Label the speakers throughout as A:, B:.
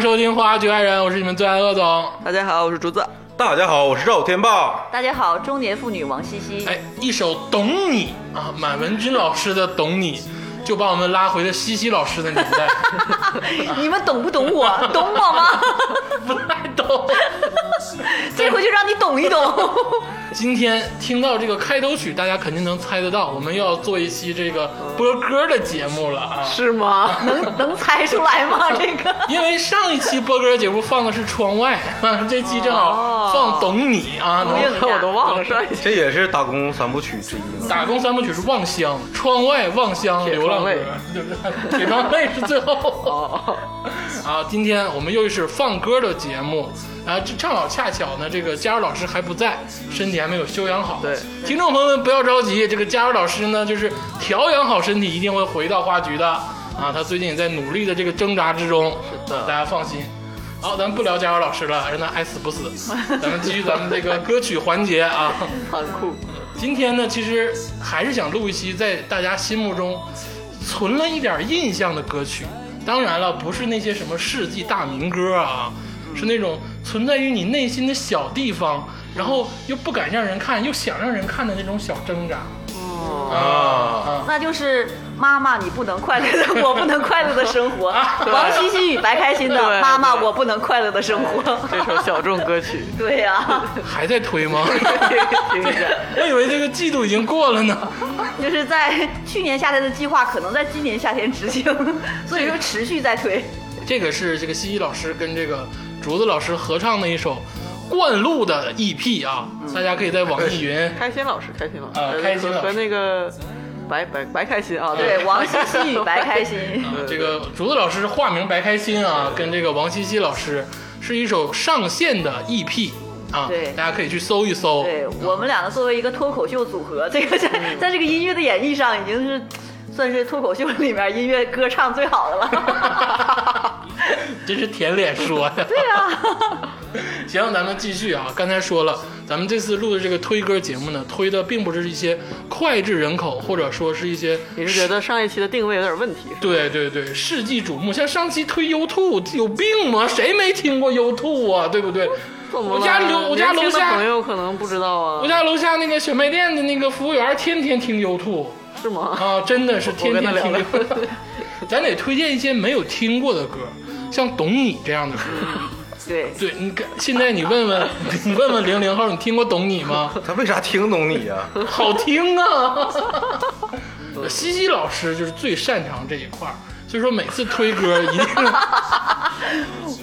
A: 收听《花局爱人》，我是你们最爱鄂总。
B: 大家好，我是竹子。
C: 大家好，我是赵天霸。
D: 大家好，中年妇女王茜茜。
A: 哎，一首《懂你》啊，满文军老师的《懂你》，就把我们拉回了西西老师的年代，
D: 你们懂不懂我？ 懂我吗？
A: 不太懂。
D: 这回就让你懂一懂。
A: 今天听到这个开头曲，大家肯定能猜得到，我们要做一期这个播歌的节目了 啊。
B: 是吗？
D: 能能猜出来 吗？这个
A: 因为上一期播歌节目放的是《窗外》，啊，这期正好放《懂你》啊，能
D: 哎呀
B: 你看我都忘了上一期。
C: 这也是打工三部曲之一嘛。
A: 打工三部曲是《望乡》《窗外》《望乡》《
B: 铁
A: 流浪
B: 窗
A: 歌
B: 泪》，
A: 对不对？铁窗泪是最后。
B: 哦，
A: 啊，今天我们又是放歌的节目，啊，这正好恰巧呢，这个佳茹老师还不在，身体还没有休养好。
B: 对，
A: 听众朋友们不要着急，这个佳茹老师呢，就是调养好身体，一定会回到花局的。啊，他最近也在努力的这个挣扎之中，
B: 是的
A: 大家放心。好，咱们不聊佳茹老师了，让他爱死 不死。咱们继续咱们这个歌曲环节啊。
B: 很酷。
A: 今天呢，其实还是想录一期在大家心目中存了一点印象的歌曲。当然了，不是那些什么世纪大民歌啊，是那种存在于你内心的小地方，然后又不敢让人看，又想让人看的那种小挣扎
B: 哦，
A: 啊。
D: 那就是妈妈，你不能快乐 的，我不能快乐的生活。
A: 对
D: 王茜茜与白开心的
B: 啊对
D: 妈妈，
B: 对
D: 我不能快乐的生活。
B: 这首小众歌 曲，
D: 对呀、
A: 还在推吗？
B: 听一下。
A: 我以为这个季度已经过了呢。
D: 就是在去年夏天的计划，可能在今年夏天执行，所以说持续在推。
A: 这个是这个西西老师跟这个竹子老师合唱的一首灌录的 EP 啊，大家可以在网易云
B: 开心老师，开心老师，
A: 啊
B: 呃
A: 开心老师
B: 和和那个白白白开心啊，
D: 对，王茜茜 与白开心。
A: 啊这个竹子老师化名白开心啊，跟这个王茜茜老师是一首上线的 EP 啊，
D: 对
A: 大家可以去搜一搜。
D: 对我们两个作为一个脱口秀组合，这个在在这个音乐的演绎上，已经是算是脱口秀里面音乐歌唱最好的了。
A: 真是舔脸说的。对啊。 行，咱们继续啊。刚才说了，咱们这次录的这个推歌节目呢，推的并不是一些脍炙人口，或者说是一些
B: 你是觉得上一期的定位有点问题是吧？
A: 对对对，世纪瞩目。像上期推 U Two 有病吗？谁没听过 U Two 啊？对不对？
B: 怎么了
A: 我家楼我家楼
B: 年轻的
A: 下
B: 朋友可能不知道 啊，
A: 我家楼下那个小卖店的那个服务员天天听 U Two。
B: 是吗？
A: 啊，真的是天天听
B: 我
A: 这
B: 跟他聊
A: 个。 咱得推荐一些没有听过的歌，像《懂你》这样的歌。
B: 嗯
D: 对，
A: 对你跟，现在你问 问，你问问零零后，你听过《懂你》吗？
C: 他为啥听懂你呀、
A: 好听啊！ 西西老师就是最擅长这一块儿，所以说每次推歌一定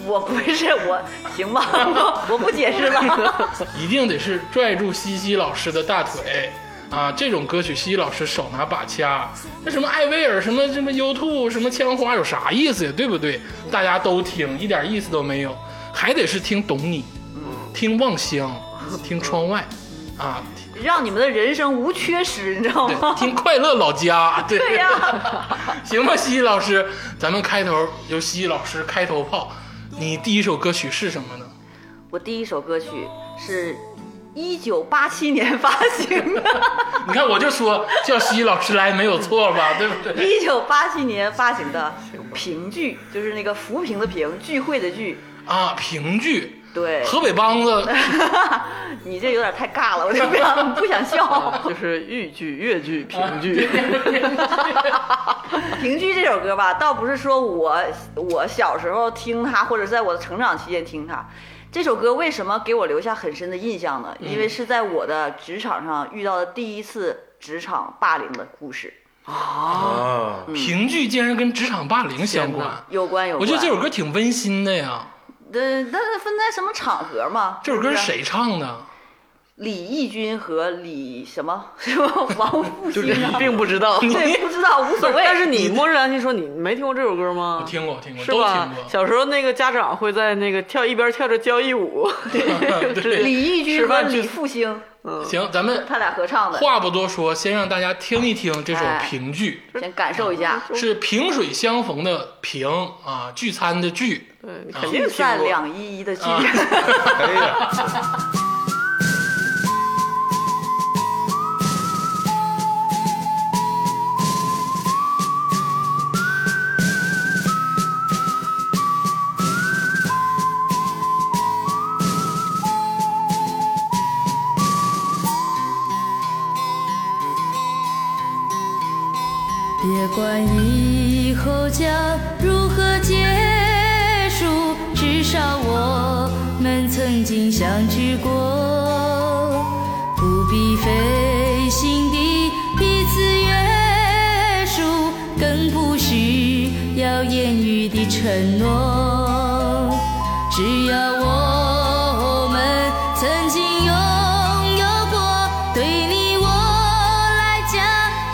D: 我不是我，行吧， 我我不解释了。
A: 一定得是拽住西西老师的大腿啊！这种歌曲，西西老师手拿把掐，那什么艾薇儿，什么什么 U two，什么枪花，有啥意思呀？对不对？大家都听，一点意思都没有，还得是听懂你，听望乡，听窗外，啊，
D: 让你们的人生无缺失，你知道
A: 对
D: 吗，？
A: 听快乐老家，对
D: 哦对呀，
A: 行吧，西西老师，咱们开头由西西老师开头炮，你第一首歌曲是什么呢？
D: 我第一首歌曲是。一九八七年发行的，
A: 你看，我就说叫西西老师来没有错吧，对不对？
D: 一九八七年发行的评剧，就是那个扶贫的贫，聚会的聚，
A: 啊，评剧，
D: 对，
A: 河北梆 子，
D: 你这有点太尬了，我就不想 不想笑。
B: 就是豫剧、越剧、评 剧，
D: 评剧这首歌吧，倒不是说我我小时候听它，或者在我的成长期间听它。这首歌为什么给我留下很深的印象
A: 嗯
D: 呢？因为是在我的职场上遇到的第一次职场霸凌的故事，
C: 啊？
A: 评剧竟然跟职场霸凌相
B: 天
A: 关
B: 哪，
D: 有关有
A: 我
D: 关。
A: 觉得这首歌挺温馨的呀。
D: 呃，但是分在什么场合嘛？
A: 这首歌
D: 是
A: 是
D: 不是？
A: 谁唱的？
D: 李翊君和李什么什么王复
B: 就是
D: 兴啊？
B: 并不知 道。
D: 对，不知道无所谓。
B: 但是你摸着良心说，你没听过这首歌吗？
A: 我听过，我听过，
B: 嗯是
A: 都
B: 吧
A: 听？过。
B: 小时候那个家长会在那个跳一边跳着交谊舞，
A: 对
D: 李翊君
B: 吃
D: 和
B: 饭去
D: 李复兴，
A: 行，咱们
D: 他俩合唱的，
A: 话不多说，先让大家听一听这首
D: 哎
A: 评剧，
D: 先感受一下。
A: 是萍水相逢的萍啊，聚餐的聚。
B: 对，你肯
D: 聚
B: 定听
D: 散
B: 过。
D: 两依依的聚，
A: 啊
C: 哎呀，
E: 我
F: 想如何结束，至少我们曾经相聚过。不必费心地彼此约束，更不需要言语的承诺。只要我们曾经拥有过，对你我来讲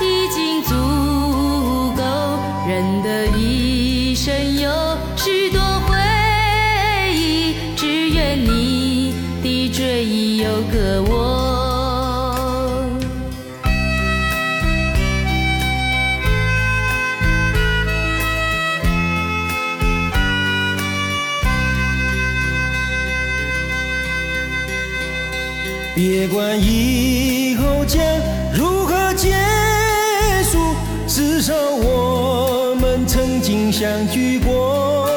F: 已经足够。人的一生有许多回忆，只愿你的追忆有个我。
G: 别管以后将如何结束，至少我们曾经相聚过。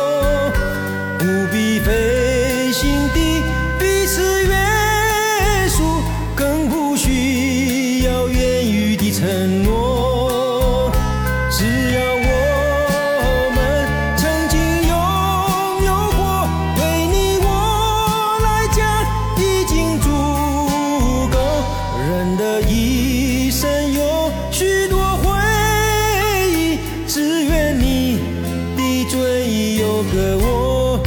G: 不必费心地彼此约束，更不需要言语的承诺。只要我们曾经拥有过，对你我来讲已经足够。人的一生有许多回忆，只愿你的追忆有个我。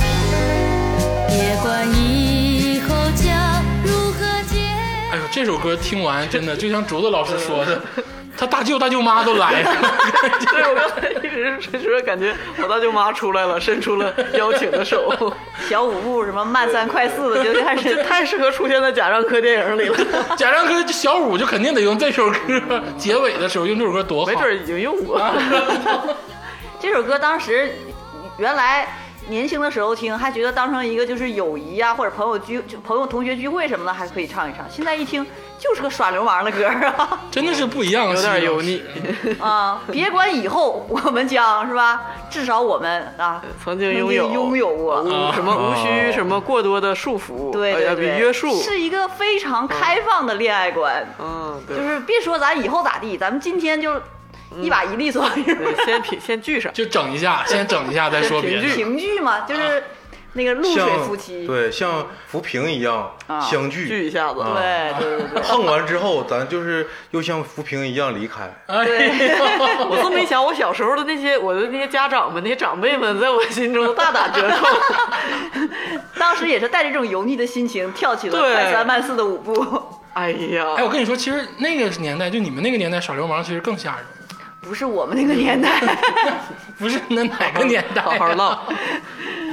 F: 别管以后将如何结。
A: 哎呦，这首歌听完真的就像竹子老师说的，他大舅大舅妈都来了。
B: 对， 我刚才一直说感觉我大舅妈出来了，伸出了邀请的 手，
D: 小舞步什么慢三快四 的，就开始
B: 这太适合出现在贾樟柯电影里了，
A: 贾樟柯小五就肯定得用这首歌结尾的时候用这首歌多好，
B: 没准儿已经用 过。
D: 这首歌当时原来年轻的时候听，还觉得当成一个就是友谊啊，或者朋友聚、就朋友同学聚会什么的，还可以唱一唱。现在一听就是个耍流氓的歌儿 啊！
A: 真的是不一样啊，
B: 有点
A: 西老
B: 油
A: 师
B: 腻。
D: 啊，别管以后我们将是吧？至少我们啊，
B: 曾经拥有
D: 曾经拥有过。
B: 无什么无需什么过多的束缚，
D: 对
B: 哎
D: 对
B: 呀比
D: 对，
B: 约束，
D: 是一个非常开放的恋爱观，
B: 嗯，对，
D: 就是别说咱以后咋地，咱们今天就一把一利索，是吧？
B: 对先平先聚上，
A: 就整一下，先整一下再说别 的。
D: 情剧嘛，就是那个露
C: 像
D: 水夫妻，
C: 对，像浮萍一样
D: 啊
C: 相
B: 聚一
C: 聚，
B: 下子，
C: 啊
D: 对 对对对
C: 碰完之后，咱就是又像浮萍一样离开。
A: 哎呦，
B: 我这么一想，我小时候的那些我的那些家长们、那些长辈们，在我心中大打折 扣。
D: 当时也是带着这种油腻的心情跳起了
B: 对
D: 快三慢四的舞步，
B: 哎呀，
A: 哎，我跟你说，其实那个年代，就你们那个年代耍流氓，其实更吓人。
D: 不是我们那个年代，
A: 不是那哪个年代、啊
B: 好好唠，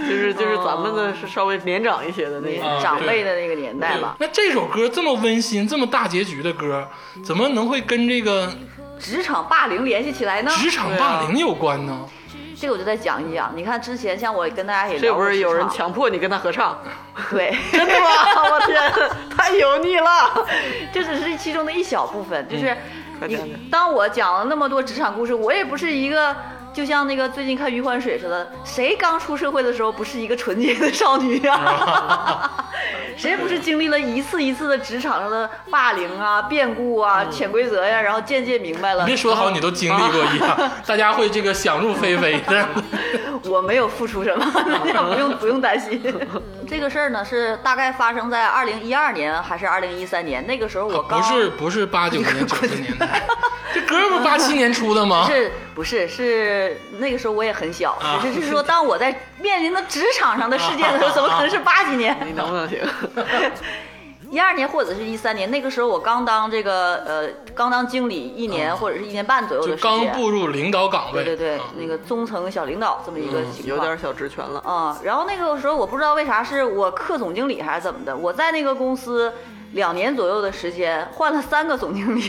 B: 就是就是咱们
D: 哦
B: 的是稍微年长一些的那个，
A: 啊
D: 长辈的那个年代了。
A: 那这首歌这么温馨、这么大结局的歌，怎么能会跟这个
D: 职场霸凌联系起来呢？
A: 职场霸凌有关呢？
D: 这个我就再讲一讲。你看之前像我跟大家也
B: 这
D: 聊
B: 不
D: 过
B: 是
D: 职
B: 有人
D: 场
B: 强迫你跟他合 唱，
D: 对，真的吗？ 我天，太油腻了！这只是其中的一小部分，就是
B: 快
D: 你、
B: 点点
D: 当我讲了那么多职场故事，我也不是一个。就像那个最近看《余欢水》似的，谁刚出社会的时候不是一个纯洁的少女 啊？谁不是经历了一次一次的职场上的霸凌啊、变故啊、潜规则呀、然后渐渐明白了
B: 啊
A: 你别，说好像你都经历过一样，大家会这个想入 非非的。
D: 我没有付出 什么，大家不用不用担心。这个事儿呢，是大概发生在二零一二年还是二零一三年？那个时候我刚、
A: 不是不是八九年九十年代，这歌不是八七年出的吗？
D: 是不是是那个时候我也很小，
A: 啊
D: 只是是说当我在面临的职场上的事件的时候，
A: 啊
D: 怎么可能是八几年？
B: 你能不能行？
D: 一二年或者是一三年，那个时候我刚当这个呃刚当经理一年或者是一年半左右
A: 啊就
D: 的时
A: 刚
D: 间，
A: 步入领导岗位，
D: 对对对
A: 啊，嗯
D: 那个中层小领导这么一个情况，
B: 有点小职权了，
D: 啊、然后那个时候我不知道为啥是我课总经理还是怎么的，我在那个公司两年左右的时间换了三个总经理，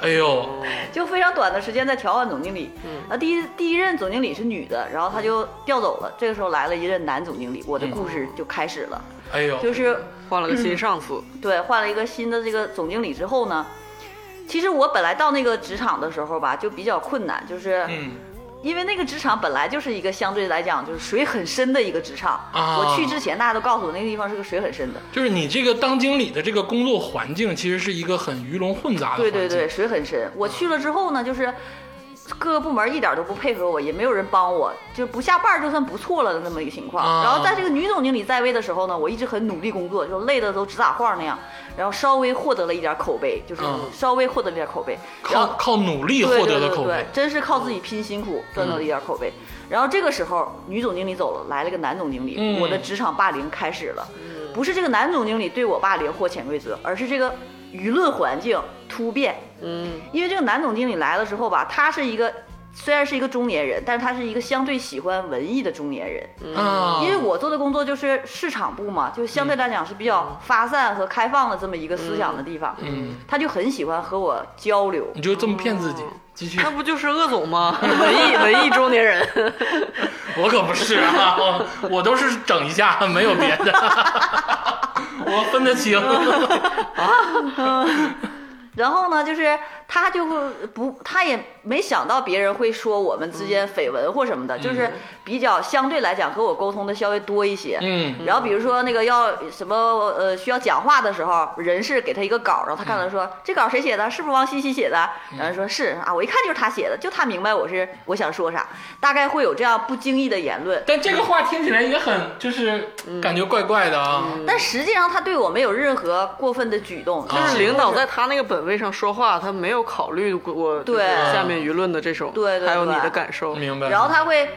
A: 哎呦，
D: 就非常短的时间在调换总经理。
A: 嗯
D: 啊，第一第一任总经理是女的，然后她就调走了。这个时候来了一任男总经理，我的故事就开始了，
A: 哎呦，
D: 就是
B: 换了个新上司，
D: 对，换了一个新的这个总经理之后呢，其实我本来到那个职场的时候吧，就比较困难，就是
A: 嗯，
D: 因为那个职场本来就是一个相对来讲就是水很深的一个职场。
A: 啊
D: 我去之前大家都告诉我那个地方是个水很深的，
A: 就是你这个当经理的这个工作环境，其实是一个很鱼龙混杂的环
D: 对
A: 境。
D: 对对，水很深。我去了之后呢，就是。各个部门一点都不配合我，也没有人帮我，就不下班儿就算不错了的那么一个情况。
A: 啊
D: 然后在这个女总经理在位的时候呢，我一直很努力工作，就累得都直打晃那样，然后稍微获得了一点口碑，就是
A: 嗯
D: 稍微获得了一点口碑，然后
A: 靠靠努力
D: 对
A: 获得
D: 对
A: 的
D: 对
A: 口
D: 对
A: 碑，嗯
D: 真是靠自己拼辛苦赚到了一点口碑。然后这个时候，女总经理走了，来了个男总经理，
A: 嗯
D: 我的职场霸凌开始了。不是这个男总经理对我霸凌或潜规则，而是这个舆论环境突变。
B: 嗯，
D: 因为这个男总经理来了之后吧，他是一个虽然是一个中年人，但是他是一个相对喜欢文艺的中年人。
A: 啊，
D: 嗯因为我做的工作就是市场部
A: 嗯
D: 嘛，就相对来讲是比较发散和开放的这么一个思想的地方。
A: 嗯，
D: 他就很喜欢和我交流。
A: 你就这么骗自己，
D: 嗯
A: 继续，
B: 那不就是鄂总吗？ 文艺文艺中年人，
A: 我可不是 啊，我我都是整一下，没有别的，我分得清，
D: 嗯然后呢，就是他就会不，他也没想到别人会说我们之间绯闻或什么的，
A: 嗯
D: 就是比较相对来讲和我沟通的稍微多一些。
A: 嗯，
D: 然后比如说那个要什么呃需要讲话的时候，人事给他一个稿，然后他看到说、
A: 嗯
D: 这稿谁写的？是不是王西西写的？然后说是啊，我一看就是他写的，就他明白我是我想说啥，大概会有这样不经意的言论。
A: 但这个话听起来也很就是
D: 嗯
A: 感觉怪怪的啊，
D: 但实际上他对我没有任何过分的举动，就
A: 啊
D: 是
B: 就是领导在他那个本位上说话，他没有考虑过就是
D: 对
B: 下面舆论的这种，
D: 对对
B: 还有你
D: 对
B: 的感受，
A: 明白。
D: 然后他会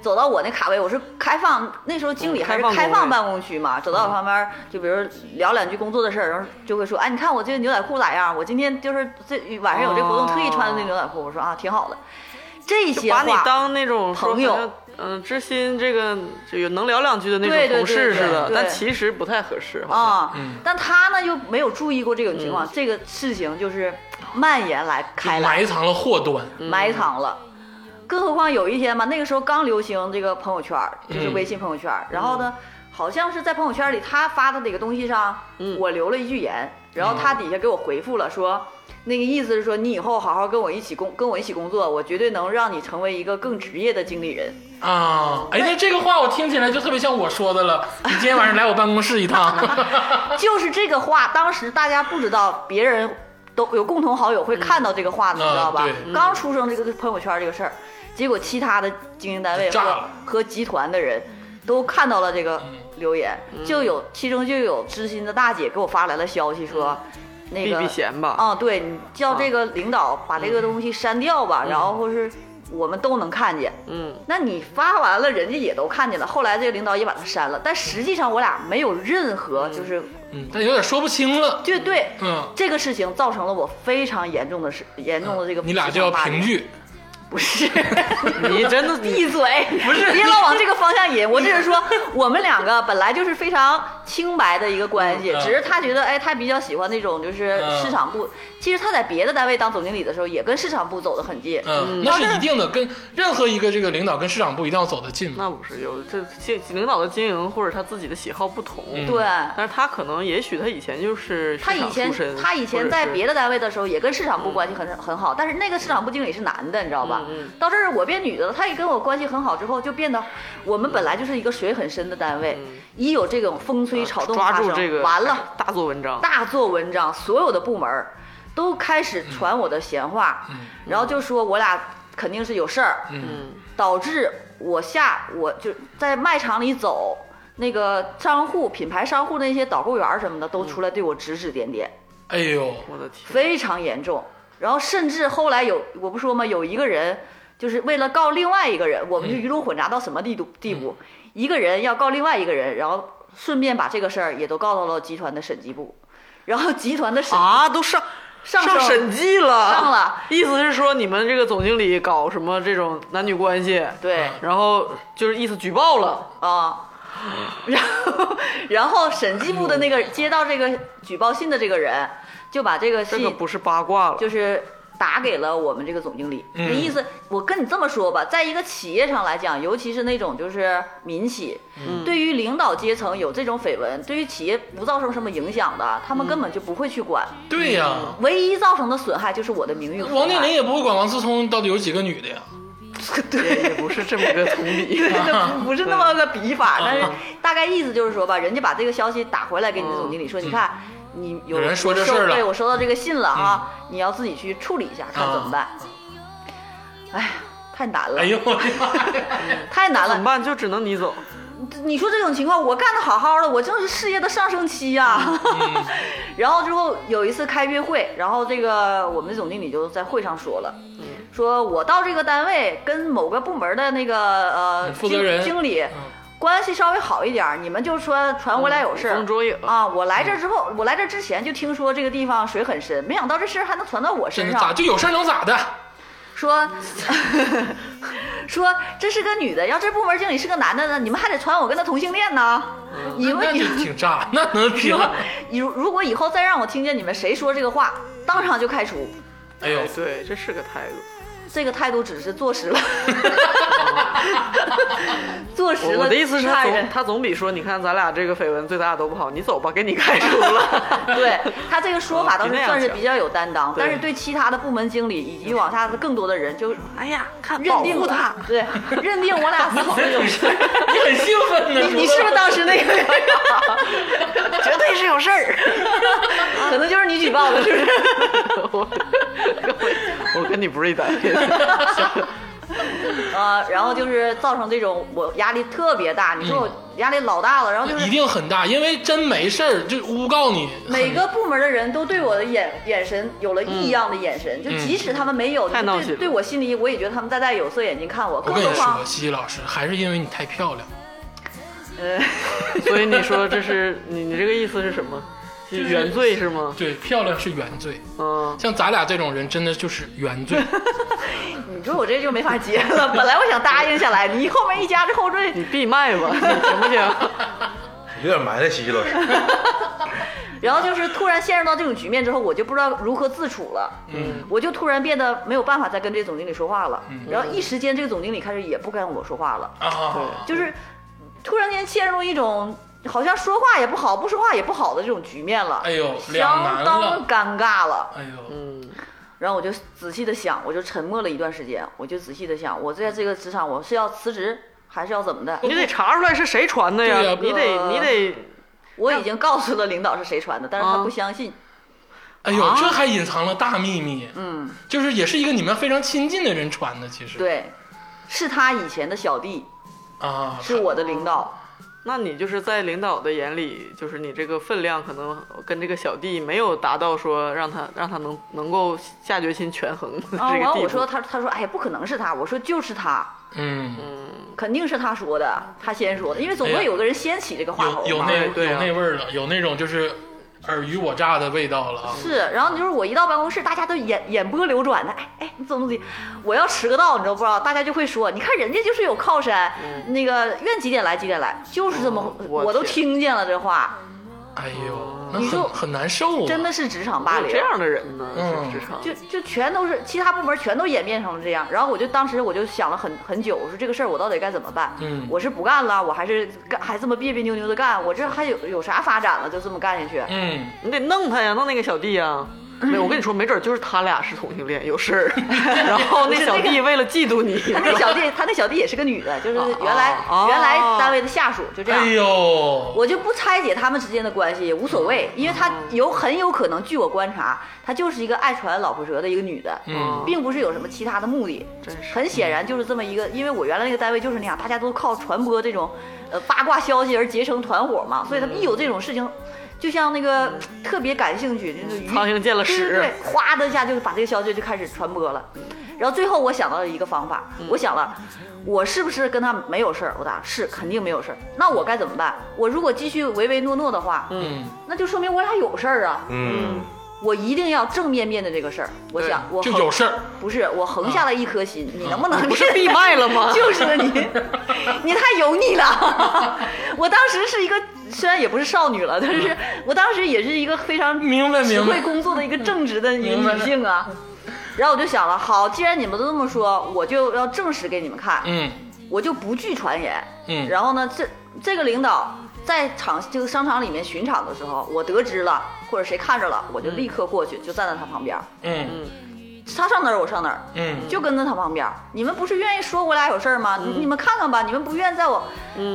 D: 走到我那卡位，我是开放，那时候经理还是
B: 嗯开放
D: 开放
B: 工位
D: 办公区嘛，走到我旁边儿，就比如聊两句工作的事儿，然后就会说，哎，你看我这个牛仔裤咋样？我今天就是这晚上有这活动，
B: 哦
D: 特意穿的那牛仔裤，我说啊，挺好的。这
B: 就
D: 些
B: 把你
D: 话，
B: 当那种说
D: 朋友
B: 好像，嗯，知心这个就有能聊两句的那
D: 对对
B: 种同事
D: 对
B: 似的，
D: 对
B: 但其实不太合适，好像
D: 啊、但他呢又没有注意过这种情
B: 嗯
D: 况，这个事情就是蔓延来开来，
A: 埋藏了祸端，
D: 埋藏了。更何况有一天吧，那个时候刚流行这个朋友圈儿，就是
A: 嗯
D: 微信朋友圈儿。然后呢，好像是在朋友圈里他发的哪个东西上，我留了一句言，然后他底下给我回复了说。那个意思是说，你以后好好跟我一起工，跟我一起工作，我绝对能让你成为一个更职业的经理人。嗯
A: 啊，哎，那这个话我听起来就特别像我说的了。你今天晚上来我办公室 一趟，
D: 就是这个话，当时大家不知道，别人都有共同好友会看到这个话的，
A: 嗯
D: 你知道吧
A: 啊对？
D: 刚出生这个朋友圈这个事儿，结果其他的经营单位
A: 炸
D: 和
A: 了嗯
D: 和集团的人都看到了这个留言，
B: 嗯
D: 就有其中就有知心的大姐给我发来了消息说，那
B: 避
D: 个
B: 嗯避嫌吧。
D: 啊，对你叫这个领导把这个东西删掉吧，然后或是我们都能看见。
B: 嗯，
D: 那你发完了，人家也都看见了。后来这个领导也把它删了，但实际上我俩没有任何就是
A: 嗯，但有点说不清了。
D: 就对，
A: 嗯，
D: 这个事情造成了我非常严重的事，严重的这个
A: 嗯你俩
D: 职
A: 就
D: 场
A: 要
D: 霸凌
A: 平，剧，
D: 不 是？
B: 你真的
D: 闭嘴！不是，别老往这个方向引。我只是说，我们两个本来就是非常清白的一个关系，
A: 嗯嗯
D: 只是他觉得，哎，他比较喜欢那种就是
A: 嗯
D: 市场部。其实他在别的单位当总经理的时候，也跟市场部走得很近。
A: 嗯，那是一定的，跟任何一个这个领导跟市场部一定要走得近嘛。
B: 那不是有这这领导的经营或者他自己的喜好不同，
A: 嗯
D: 对，
B: 但是他可能也许他以前就是市
D: 他以
B: 场
D: 前
B: 出身
D: 他以前在别
B: 的
D: 的单位的时候，也跟市场部关系很很好，但是那个市场部经理是男的，你知道吧？
B: 嗯嗯嗯
D: 到这儿我变女的了，他也跟我关系很好，之后就变得我们本来就是一个水很深的单位，一有这种风吹草动
B: 嗯啊抓
D: 发
B: 住
D: 生，
B: 这个
D: 完了
B: 大做文章，
D: 大做文章，所有的部门儿都开始传我的闲话，
A: 嗯
D: 然后就说我俩肯定是有事儿，
B: 嗯
D: 导致我下我就在卖场里走，那个商户、品牌商户那些导购员儿什么的
B: 嗯
D: 都出来对我指指点点，
A: 哎呦，
B: 我的天，
D: 非常严重。然后甚至后来有我不说吗？有一个人就是为了告另外一个人，我
B: 嗯
D: 们就鱼龙混杂到什么地度地步？一个人要告另外一个人，然后顺便把这个事儿也都告到了集团的审计部，然后集团的审
B: 啊，都上
D: 上升
B: 审计了，
D: 上了，
B: 意思是说你们这个总经理搞什么这种男女关系，
D: 对
B: 然后就是意思举报了，
D: 啊。然后，然后审计部的
B: 哎
D: 那个接到这个举报信的这个人，就把这个
B: 这
D: 信
B: 个不是八卦了，
D: 就是打给了我们这个总经理。那意思，我跟你这么说吧，在一个企业上来讲，尤其是那种就是民企，对于领导阶层有这种绯闻，对于企业不造成什么影响的，他们根本就不会去管。
A: 对呀、
D: 唯一造成的损害就是我的名誉和
A: 王健
D: 害。
A: 林也不会管王思聪到底有几个女的呀。
B: 也也不是这么个同理，啊
D: 对，那不不是那么个笔法，但是大概意思就是说吧，人家把这个消息打回来给你的总经理说，你看你有
A: 有人说这事儿了
D: 对我收到这个信了啊，你要自己去处理一下，看怎么办。哎呀，太难了，
A: 哎呦我的妈呀！
D: 太难
B: 怎么
D: 了。
B: 办？就只能你走。
D: 你说这种情况，我干的好好的，我正是事业的上升期呀、
A: 嗯
D: 然后之后有一次开月会，然后这个我们总经理就在会上说了，
A: 嗯
D: 说我到这个单位跟某个部门的那个呃
A: 负责人
D: 经经理。关系稍微好一点儿，你们就说传我俩有事儿、
B: 嗯风捉影
D: 啊！我来这
A: 嗯
D: 儿之后，我来这儿之前就听说这个地方水很深，没想到这事儿还能传到我
A: 真
D: 身
A: 的
D: 上
A: 咋。就有事儿能咋的？
D: 说 说这是个女的，要这部门经理是个男的呢，你们还得传我跟他同性恋呢。
B: 嗯
D: 你
A: 那
D: 们 你
A: 就挺渣，那能听？
D: 你如如果以后再让我听见你们谁说这个话，当场就开除。
A: 哎呦
B: 哎，，对，这是个态度。
D: 这个态度只是坐 实了，坐实
B: 我
D: 了
B: 我的意思是，他
D: 杀人
B: 总他总比说，你看咱俩这个绯闻对咱俩都不好，你走吧，给你开除了。
D: 对他这个说法
B: 哦
D: 倒是
B: 比那样
D: 算是
B: 强
D: 比较有担当，
B: 对
D: 但是对其他的部门经理以及往下的更多的人就
B: 哎呀，看
D: 认
B: 保
D: 定
B: 护
D: 我
B: 他，，
D: 对， 认定我俩死
A: 你很兴奋呢，
D: 你你是不是当时 那个？
B: 绝对是有事儿。
D: 可能就是你举报的，是不是？
B: 我 我我跟你不是一单位的。
D: 呃，然后就是造成这种我压力特别大，你说我压力老大了，然后就
A: 一
D: 是
A: 定很大，因为真没事儿就诬告你。
D: 每个部门的人都对我的眼眼神有了异样的眼神，就
A: 嗯
D: 即使他们没有，
B: 太闹
D: 对
B: 心了
D: 对我嗯心里我也觉得他们在戴有色眼镜看我，
A: 我
D: 更
A: 跟
D: 何
A: 你
D: 况
A: 说，西西老师还是因为你太漂亮，
D: 呃，
B: 所以你说这是你你这个意思是什么？是
A: 是
B: 原罪是吗？
A: 对，漂亮是原罪。
B: 嗯，
A: 像咱俩这种人，真的就是 原罪。
D: 你说我这就没法接了。本来我想答应下来，你后面一加这后缀，
B: 你闭麦吧，行不行？
C: 有点埋汰西西老师。
D: 然后就是突然陷入到这种局面之后，我就不知道如何自处了。
A: 嗯，
D: 我就突然变得没有办法再跟这个总经理说话了。然后一时间，这个总经理开始也不跟我说话了，
A: 啊，
D: 就是突然间陷入一种好像说话也不好，不说话也不好的这种局面了，
A: 哎呦，两难
D: 相当
A: 了，
D: 尴尬了。
A: 哎呦，
B: 嗯，
D: 然后我就仔细的想，我就沉默了一段时间，我就仔细的想，我在这个职场我是要辞职还是要怎么的？
B: 你得查出来是谁传的呀
A: 对呀，
B: 你得
A: 啊
B: 你得
D: 我已经告诉了领导是谁传的，但是他
B: 啊
D: 不相信。
A: 哎呦，这还隐藏了大秘密。
D: 啊嗯，
A: 就是也是一个你们非常亲近的人传的，其实
D: 对，是他以前的小弟，
A: 啊，
D: 是我的领导。
B: 那你就是在领导的眼里，就是你这个分量可能跟这个小弟没有达到说让他让他能能够下决心权衡 的这
D: 啊，
B: 个地
D: 然后
B: 步。
D: 我说他他说哎呀不可能是他，我说就是他，
A: 嗯，
D: 肯定是他说的，他先说的，因为总
A: 哎呀
D: 会有个人先起这个话头
A: 有有
D: 嘛。
A: 那
B: 哎对
A: 有
B: 啊
A: 那味儿了，有那种就是尔虞我诈的味道了啊。
D: 是，然后就是我一到办公室，大家都眼眼波流转的，哎哎，你怎么怎么，我要迟个到，你知道不知道？大家就会说，你看人家就是有靠山，那个愿几点来几点来，就是这么回，
B: 我
D: 我都
B: 天
D: 听见了这话，
A: 哎呦，那
D: 哦你
A: 很
D: 说
A: 很难受啊。
D: 真的是职场霸
B: 哪有
D: 凌
B: 这。样的人呢？
A: 嗯
B: 是职场
D: 就就全都是其他部门全都演变成了这样，然后我就当时我就想了很很久，我说这个事儿我到底该怎么办？
A: 嗯
D: 我是不干了，我还是干还这么别别扭扭的干，我这还有有啥发展了？就这么干下去，
A: 嗯，
B: 你得弄他呀，弄那个小弟呀。没，我跟你说，没准就是他俩是同性恋，有 事儿。然后那小弟为了嫉妒你，
D: 他那小弟他那小弟也是个女的，就是原来
B: 哦
D: 原来单位的下属，就这样
A: 哎。呦，
D: 啊我就不拆解他们之间的关系，也无所谓，
B: 嗯
D: 因为他有很有可能，据我观察，她就是一个爱传老婆舌的一个女的，
A: 嗯
D: 并不是有什么其他的目的。
B: 真是
D: 很显然就是这么一个，因为我原来那个单位就是那样，大家都靠传播这种，呃八卦消息而结成团伙嘛，所以他们一有这种事情，就像那个特别感兴趣，就是鱼
B: 苍蝇见了
D: 对
B: 屎
D: 对对，哗的一下就把这个消息就开始传播了。然后最后我想到了一个方法，
B: 嗯
D: 我想了，我是不是跟他没有事儿？我打是肯定没有事儿。那我该怎么办？我如果继续唯唯诺诺的话，
A: 嗯，
D: 那就说明我俩有事儿啊。
C: 嗯，
D: 我一定要正面面对这个事儿。我
B: 对
D: 想我
A: 就
D: 横
A: 有事儿。
D: 不是我横下了一颗心，你能不能？
B: 不是闭麦了吗
D: 就是你，你太油腻了。 我当时是一个，虽然也不是少女了，但是我当时也是一个非常
A: 明白
D: 只
A: 明
D: 会
A: 白，
D: 工作的一个正直的一个
A: 明白
D: 女性啊。然后我就想了，好，既然你们都这么说，我就要证实给你们看，
A: 嗯
D: 我就不惧传言。
A: 嗯，
D: 然后呢，这这个领导在场这个商场里面巡场的时候，我得知了，或者谁看着了，我就立刻过去，就站在他旁边。
A: 嗯
D: 他上哪儿我上哪儿，
A: 嗯，
D: 就跟在他旁边儿。你们不是愿意说我俩有事儿吗？你你们看看吧，你们不愿在我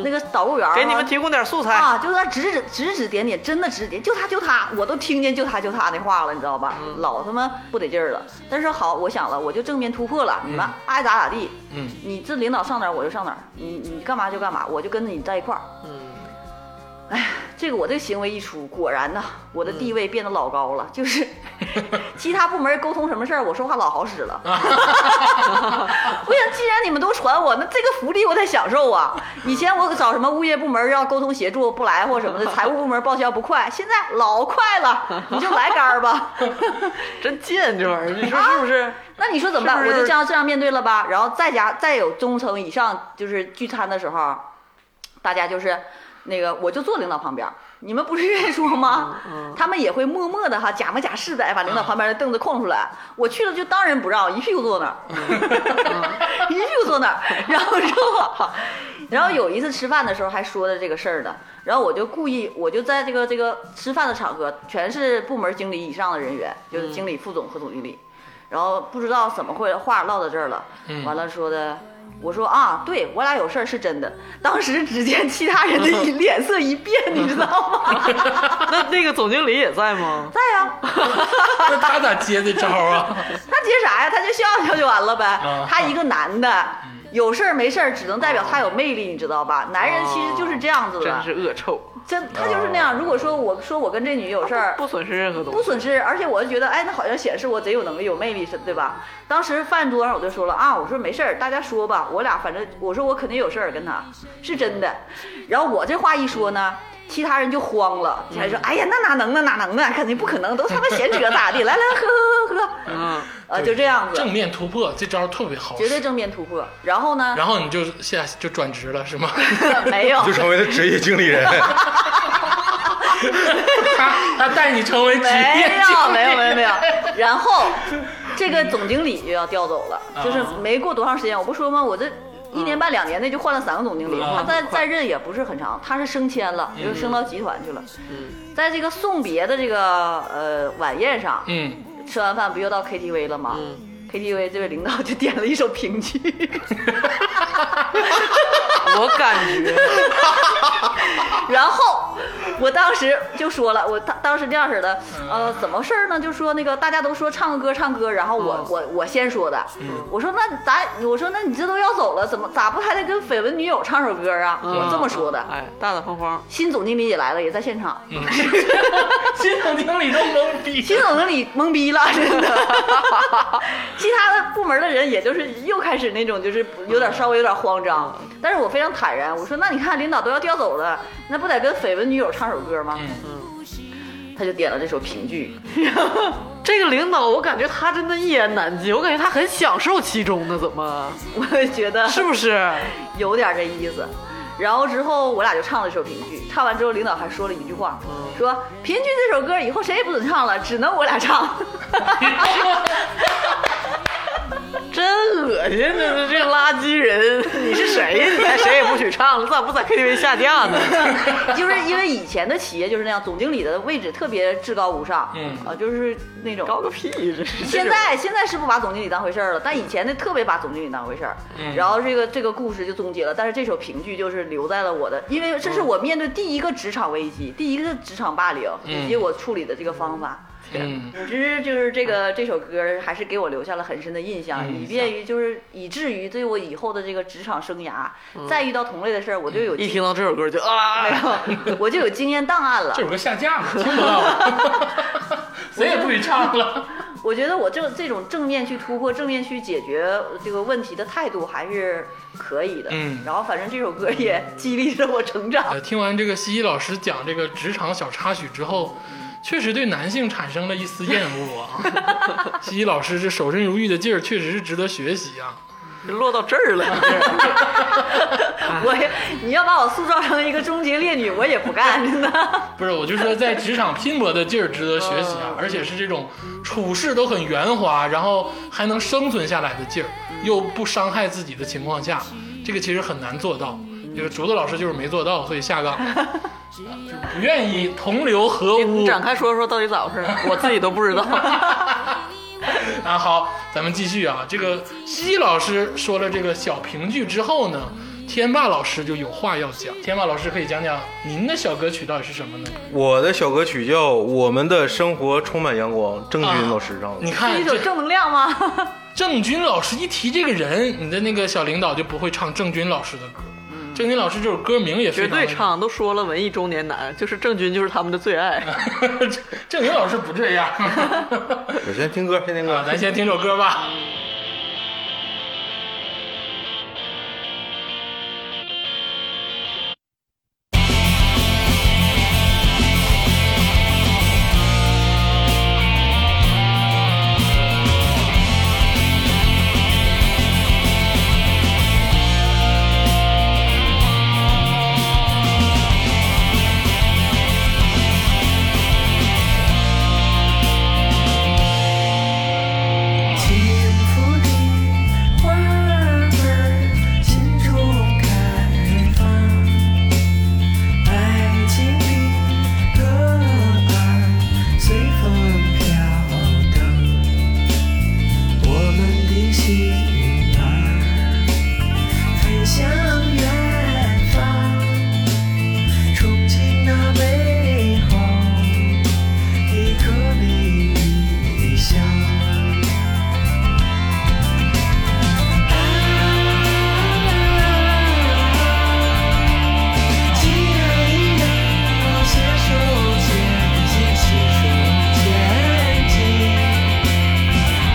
D: 那个导购员儿
B: 嗯给你
D: 哈
B: 们提供点素材。
D: 啊，就是他指指指指点点，真的指指点，就他就他，我都听见就他就他的话了，你知道吧？
B: 嗯
D: 老他妈不得劲儿了。但是好，我想了，我就正面突破了，你们爱咋咋地。
A: 嗯，
D: 你这领导上哪儿我就上哪儿，你你干嘛就干嘛，我就跟着你在一块儿。哎
B: 嗯，
D: 这个我这个行为一出，果然呐，我的
B: 嗯
D: 地位变得老高了，就是 其他部门沟通什么事儿，我说话老好使了。
B: 啊
D: 我想，既然你们都传我，那这个福利我得享受啊！以前我找什么物业部门要沟通协助不来或什么的，财务部门报销不快，现在老快了，你就来杆儿吧。
B: 真贱这玩意儿，你说是不是？
D: 那你说怎么办？
B: 是不
D: 我
B: 是
D: 就这样这样面对了吧。然后再加再有中层以上就是聚餐的时候，大家就是那个我就坐领导旁边儿。你们不是愿意说吗？
B: 嗯
D: 他们也会默默的哈，假模假式的哎把领导旁边的凳子空出来。我去了就当仁不让，一屁股坐那儿，
B: 嗯
D: 一屁股坐那儿。然后说，
B: 嗯
D: 然后有一次吃饭的时候还说的这个事儿呢。然后我就故意，我就在这个这个吃饭的场合，全是部门经理以上的人员，就是经理、副总和总经理。然后不知道怎么会话唠到这儿了，
A: 嗯
D: 完了说的，我说啊，对我俩有事儿是真的。当时只见其他人的一脸色一 变，你知道吗？啊
B: 那那个总经理也在吗？
D: 在呀、
A: 那他咋接的 招啊？
D: 他接啥呀？他就笑笑就完了呗
A: 啊。嗯
D: 他一个男的，有事儿没事儿，只能代表他有魅力，你知道吧？男人其实就是这样子
B: 真
D: 的
B: 是，恶臭，
D: 真他就是那样。如果说我说我跟这女有事儿，
B: 不损失任何东
D: 不
B: 西。
D: 损失，而且我就觉得，哎，那好像显示我贼有能力、有魅力，是对吧？当时饭桌上我就说了啊，我说没事儿，大家说吧，我俩反正我说我肯定有事儿跟他，是真的。然后我这话一说呢，其他人就慌了，还说，哎呀，那哪能啊，哪能啊，肯定不可能，都他妈闲扯咋地？来来，喝喝喝喝，
B: 嗯，
D: 呃，就这样子
A: 正，面突破这招特别好
D: 绝对
A: 使，
D: 正面突破。然后呢，
A: 然后你就下就转职了是 吗？
D: 没有
C: 就，成为了职业经理人。
A: 他他带你成为职
D: 没
A: 业
D: 有， 没有，没有，没有。然后这个总经理就要调走了，
A: 嗯啊
D: 就是没过多长时间，我不说吗？我这一年半两年内就换了三个总经理，
A: 嗯
D: 他在在任也不是很长，他是升迁了，就升到集团去了。在这个送别的这个呃晚宴上，
A: 嗯，
D: 吃完饭不又到 KTV 了吗？KTV 这位领导就点了一首评 剧，
B: 我感觉
D: 然后我当时就说了，我当当时这样式的，呃，怎么事儿呢？就说那个大家都说唱歌唱歌，然后我、
B: 嗯
D: 我我先说的，我说那咱我说那你这都要走了，怎么咋不还得跟绯闻女友唱首歌啊？ 我这么说的。
B: 哎，大大方方，
D: 新总经理也来了，也在现场。
A: 新总经理都懵逼，
D: 新总经理懵逼了，真的。其他的部门的人，也就是又开始那种，就是有点稍微有点慌张。但是我非常坦然，我说那你看领导都要调走了，那不得跟绯闻女友唱首歌吗？他就点了这首评剧，
B: 嗯这个领导，我感觉他真的一言难尽，我感觉他很享受其中呢，怎么
D: 我也觉得
B: 是不是？
D: 有点这意思。然后之后我俩就唱了这首评剧，唱完之后领导还说了一句话，说评剧这首歌以后谁也不准唱了，只能我俩唱。 哎
B: 真恶心！这这垃 圾人，你是谁呀？你还谁也不许唱了，咋不在 KTV 下架呢？
D: 就是因为以前的企业就是那样，总经理的位置特别至高无上，
A: 嗯
D: 啊，就是那种
B: 高个屁！这是
D: 现在现在是不把总经理当回事儿了，但以前呢特别把总经理当回事儿。然后这个这个故事就终结了，但是这首评剧就是留在了我的，因为这是我面对第一个职场危机、第一个职场霸凌以及我处理的这个方法。
A: 嗯，
D: 总之就是这个这首歌还是给我留下了很深的印象，
A: 嗯
D: 以便于就是以至于对我以后的这个职场生涯，再遇到同类的事儿，我就有
B: 一
D: 经
B: 听到这首歌就啊，
D: 我就有经验 档案了
A: 这。首歌下架了，听不到了， 谁也不许唱了。
D: 我觉得我这这种正面去突破、正面去解决这个问题的态度还是可以的。
A: 嗯
D: 然后反正这首歌也
B: 嗯
D: 激励着我成长。
A: 呃，听完这个西西老师讲这个职场小插曲之后，确实对男性产生了一丝厌恶啊。 西西老师这守身如玉的劲儿，确实是值得学习啊。
B: 落到这 儿了。哎
D: 我 也，你要把我塑造成一个终结烈女，我也不干， 真的。
A: 不是，我就说在职场拼搏的劲儿值得学习
D: 嗯
A: 啊，而且是这种处事都很圆滑，然后还能生存下来的劲儿，又不伤害自己的情况下，这个其实很难做到。这个竹子老师就是没做到，所以 下岗，就不愿意同流合
B: 你
A: 污。
B: 展开说说到底咋回事？我自己都不知道。
A: 啊，好，咱们继续啊。这个西老师说了这个小评剧之后呢，天霸老师就有话要讲。天霸老师可以讲讲您的小歌曲到底是什么呢？
C: 我的小歌曲叫《我们的生活充满阳光》，郑钧老师唱的。
A: 啊你
D: 是
A: 看
D: 一首
A: 这
D: 正能量吗？
A: 郑钧老师一提这个人，你的那个小领导就不会唱郑钧老师的歌。郑钧老师这首歌名也非
B: 绝
A: 常的
B: 对唱，都说了文艺中年男，就是郑钧就是他们的最爱。
A: 郑钧老师不这样。
C: 我先听歌，先听歌
A: 啊，。咱先听首歌吧。
G: 幸福的花儿们心中开放，爱情的歌儿随风飘荡，我们的心儿飞向远方，憧憬那美好的革命理想。既然一样，携手牵线，携手前进。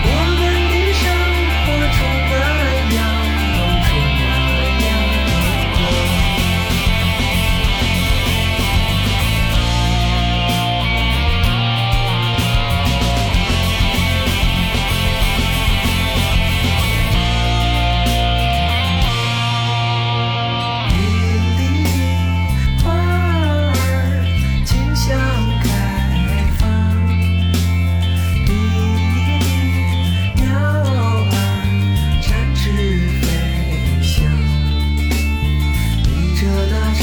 G: 我们的生活充满阳光，充满阳光。云里花儿竞相开放，比翼的鸟儿展翅飞翔，迎着那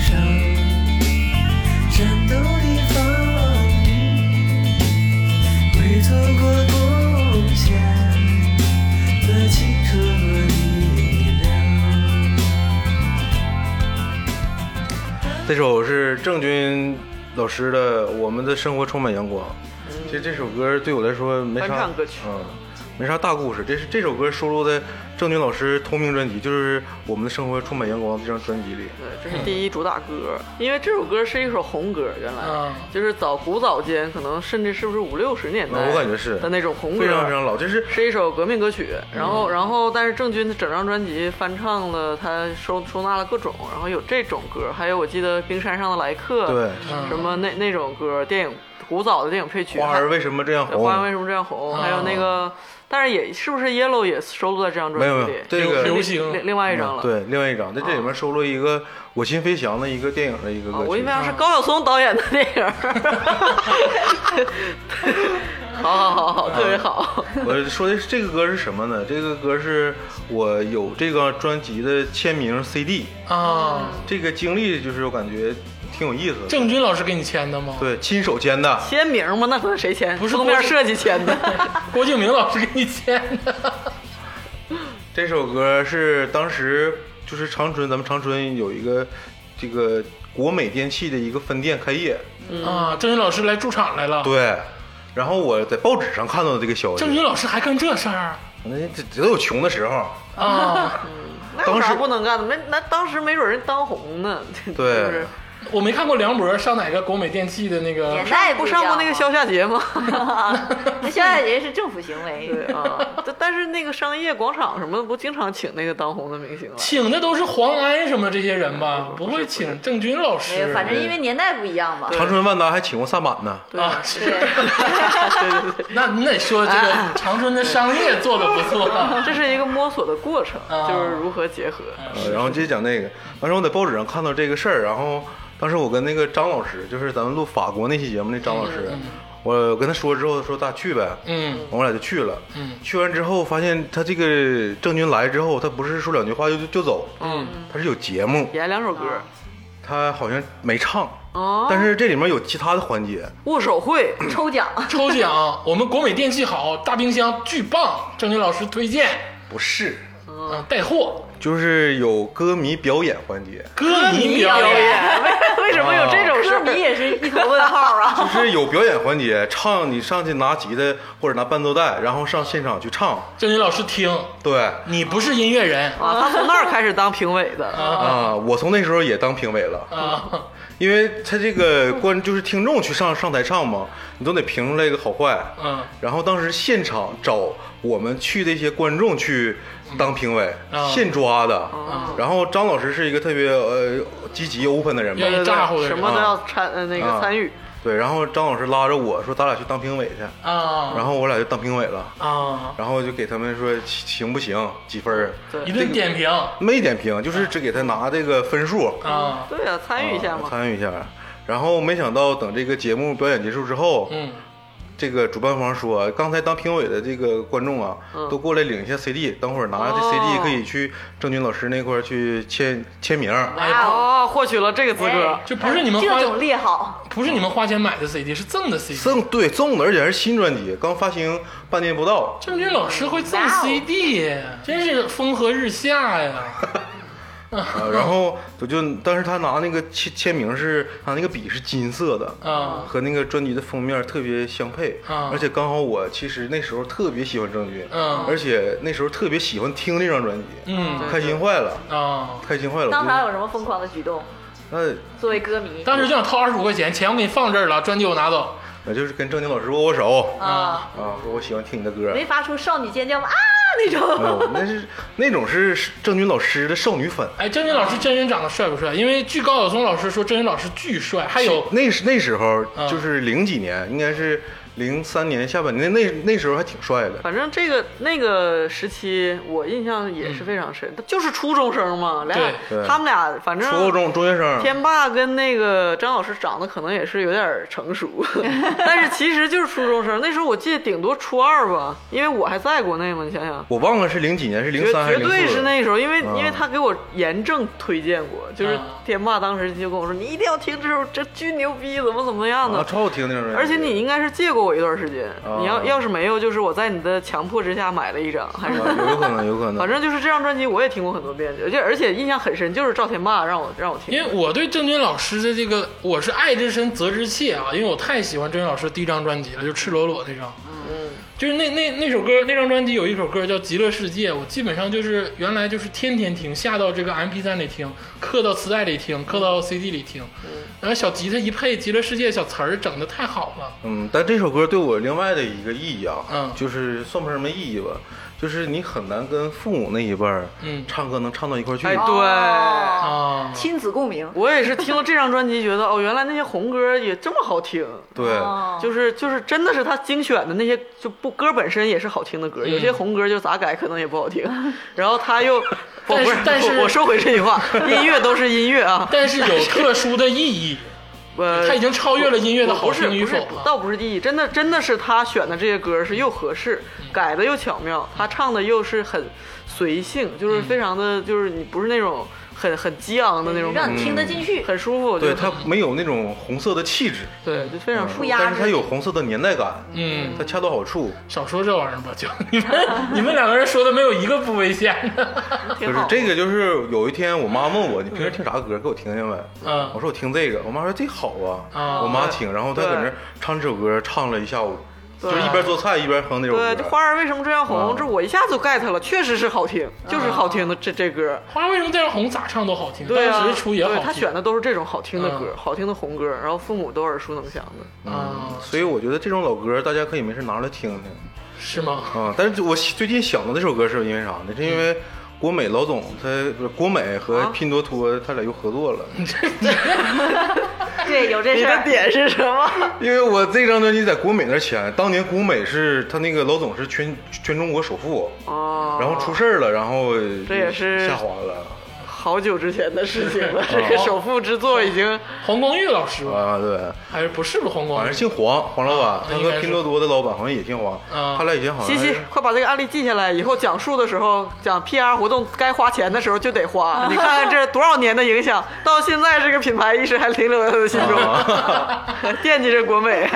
G: 场上战斗的风雨，为祖国贡献了青春和力量。
C: 这首是郑钧老师的《我们的生活充满阳光》。其实这首歌对我来说没啥
B: 嗯翻唱歌曲
C: 嗯，没啥大故事。这是这首歌收录在郑钧老师同名专辑，就是《我们的生活充满阳光》这张专辑里。
B: 对，这是第一主打歌，因为这首歌是一首红歌，原来、
A: 嗯
B: 就是早古早间，可能甚至是不是五六十年代，
C: 嗯我感觉是
B: 的那种红歌，
C: 非常非常老，这是
B: 是一首革命歌曲，然
C: 嗯
B: 后，然后，但是郑钧整张专辑翻唱了，他收收纳了各种，然后有这种歌，还有我记得《冰山上的来客》，
C: 对，
A: 嗯
B: 什么那那种歌，电影古早的电影配曲，
C: 花儿为什么这样
B: 还有花儿为
C: 红？啊
B: 什么这样红，还有那个，但是也是不是 Yellow 也收录在这张专辑
C: 没有
B: 里？
C: 没有这
A: 流
C: 个嗯
A: 流行
B: 另另外一张了，
C: 对，另外一张在这里面收录一个《我心飞翔》的一个电影的一个
B: 啊，
C: 歌
B: 我
C: 曲
B: 印。象是高晓松导演的电影。 好好好
C: 嗯
B: 好，特别好。
C: 我说的是这个歌是什么呢？这个歌是我有这个专辑的签名 CD。
A: 啊，
C: 这个经历就是我感觉挺有意思的。
A: 郑钧老师给你签的吗？
C: 对，亲手签的。
B: 签名吗？那可能谁签？
A: 不是
B: 封
A: 郭
B: 面
A: 靖
B: 设计签的。
A: 郭敬明老师给你签的。
C: 这首歌是当时就是长春，咱们长春有一个这个国美电器的一个分店开业，
A: 啊，郑钧老师来驻场来了。
C: 对。然后我在报纸上看到的这个消息
A: 郑，钧老师还干这事儿
C: 那这这都有穷的时候。
A: 啊？
B: 那有
C: 当
B: 啥
C: 时
B: 不能干的？没，那当时没准人当红呢。 是不
C: 对
B: 是？
A: 我没看过梁博上哪个国美电器的那个
D: 年代
B: 不啊
D: 一
B: 上过
D: 样啊
B: 那个消夏节 吗？
D: 那肖亚杰是政府行
B: 对
D: 为，
B: 啊，但但是那个商业广场什么的不经常请那个当红的明星了？
A: 请的都是黄安什么这些人吧？不会请郑钧老
D: 没有
A: 师。
D: 反正因为年代不一样嘛。
C: 长春万达还请过萨满呢，
B: 对
A: 啊，是
D: 对，
A: 那你得说这
B: 啊
A: 个长春的商业做的不 错啊。
B: 这是一个摸索的过程，
A: 啊
B: 就是如何结合。
C: 呃然后接着讲那个。完事我在报纸上看到这个事儿，然后当时我跟那个张老师，就是咱们录法国那期节目那张老师，我跟他说之后，他说咱俩去呗，
A: 嗯
C: 我俩就去了。
A: 嗯
C: 去完之后发现他这个郑钧来之后，他不是说两句话就就走，
A: 嗯
C: 他是有节目，
B: 啊演两首歌，
C: 他好像没唱，
B: 哦，
C: 但是这里面有其他的环节，
B: 握手会，
D: 抽奖，
A: 抽奖，我们国美电器好，大冰箱巨棒，郑钧老师推荐
C: 不是，
B: 嗯
A: 啊，带货，
C: 就是有歌迷表演环节，
A: 歌迷表
B: 表
A: 演，
B: 演， 为为什么有这种事
D: 这
B: 儿？
D: 你啊也是一头问号 啊！
C: 就是有表演环节，唱你上去拿吉他或者拿伴奏带，然后上现场去唱，
A: 郑钧老师听，
C: 对。
A: 你不是音乐人
B: 啊，他从那儿开始当评委的，
C: 啊，我从那时候也当评委了，
B: 哦
A: 啊，
C: 因为他这个观就是听众去上上台唱嘛，你都得评出来一个好坏。
A: 嗯，
C: 然后当时现场找我们去的一些观众去当评委，
A: 啊
C: 现抓的。然后张老师是一个特别呃积极 open 的人嘛
A: 愿，意咋呼的
B: 什
A: 人
B: 么都要参呃那个
C: 啊
B: 参与。
C: 对。然后张老师拉着我说：“咱俩去当评委去。”
A: 啊
C: 然后我俩就当评委了，
A: 啊，
C: 然后就给他们说行不行，几分儿
B: 对
A: 一顿点评
C: 没点评，就是只给他拿这个分数。
A: 啊，
B: 对啊，参与一下
C: 啊
B: 嘛。
C: 参与一下。然后没想到等这个节目表演结束之后，
A: 嗯，
C: 这个主办方说，刚才当评委的这个观众啊，
B: 嗯
C: 都过来领一下 CD，等会儿拿这
B: 哦
C: CD 可以去郑钧老师那块儿去签签名。
A: 哎
B: 哦，获取了这个资格
D: 哎，
A: 就不是你们花
D: 这种列好，
A: 不是你们花钱买的 CD，是赠的 CD。
C: 赠对赠的，而且是新专辑，刚发行半年不 到。
A: 郑钧老师会赠
D: 哇哦
A: CD，真是风和日 下呀！
C: 啊然后我就，但是他拿那个签签名是他那个笔是金色的，
A: 啊
C: 和那个专辑的封面特别相配，
A: 啊
C: 而且刚好我其实那时候特别喜欢郑钧，
A: 嗯
C: 而且那时候特别喜欢听这张专辑，
A: 嗯
C: 开心坏了，
A: 啊，
C: 开心坏了，
D: 当场有
C: 我
D: 什么疯狂的举动？
C: 就哎那
D: 作为歌迷，
A: 当时就想掏二十五块钱，钱我给你放这儿了，专辑我拿走。
C: 我就是跟郑钧老师握握手
D: 啊，
C: 啊，说我喜欢听你的歌，
D: 没
C: 没
D: 发出少女尖叫吗？啊那种，
C: 有，那是那种是郑钧老师的少女粉，
A: 哎，郑钧老师真人长得帅不帅？因为据高晓松老师说，郑钧老师巨帅。还有
C: 那时那时候
A: 嗯
C: 就是零几年，应该是零三年下半年，那那时候还挺帅的，
B: 反正这个那个时期，我印象也是非常深。他就是初中生嘛，俩
C: 嗯对
B: 他们俩反正
C: 初高中中学生，
B: 天霸跟那个张老师长得可能也是有点儿成熟， 但是其实就是初中生。那时候我记得顶多初二吧，因为我还在国内嘛，你想想。
C: 我忘了是零几年，是零
B: 绝
C: 三还是
B: 绝
C: 零四？
B: 对是那时候，因为、
C: 嗯
B: 因为他给我严正推荐过，就是
A: 啊
B: 天霸当时就跟我说，你一定要听这首，这巨牛逼，怎么怎么样的。
C: 啊，超好听那种人。
B: 而且你应该是借过我一段时间，
C: 啊
B: 你要要是没有，就是我在你的强迫之下买了一张，还是
C: 啊有可能，有可能。
B: 反正就是这张专辑我也听过很多遍，而且而且印象很深，就是赵天霸让我让我听
A: 因为我对郑钧老师的这个我是爱之深责之切啊，因为我太喜欢郑钧老师第一张专辑了，就《赤裸裸》那张。嗯，就是那那那首歌，那张专辑有一首歌叫《极乐世界》，我基本上就是原来就是天天听，下到这个 MP 3里听，刻到磁带里听，刻到 CD 里听。
B: 嗯
A: 然后小吉他一配，《极乐世界》小词儿整的太好了。
C: 嗯，但这首歌对我另外的一个意义啊，
A: 嗯
C: 就是算不上什么意义吧，就是你很难跟父母那一辈儿，
A: 嗯
C: 唱歌能唱到一块儿去。
B: 哎，对。
D: 哦
A: 啊，
D: 亲子共鸣，
B: 我也是听了这张专辑，觉得哦，原来那些红歌也这么好听，
C: 对
D: 哦
B: 就是就是真的是他精选的那些就不歌本身也是好听的歌，
A: 嗯
B: 有些红歌就咋改可能也不好听，然后他 又，我
A: 但是
B: 不
A: 但是
B: 我我收回这句 话，音乐都是音乐啊，
A: 但是有特殊的意义，
B: 呃，
A: 它已经超越了音乐的好
B: 不是
A: 听与
B: 不
A: 否
B: 是
A: 了。
B: 倒不是意义，真的真的是他选的这些歌是又合适，
A: 嗯
B: 改的又巧妙，他唱的又是很随性，
A: 嗯
B: 就是非常的就是你不是那种很很激昂的那种
D: 让
B: 感
D: 你
B: 觉，
D: 听得进去，
B: 很舒服，
C: 对，嗯
B: 就是
C: 它没有那种红色的气质，
B: 对就非常舒服
D: 不。压
C: 但是它
D: 制
C: 有红色的年代感，
A: 嗯，
C: 它恰到好处。
A: 少说这玩意儿吧，就你们你们两个人说的没有一个不危险的。
B: 挺
C: 就是
B: 好。
C: 这个，就是有一天我妈问我，你平时听啥歌？给我听听呗。
A: 嗯
C: 我说我听这个，我妈说这好
A: 啊
C: 啊，我妈听，然后她
B: 对
C: 搁那儿唱这首歌，唱了一下午，就
B: 对
C: 是一边做菜一边哼那首歌。
B: 对，这花儿为什么这样红？
C: 啊
B: 这我一下子就 get 了，确实是好听，
D: 啊
B: 就是好听的这这歌。
A: 花为什么这样红？咋唱都好听，
B: 对啊，
A: 当时出也好
B: 对
A: 听。
B: 他选的都是这种好听的歌
A: 嗯，
B: 好听的红歌，然后父母都耳熟能详的。
A: 啊、
C: 所以我觉得这种老歌，大家可以没事拿出来听听。
A: 是吗？
C: 啊，但是我最近想到那首歌是因为啥呢？是因为国美老总他不是国美和
B: 啊
C: 拼多多他俩又合作了，
D: 嗯对，有这
B: 你
D: 事
B: 的
D: 儿。
B: 点是什么？
C: 因为我这张专辑在国美那儿签，当年国美是他那个老总是全全中国首富，
B: 哦，
C: 然后出事儿了，然后呃
B: 这也是
C: 下滑了，
B: 好久之前的事情了。这个首富之作已经
A: 黄光裕老师吧，
C: 啊，对，
A: 还是不是不是黄
C: 好
A: 光
C: 像
A: 裕？
C: 姓黄，黄老
B: 啊
C: 板，他
A: 应该
C: 和
A: 是
C: 拼多多的老板好像也姓黄，
A: 啊
C: 他俩以前好像
B: 西西
C: 是，
B: 快把这个案例记下来，以后讲述的时候，讲 PR 活动该花钱的时候就得 花。你看看这多少年的影响，到现在这个品牌一直还停留在他的心中， 惦记着国美。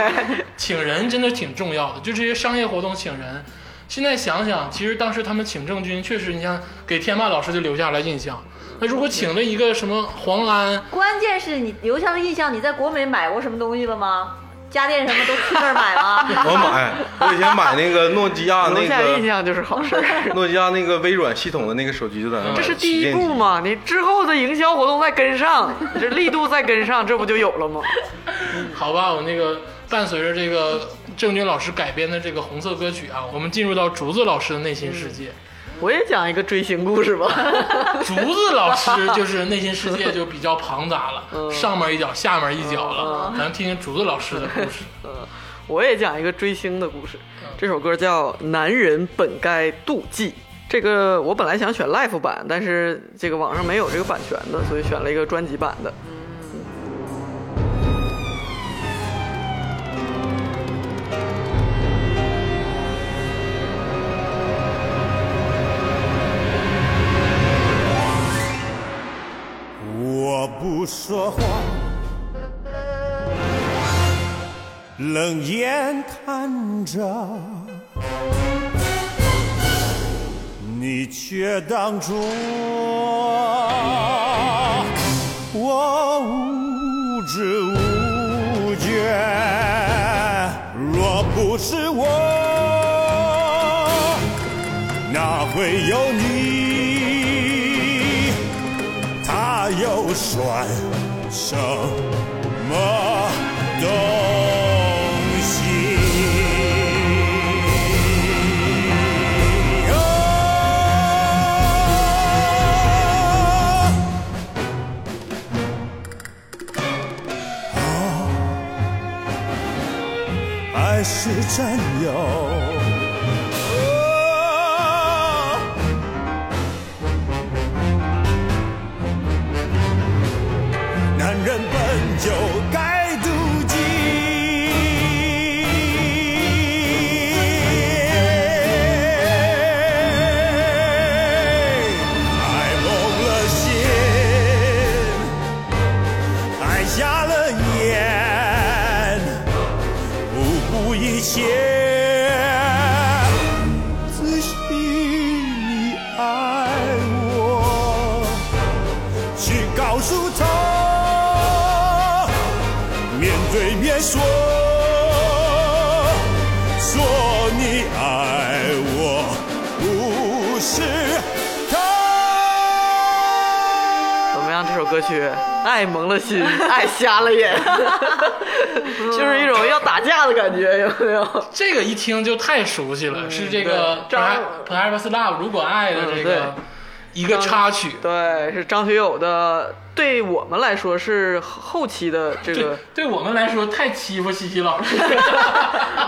A: 请人真的挺重要的，就这些商业活动请人。现在想想，其实当时他们请郑钧，确实你像给天霸老师就留下了印象。那如果请了一个什么黄安，
D: 关键是你留下的印象，你在国美买过什么东西了吗？家电什么都去那儿买 吗？
C: 我买，我以前买那个诺基亚
B: 留
C: 那
B: 下印
C: 个
B: 象就是好事儿。
C: 诺基亚那个微软系统的那个手机就在那买的，
B: 这是第一
C: 呃旗舰
B: 步
C: 机？
B: 嘛，你之后的营销活动再跟上，你这力度再跟上，这不就有了吗？
A: 好吧，我那个伴随着这个郑钧老师改编的这个红色歌曲啊，我们进入到竹子老师的内心世界。
B: 我也讲一个追星故事吧。
A: 竹子老师就是内心世界就比较庞杂了，
B: 嗯
A: 上面一脚，下面一脚了。咱听听竹子老师的故事。
B: 我也讲一个追星的故事。
C: 嗯
B: 这首歌叫《男人本该妒忌》。这个我本来想选 live 版，但是这个网上没有这个版权的，所以选了一个专辑版的。
H: 我不说话，冷眼看着，你却当作我无知无觉。若不是我，哪会有你？他又算什么东西？啊哦啊哦爱是占有。啊哦男人本就该妒忌。爱蒙了心，爱瞎了眼，不顾一切，只需你爱我。去告诉他，面对面说，说你爱我，不是他。
B: 怎么样？这首歌曲爱蒙了心，爱瞎了眼， 就是一种要打架的感觉，有没有？
A: 这个一听就太熟悉了，是这个《
B: 嗯对
A: Per- Perhaps Love》如果爱的这个
B: 嗯
A: 一个插曲。
B: 对，是张学友的。对我们来说是后期的这
A: 对
B: 个，
A: 对我们来说太欺负西西老师。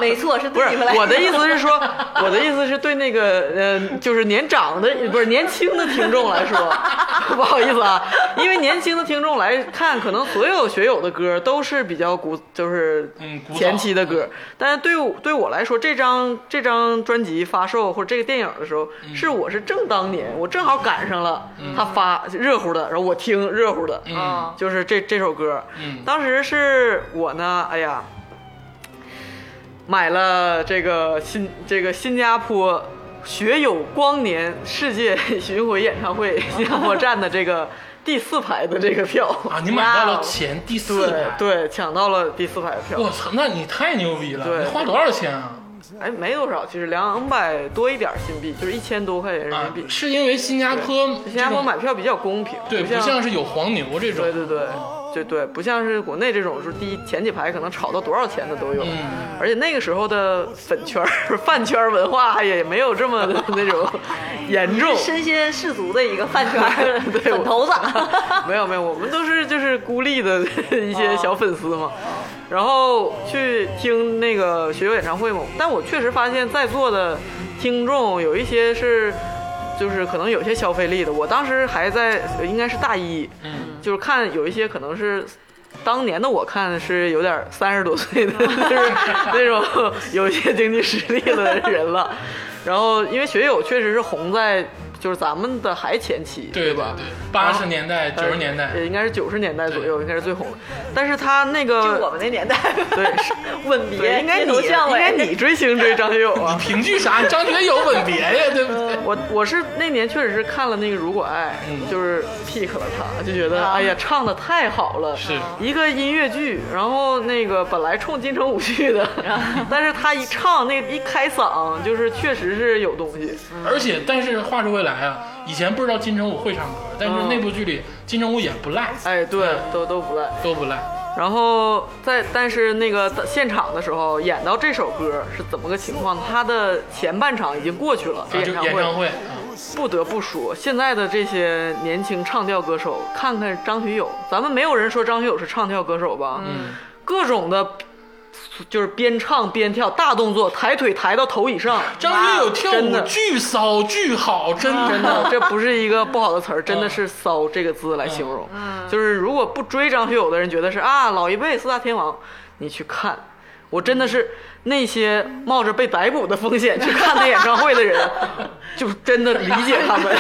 D: 没错，是
B: 不是
D: 对你们来
B: 我的意思是说， 我的意思是对那个呃，就是年长的不是年轻的听众来说， 不好意思啊，因为年轻的听众来看，可能所有学友的歌都是比较古，就是
A: 嗯古早
B: 前期的歌，但是对我对我来说，这张这张专辑发售或者这个电影的时候，
A: 嗯
B: 是我是正当年，我正好赶上了他发热乎的，然后我听热乎的，
A: 嗯
D: 啊，
B: 就是这这首歌，
A: 嗯
B: 当时是我呢，哎呀，买了这个新这个新加坡学友光年世界巡回演唱会新加 坡站的这个第四排的这个票，
A: 啊，你买到
D: 哇
A: 了
D: 哦
A: 前第四
B: 对
A: 排。
B: 对，抢到了第四排的票
A: 我，操，那你太牛逼了！
B: 对
A: 你花多少钱啊？
B: 哎，没多少，其实两百多一点儿新币，就是一千多块钱人
A: 啊
B: 民币，。
A: 是因为新加坡
B: 新加
A: 这
B: 坡
A: 种
B: 买票比较公平，
A: 对，不像是有黄牛
B: 对
A: 这种。
B: 对对，对对，不像是国内这种，就是第一前几排可能炒到多少钱的都有，而且那个时候的粉圈儿、 饭圈儿文化哎也没有这么的那种严 重。
D: 身先士卒的一个饭圈儿
B: 对
D: 粉头子，
B: 没有没有，我们都是就是孤立的 一些小粉丝嘛，然后去听那个学友演唱会嘛。但我确实发现，在座的听众有一些是就是可能有些消费力的。我当时还在，呃应该是大一，
A: 嗯，
B: 就是看有一些可能是。当年的我看是有点三十多岁的，就是那种有一些经济实力的人了。然后，因为学友确实是红在就是咱们的还前期，
A: 对
B: 吧？
A: 对，八十年代、九十年代，
B: 呃应该是九十年代左右，应该是最红的。但是他那个
D: 就我们那年代，
B: 对是
D: 吻别，
B: 对，应该
D: 街
B: 你哎
D: 头巷
B: 应
D: 尾，
B: 该你追星追张学友 啊。
A: 凭据啥？张学友吻别呀，对不对？
B: 我我是那年确实是看了那个《如果爱》，
A: 嗯
B: 就是 pick 了他，就觉
D: 啊
B: 得哎呀唱的太好了，
A: 是
B: 一个音乐剧，然后那个本来冲金城武去的，
D: 啊
B: 但是他一唱那一开嗓，就是确实是有东西，
A: 而且，但是话说回来啊，以前不知道金城武会唱歌，但是
B: 嗯
A: 那部剧里金城武也不赖，
B: 哎，对，都都不赖。
A: 都不赖。啊
B: 然后在但是那个现场的时候演到这首歌是怎么个情况？他的前半场已经过去了，这
A: 啊，就
B: 演唱
A: 演
B: 会，
A: 唱会，
B: 不得不说，现在的这些年轻唱跳歌手，看看张学友，咱们没有人说张学友是唱跳歌手吧？嗯，各种的，就是边唱边跳，大动作，抬腿抬到头以上，
A: 张学友跳
B: 真
A: 舞
B: 的
A: 巨骚巨好，真
D: 啊
B: 真
A: 的。
B: 的，这不是一个不好的词儿，真
D: 嗯
B: 的是“骚”这个字来形容。就是如果不追张学友的人，觉得是啊，老一辈四大天王，你去看，我真的是那些冒着被逮捕的风险去看他演唱会的人， 就是真的理解他 们，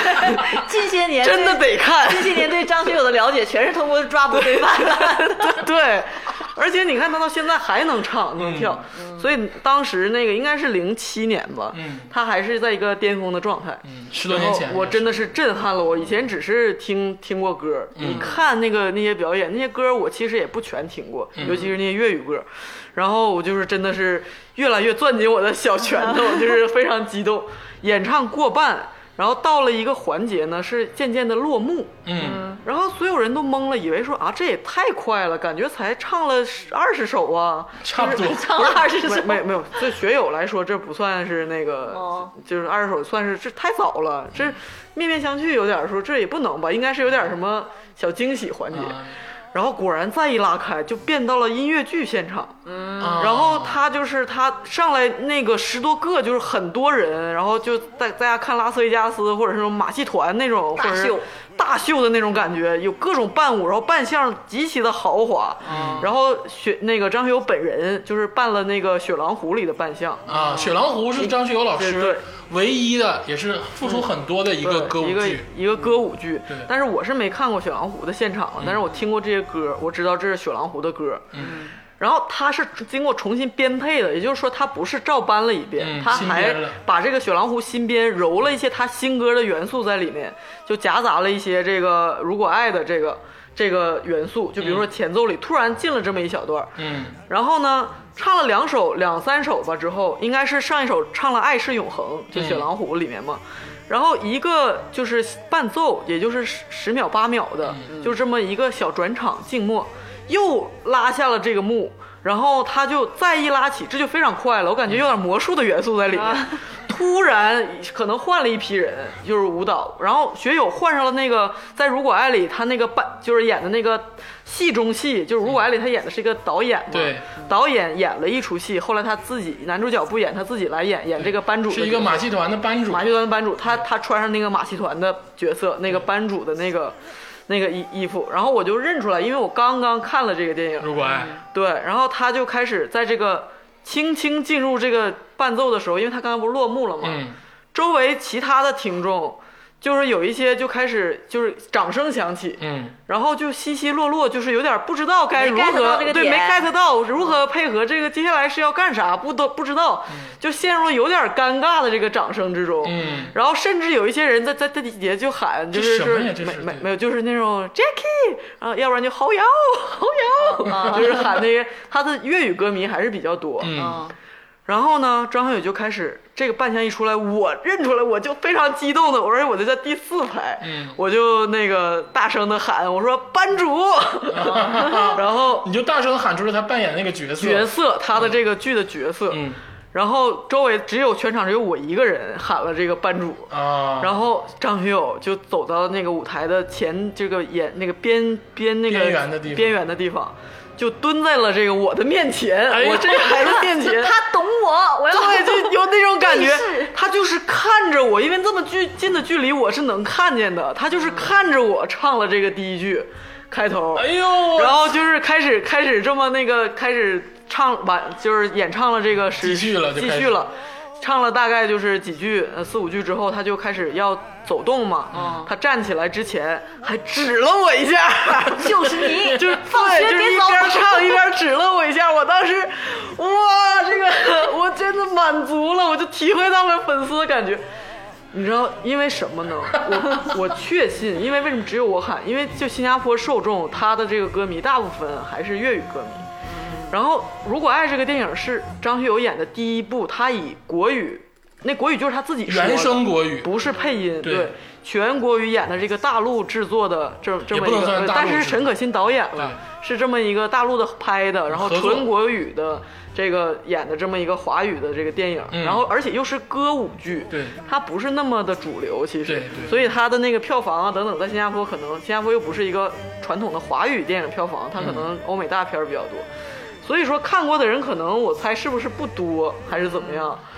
D: 近些年
B: 真的得看。
D: 近些年对张学友的了解全是通过抓捕罪犯的。
B: 对，而且你看他到现在还能唱
A: 嗯
B: 能跳，
D: 嗯
B: 所以当时那个应该是零七年吧，
A: 嗯
B: 他还是在一个巅峰的状态。
A: 嗯十多年前
B: 然后我真的是震撼了我。以前只是听听过歌，
A: 嗯
B: 你看那个那些表演，那些歌我其实也不全听过，
A: 嗯
B: 尤其是那些粤语歌。然后我就是真的是越来越攥紧我的小拳头， 就是非常激动。演唱过半，然后到了一个环节呢，是渐渐的落幕。
A: 嗯，
B: 然后所有人都懵了，以为说啊，这也太快了，感觉才唱了二十首啊，
A: 差不多。
D: 唱了二十首，
B: 没没没有，对学友来说，这不算是那个，
D: 哦
B: 就是二十首算是这太早了，这面面相觑，有点说这也不能吧，应该是有点什么小惊喜环节。然后果然再一拉开，就变到了音乐剧现场。
D: 哦
A: 啊
B: 然后他就是他上来那个十多个，就是很多人，然后就在大家看拉斯维加斯或者是那种马戏团那种，
D: 大
B: 或者是
D: 秀
B: 大秀的那种感觉，有各种伴舞，然后扮相极其的豪华。
D: 哦
B: 然后雪那个张学友本人就是扮了那个《雪狼湖》里的扮相，
A: 啊，《雪狼湖》是张学友老
B: 对对
A: 师唯一的，也是付出很多的一
B: 一
A: 个歌舞
B: 一个
A: 剧。嗯
B: 一个歌舞剧
A: 对。
B: 但是我是没看过《雪狼湖》的现场了，但是我听过这些歌，我知道这是《雪狼湖》的歌。
A: 嗯。
B: 然后他是经过重新编配的，也就是说他不是照搬了一遍，
A: 嗯
B: 他
A: 新
B: 还
A: 编了
B: 把这个《雪狼湖》新编揉了一些他新歌的元素在里面，就夹杂了一些这个如果爱的这个这个元素，就比如说前奏里突然进了这么一小段儿，
A: 嗯，
B: 然后呢，唱了两首、两三首吧之后，应该是上一首唱了《爱是永恒》，就《雪狼湖》里面嘛。然后一个就是伴奏，也就是十十秒八秒的，就这么一个小转场静默，又拉下了这个幕。然后他就再一拉起，这就非常快了，我感觉有点魔术的元素在里面。 突然可能换了一批人，就是舞蹈，然后学友换上了那个在《如果爱》里他那个扮就是演的那个戏中戏，就是《如果爱》里他演的是一个导演嘛，
A: 对，
B: 嗯导演演了一出戏，后来他自己男主角不演，他自己来演演这个班主的
A: 是一个
B: 角色
A: 马戏团的班主。
B: 马戏团班主，他他穿上那个马戏团的角色，那个班主的那个那个衣衣服，然后我就认出来，因为我刚刚看了这个电影，
A: 如果爱，
B: 对，然后他就开始在这个轻轻进入这个伴奏的时候，因为他刚才不是落幕了嘛，
A: 嗯，
B: 周围其他的听众就是有一些就开始就是掌声响起，
A: 嗯，
B: 然后就稀稀落落，就是有点不知道该如
D: 没 get
B: 何
D: 到这个
B: 对没
D: 点
B: get 到
A: 嗯
B: 如何配合这个接下来是要干啥，不都不知道，就陷入了有点尴尬的这个掌声之中。
A: 嗯
B: 然后甚至有一些人在在在底下就喊，就
A: 这
B: 是
A: 什
B: 说
A: 么呀
B: 没
A: 这是
B: 没
A: 对
B: 没有，就是那种 Jackie，然后要不然就豪瑶豪瑶，就是喊那些他的粤语歌迷还是比较多。
A: 啊嗯，
D: 嗯，
B: 然后呢，张学友就开始这个扮相一出来，我认出来，我就非常激动的，我说我就在第四排，
A: 嗯
B: 我就那个大声的喊，我说班 主，然后
A: 你就大声喊出了他扮演那个角色。
B: 角色他的这个剧的角色，
A: 嗯
B: 然后周围只有全场只有我一个人喊了这个班主，
A: 啊，
B: 然后张学友就走到那个舞台的前这个演那个边边那个
A: 边缘的地方
B: 边缘的地方就蹲在了这个我的面前，
A: 哎呀
B: 我这个孩子 面 前。
D: 他懂我，我要
B: 对，就有那种感觉
D: 对是，
B: 他就是看着我，因为这么距近的距离我是能看见的，他就是看着我唱了这个第一句开头，
A: 哎呦，我
B: 然后就是开始开始这么那个开始唱完，就是演唱了这个十
A: 继续了就
B: 继
A: 开始
B: 续了，唱了大概就是几句呃四五句之后，他就开始要走动嘛，
A: 嗯
B: 他站起来之前还指了我一下，
D: 就是你，
B: 就是
D: 放学
B: 对就是
D: 别
B: 一
D: 走，
B: 边唱一边指了我一下，我当时，哇，这个我真的满足了，我就体会到了粉丝的感觉。你知道因为什么呢？我我确信，因为为什么只有我喊？因为就新加坡受众，他的这个歌迷大部分还是粤语歌迷。然后，如果《爱》这个电影是张学友演的第一部，他以国语，那国语就是他自己说的
A: 原声国语
B: 不是配音，
A: 对
B: 对，全国语演的这个大陆制作的这这么
A: 也
B: 一
A: 不能算
B: 个，
A: 大陆
B: 但是
A: 制
B: 是陈可辛导演了，是这么一个大陆的拍的，然后
A: 合作
B: 纯国语的这个演的这么一个华语的这个电影，
A: 嗯
B: 然后而且又是歌舞剧，
A: 对
B: 它不是那么的主流，其实
A: 对，对
B: 所以它的那个票房啊等等，在新加坡可能新加坡又不是一个传统的华语电影票房，它可
D: 嗯
B: 能欧美大片儿比较多，所以说看过的人可能我猜是不是不多，还是怎么样？
D: 嗯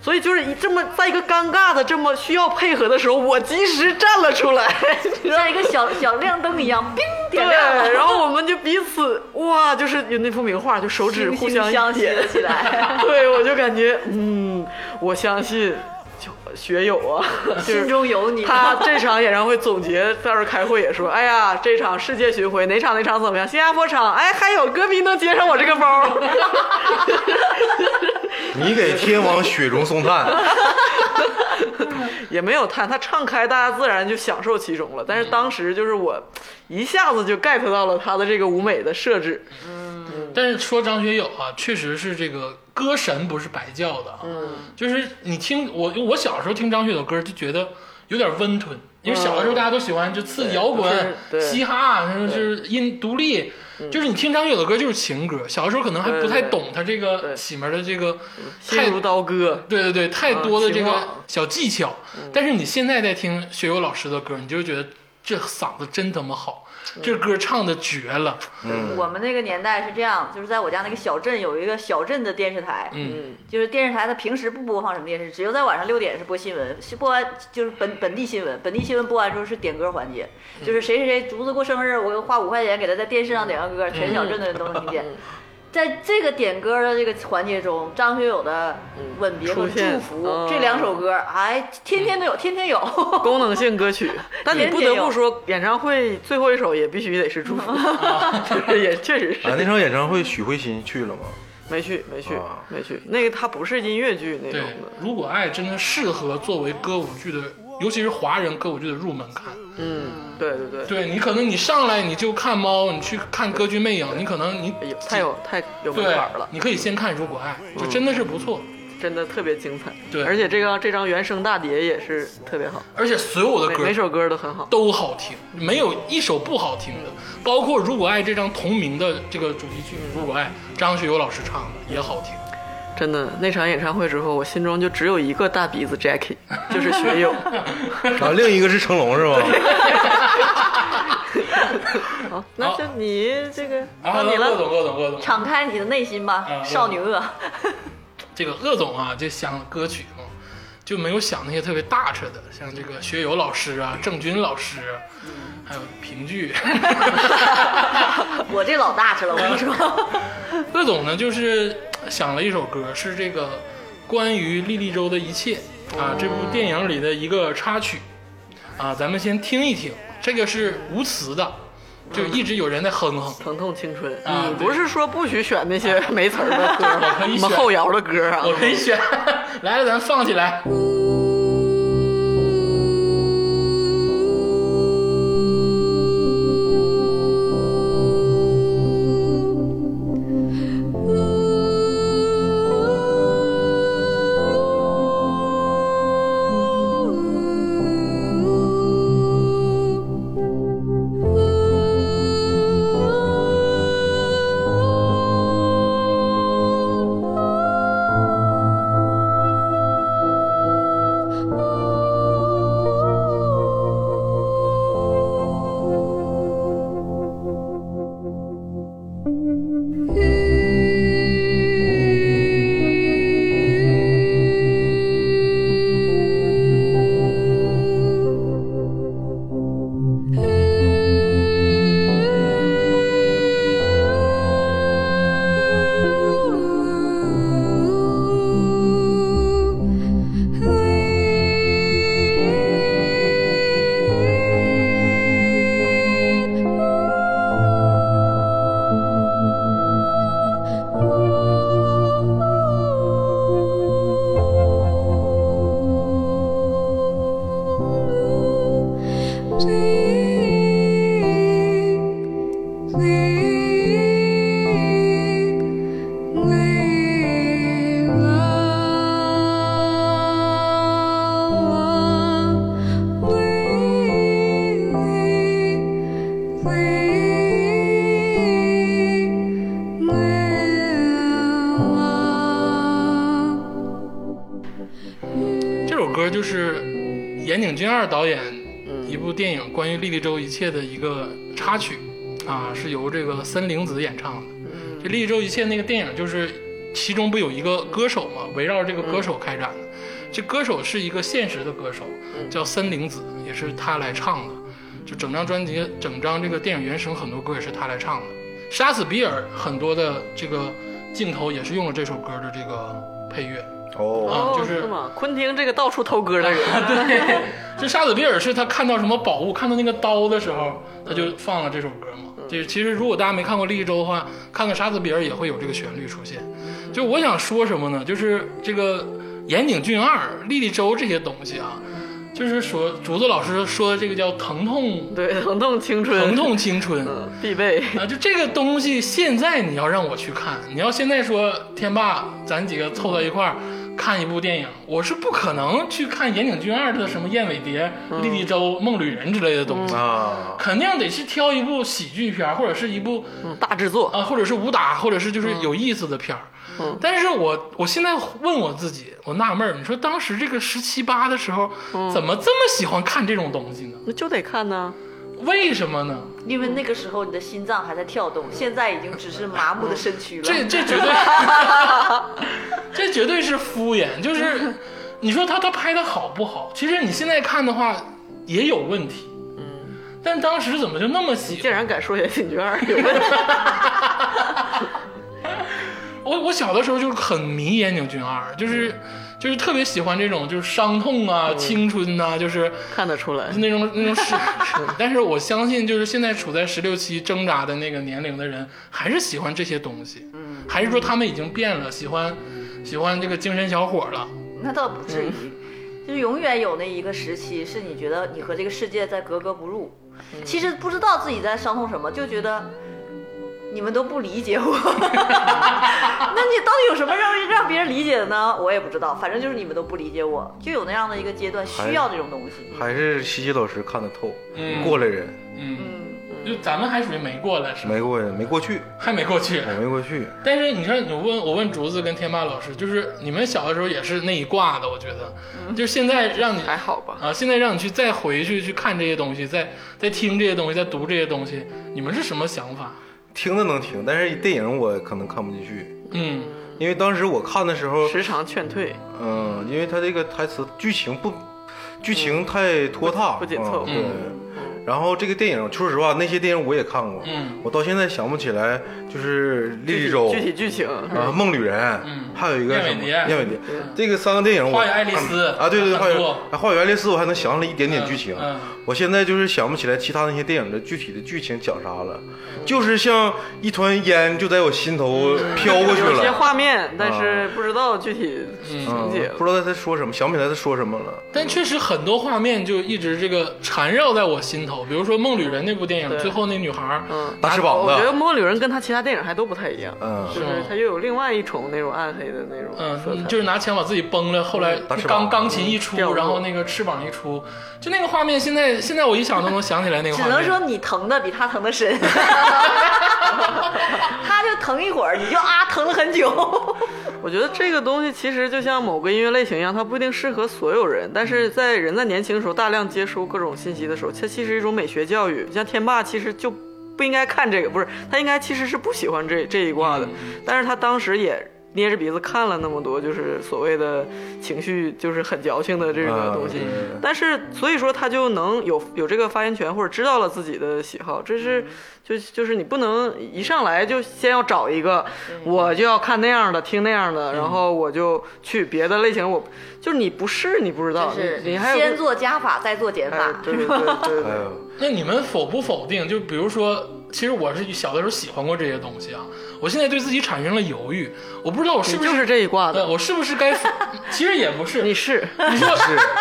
B: 所以就是一这么在一个尴尬的这么需要配合的时候，我及时站了出来，
D: 像一个 小小亮灯一样，冰
B: 对，
D: 点亮了，
B: 然后我们就彼此哇，就是有那幅名画，就手指
D: 惺
B: 互
D: 惺相惜
B: 点
D: 了，起来，
B: 对我就感觉嗯，我相信就学友 啊， 就是
D: 心中有你。
B: 他这场演唱会总结，到时候开会也说，哎呀，这场世界巡回哪场哪场怎么样？新加坡场，哎，还有歌迷能接上我这个包儿，
C: 你给天王雪中送炭， 啊
B: 也没有叹，他唱开，大家自然就享受其中了。但是当时就是我一下子就 get 到了他的这个舞美的设置，
A: 但是说张学友啊，确实是这个歌神不是白叫的啊。嗯，就是你听我，我小时候听张学友的歌就觉得有点温吞，因为小的时候大家都喜欢就刺激摇滚、
B: 嗯对
A: 嘻哈，什么就是音独立。就是你听张学友的歌就是情歌，小的时候可能还不太
B: 对对
A: 懂他这个
B: 对嗯
A: 里面的这个
B: 心
A: 太
B: 如刀割。
A: 对对对，太多的这
B: 情
A: 个
B: 况
A: 小技巧。
B: 嗯
A: 但是你现在在听学友老师的歌，你就觉得这嗓子真他妈好，
B: 嗯
A: 这歌唱的绝了。
D: 我们那个年代是这样，就是在我家那个小镇有一个小镇的电视台，
A: 嗯，
D: 就是电视台它平时不播放什么电视，只有在晚上六点是播新闻，是播完就是本本地新闻，本地新闻播完之后是点歌环节，就是谁谁谁竹子过生日，我花五块钱给他在电视上点个歌，全小镇的人都能听见。在这个点歌的这个环节中，张学友的《吻别》和《
B: 出现
D: 祝福
B: 嗯》
D: 这两首歌，哎，天天都有，天天有。
B: 功能性歌曲，但你不得
D: 天天
B: 不
D: 有
B: 说，演唱会最后一首也必须得是《祝福》， 也确实是。
C: 啊，那场演唱会许慧欣去了吗？
B: 没去，没去
C: 啊，
B: 没去。那个它不是音乐剧那种
A: 对
B: 的，，
A: 如果爱真的适合作为歌舞剧的，尤其是华人歌舞剧的入门看。
B: 嗯，对对对。
A: 对你可能你上来你就看猫，你去看歌剧魅影，你可能你
B: 哎呦，太有太有门
A: 对
B: 槛了，，嗯
A: 你可以先看如果爱，就真的是不错。
B: 真的特别精彩。
A: 对
B: 而且这个这张原声大碟也是特别好，
A: 而且所有的
B: 每
A: 呃歌
B: 每首歌都很好。
A: 都好听，没有一首不好听的。包括《如果爱》这张同名的这个主题曲《如果爱》，张学友老师唱的也好听。
B: 真的，那场演唱会之后，我心中就只有一个大鼻子 Jackie，就是学友。
C: 啊，另一个是成龙是吧？
B: 好，那就你这个
A: 啊，
B: 到你
A: 鄂
B: 了。
A: 总，鄂总，鄂总，
D: 敞开你的内心吧
A: 嗯，
D: 少女啊恶。
A: 这个鄂总啊，这想歌曲嘛，就没有想那些特别大彻的，像这个学友老师啊、郑钧老师，还有评剧。
D: 我这老大吃了，我跟你 说，
A: 鄂总呢，就是呃想了一首歌，是这个关于莉莉周的一切啊，这部电影里的一个插曲啊，咱们先听一听。这个是无词的，就一直有人在哼哼。
B: 疼痛青春，
A: 啊
B: 你
A: 对
B: 不是说不许选那些没词儿的 歌吗？
A: 啊可以
B: 我们
A: 选
B: 后摇的歌啊
A: 我，可以选， 来了，咱放起来。
E: 呜，
A: 歌就是岩井俊二导演一部电影关于莉莉周一切的一个插曲啊，是由这个森玲子演唱的。这莉莉周一切那个电影就是其中不有一个歌手嘛，围绕这个歌手开展的。这歌手是一个现实的歌手，叫森玲子，也是他来唱的。就整张专辑、整张这个电影原声很多歌也是他来唱的，《杀死比尔》很多的这个镜头也是用了这首歌的这个配乐。
C: 哦，
A: 啊
B: 哦，
A: 就是
B: 吗？昆汀这个到处偷歌的人，
A: 对，这杀死比尔是他看到什么宝物，看到那个刀的时候，他就放了这首歌
B: 嗯
A: 嘛。这其实如果大家没看过《利益周》的话，看看杀死比尔也会有这个旋律出现。
B: 嗯
A: 就我想说什么呢？就是这个岩井俊二、莉莉周这些东西啊，就是说竹子老师说的这个叫疼 痛
B: 对，疼痛青春，
A: 疼痛青春。
B: 嗯必备。
A: 啊，就这个东西，现在你要让我去看，你要现在说天霸，咱几个凑到一块儿看一部电影，我是不可能去看岩井俊二的什么《燕尾蝶》《莉莉周》《梦旅人》之类的东西，
C: 啊，
A: 肯定得去挑一部喜剧片儿，或者是一部
B: 嗯大制作，
A: 啊，或者是武打，或者是就是有意思的片儿。但是我我现在问我自己，我纳闷儿，你说当时这个十七八的时候，怎么这么喜欢看这种东西呢？
B: 那就得看呢。
A: 为什么呢？
D: 因为那个时候你的心脏还在跳动，现在已经只是麻木的身躯了。
A: 这这绝对，这绝对是敷衍。就是你说他他拍的好不好？其实你现在看的话也有问题，嗯，但当时怎么就那么喜
B: 竟
A: 欢？
B: 然敢说《岩井俊二》 有问题，
A: 我我小的时候就是很迷岩井俊二，就是。就是特别喜欢这种，就是伤痛啊、青春呐、就是
B: 看得出来。
A: 那种那种是但是我相信，就是现在处在十六七挣扎的那个年龄的人，还是喜欢这些东西。嗯，还是说他们已经变了，喜欢喜欢这个精神小伙了。
D: 那倒不至于，
A: 嗯
D: 就是永远有那一个时期，是你觉得你和这个世界在格格不入，
A: 嗯
D: 其实不知道自己在伤痛什么，就觉得你们都不理解 我。那你到底有什么让让别人理解的呢？我也不知道，反正就是你们都不理解我，就有那样的一个阶段需要这种东西。
C: 还是西西老师看得透，
A: 嗯
C: 过来人，
A: 嗯，就咱们还属于没过来是吧？
C: 没过没过去，
A: 还没过去
C: 我。没过去，
A: 但是你看，你问我问竹子跟天霸老师，就是你们小的时候也是那一挂的，我觉得，就是现在让你
B: 还好吧？
A: 啊，现在让你去再回去去看这些东西，再再听这些东西，再读这些东西，你们是什么想法？
C: 听的能听，但是电影我可能看不进去，
A: 嗯
C: 因为当时我看的时候，
B: 时常劝退，
C: 嗯，因为他这个台词剧情不，剧情太拖沓，
B: 不不紧凑
C: 嗯对。然后这个电影，说实话，那些电影我也看过，
A: 嗯
C: 我到现在想不起来，就是《莉
B: 具
C: 莉
B: 体
C: 周》
B: 具体剧情
C: 啊，《梦旅人》，
A: 嗯
C: 还有一个
A: 燕尾
C: 什么《
A: 蝶
C: 燕尾蝶》，这个三个电影我，
A: 花园爱丽丝
C: 啊，对对对，
A: 还
C: 花
A: 有
C: 园啊花园爱丽丝，我还能想起来一点点
A: 嗯
C: 剧情
A: 嗯，
C: 我现在就是想不起来其他那些电影的具体的剧情讲啥了，就是像一团烟就在我心头飘过去
B: 有些
C: 了，
B: 画面，但是不知道具体情节
C: 嗯，。不知道他在说什么，想不起来他说什么了。
A: 但确实很多画面就一直这个缠绕在我心头，比如说《梦旅人》那部电影，
B: 对
A: 最后那女孩儿，
B: 嗯，
C: 大翅膀
B: 我觉得《
C: 子，
B: 魔女人》跟他其他电影还都不太一样，
C: 嗯，
B: 就是他又有另外一重那种暗黑的那种色彩
A: 嗯，。就是拿枪把自己崩了，后来
C: 打翅膀
A: 钢钢琴一出
B: 掉，落
A: 然后那个翅膀一出，就那个画面，现在现在我一想都能想起来那个
D: 只
A: 画面。
D: 能说你疼的比他疼的 深，他就疼一会儿，你就啊疼了很 久。
B: 我觉得这个东西其实就像某个音乐类型一样，它不一定适合所有人，但是在人在年轻的时候大量接收各种信息的时候，它其实是一种美学教育。像天霸其实就不应该看这个，不是他应该其实是不喜欢这这一挂的，但是他当时也。捏着鼻子看了那么多，就是所谓的情绪，就是很矫情的这个东西。
C: 嗯
B: 但是所以说他就能有有这个发言权，或者知道了自己的喜好，这是就就是你不能一上来就先要找一个，我就要看那样的，听那样的，然后我就去别的类型，我就是你不是你不知道，
D: 是
B: 你你还有
D: 先做加法，再做减
B: 哎
D: 法。
B: 对对对对
C: 哎
B: 对，
C: 呦，
A: 那你们否不否定？就比如说，其实我是小的时候喜欢过这些东西啊，我现在对自己产生了犹豫，我不知道我是
B: 你
A: 不是
B: 就是这一挂
A: 呃，
B: 的，
A: 我是不是该否？其实也不是，
B: 你是
A: 你说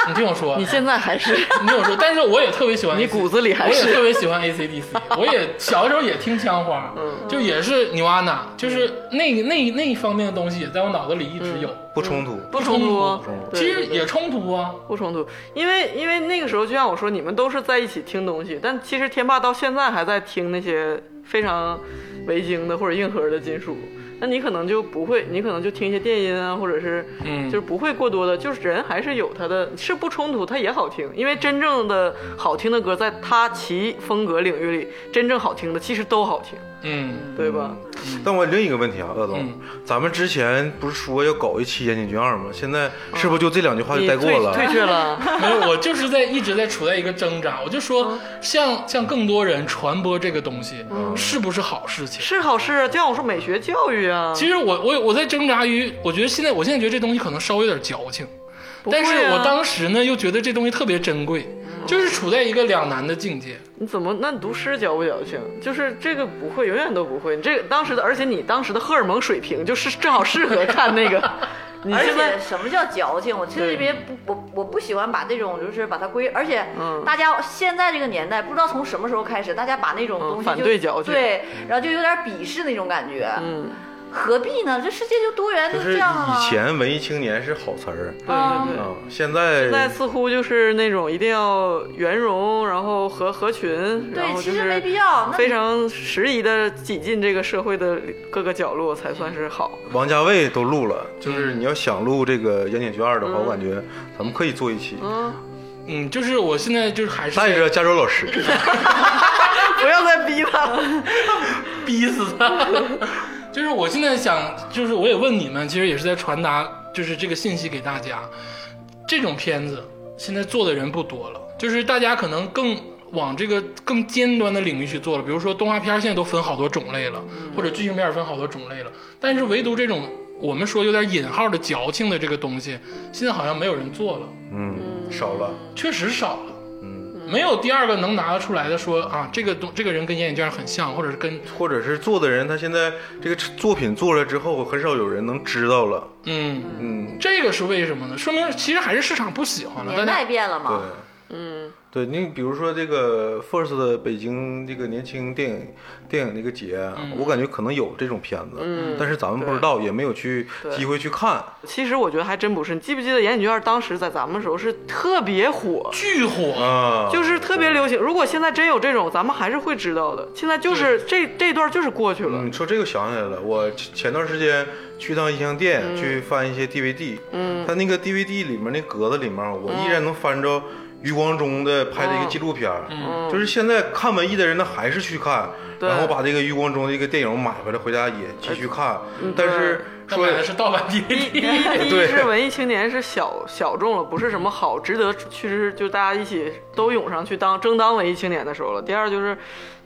A: 你听我说，
B: 你现在还是
A: 你听我说，但是我也特别喜欢
B: 你
A: AC
B: 骨子里还
A: 我也特
B: 是
A: 别喜欢 ACDC，我也小的时候也听枪花，
B: 嗯
A: 就也是牛阿娜，就是那那那一方面的东西也在我脑子里一直有，
C: 不冲突，
B: 不冲突
C: 冲
A: 不
C: 突，
B: 嗯对
A: 其
B: 对
A: 实
B: 对
A: 也冲突啊。
B: 不冲突，因为因为那个时候就像我说，你们都是在一起听东西，但其实天霸到现在还在听那些非常维京的或者硬核的金属，那你可能就不会，你可能就听一些电音啊，或者是，
A: 嗯
B: 就是不会过多的，就是人还是有他的，是不冲突，他也好听，因为真正的好听的歌，在他其风格领域里，真正好听的其实都好听，
A: 嗯，
B: 对吧？
C: 但我另一个问题啊，鄂总，
A: 嗯
C: 咱们之前不是说要搞一期言情剧二吗？现在是不是就这两句话就
B: 你
C: 带
B: 退
C: 过了？
B: 退却了，
A: 没有，我就是在一直在处在一个挣扎，我就
B: 嗯
A: 说，向向更多人传播这个东西，是不是好事情？
B: 是好事啊，就像我说美学教育啊，
A: 其实我我我在挣扎于，我觉得现在我现在觉得这东西可能稍微有点矫情，
B: 不会
A: 但
B: 啊
A: 是我当时呢又觉得这东西特别珍贵，就是处在一个两难的境界。
B: 你怎么那你读诗矫不矫情？就是这个不会，永远都不会。你这个当时的，而且你当时的荷尔蒙水平就是正好适合看那个。 你
D: 而
B: 现在
D: 且什么叫矫情？我这
B: 对
D: 里边不，我我不喜欢把这种就是把它归，而且
B: 嗯
D: 大家现在这个年代，不知道从什么时候开始，大家把那种
B: 嗯
D: 东西就、
B: 反对矫情
D: 对，然后就有点鄙视那种感觉，
B: 嗯，
D: 何必呢？这世界就多元，
C: 就
D: 就是这样了吗
C: 以前文艺青年是好词儿，
B: 对对
D: 嗯
B: 对。
C: 啊，现在
B: 现在似乎就是那种一定要圆融，然后合合群，
D: 对
B: 然后就
D: 其实没
B: 是
D: 必要那
B: 非常适宜的挤进这个社会的各个角落才算是好。
C: 王家卫都录了，就是你要想录这个《言情剧二》的话，我感觉咱们可以做一期，
B: 嗯，
A: 嗯，就是我现在就是还是
C: 带着加州老师，
B: 不要再逼他 了。
A: 逼死他。就是我现在想，就是我也问你们，其实也是在传达，就是这个信息给大家。这种片子现在做的人不多了，就是大家可能更往这个更尖端的领域去做了。比如说动画片现在都分好多种类了，或者剧情片儿分好多种类了，但是唯独这种我们说有点引号的矫情的这个东西，现在好像没有人做了。
C: 嗯，少了，
A: 确实少了。没有第二个能拿得出来的说啊，这个东这个人跟眼影这样很像，或者是跟
C: 或者是做的人他现在这个作品做了之后，很少有人能知道了，
A: 嗯，
C: 嗯，
A: 这个是为什么呢？说明其实还是市场不喜欢了。
D: 年
A: 大
D: 代
A: 家
D: 变了
C: 对
D: 嘛。，
B: 嗯，
C: 对你比如说这个 First 的北京这个年轻电影电影那个节，啊我感觉可能有这种片子，但是咱们不知道，也没有去
B: 嗯对
C: 机会去看，
B: 其实我觉得还真不是。你记不记得《言情剧二》当时在咱们时候是特别火，
A: 巨火，
C: 啊，
B: 就是特别流行。如果现在真有这种，咱们还是会知道的。现在就是这这段就是过去了
C: 嗯，。你说这个想起来了，我前前段时间去趟音像店、去翻一些 DVD，嗯，它那个 DVD 里面那格子里面，我依然能翻着余光中的拍的一个纪录片，嗯，就是现在看文艺的人呢，还是去看，
B: 对
C: 然后把这个余光中这个电影买回来，回家也继续看，但是
A: 他
C: 说
A: 买的是盗版 DVD。
B: 第一
C: 对
B: 是文艺青年是小小众了，不是什么好值得去，就大家一起都涌上去当争当文艺青年的时候了。第二就是，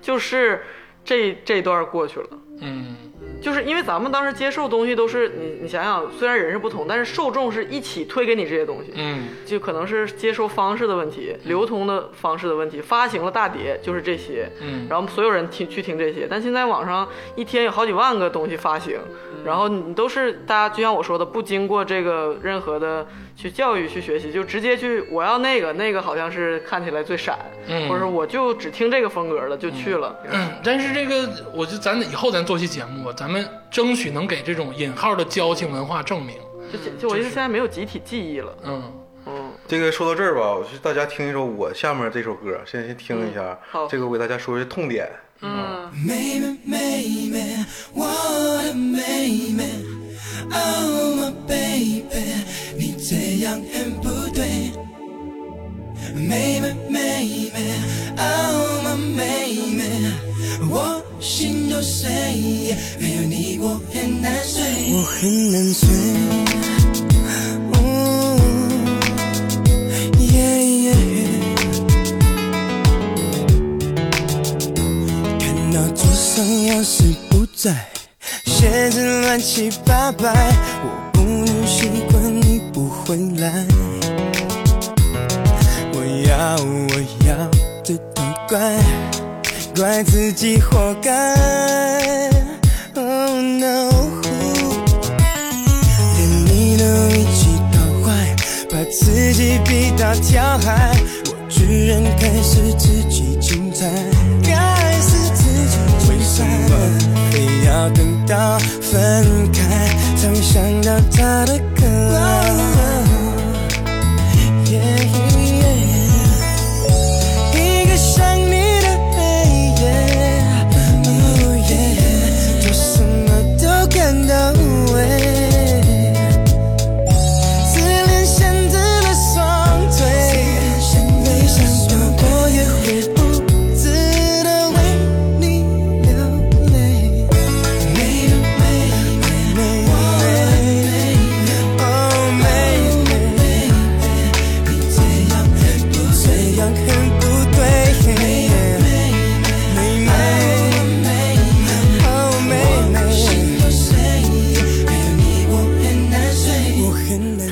B: 就是这这段过去了。
A: 嗯，
B: 就是因为咱们当时接受东西都是你，你想想，虽然人是不同，但是受众是一起推给你这些东西，
A: 嗯，
B: 就可能是接收方式的问题、流通的方式的问题。发行了大碟就是这些，
A: 嗯
B: 然后所有人听去听这些，但现在网上一天有好几万个东西发行，
A: 嗯
B: 然后你都是大家就像我说的，不经过这个任何的去教育去学习，就直接去我要那个那个好像是看起来最闪，
A: 嗯
B: 或者说我就只听这个风格的就去了，
A: 但是这个，我就咱以后咱做期节目啊，咱们争取能给这种引号的矫情文化证明。
B: 就就就我觉得现在没有集体记忆了，
A: 嗯，
B: 嗯。
C: 这个说到这儿吧，我去大家听一首我下面这首歌，先先听一下，
B: 好
C: 这个我给大家说一下痛点，
G: Maybe, maybe, what a maybe, oh my baby，你这样很不对。Maybe, maybe, oh my baby，我啊心都碎，没有你我很难睡，我很难睡。哦耶耶。看到桌上钥匙不在，鞋子乱七八败，我不能习惯你不回来。我要我要这都怪怪自己活该。Oh no，连你都一起搞坏，把自己逼到跳海，我居然开始自己精彩，该是自己为什么非要等到分开才会想到他的歌？一个想你的黑夜，哦耶，做什么都感到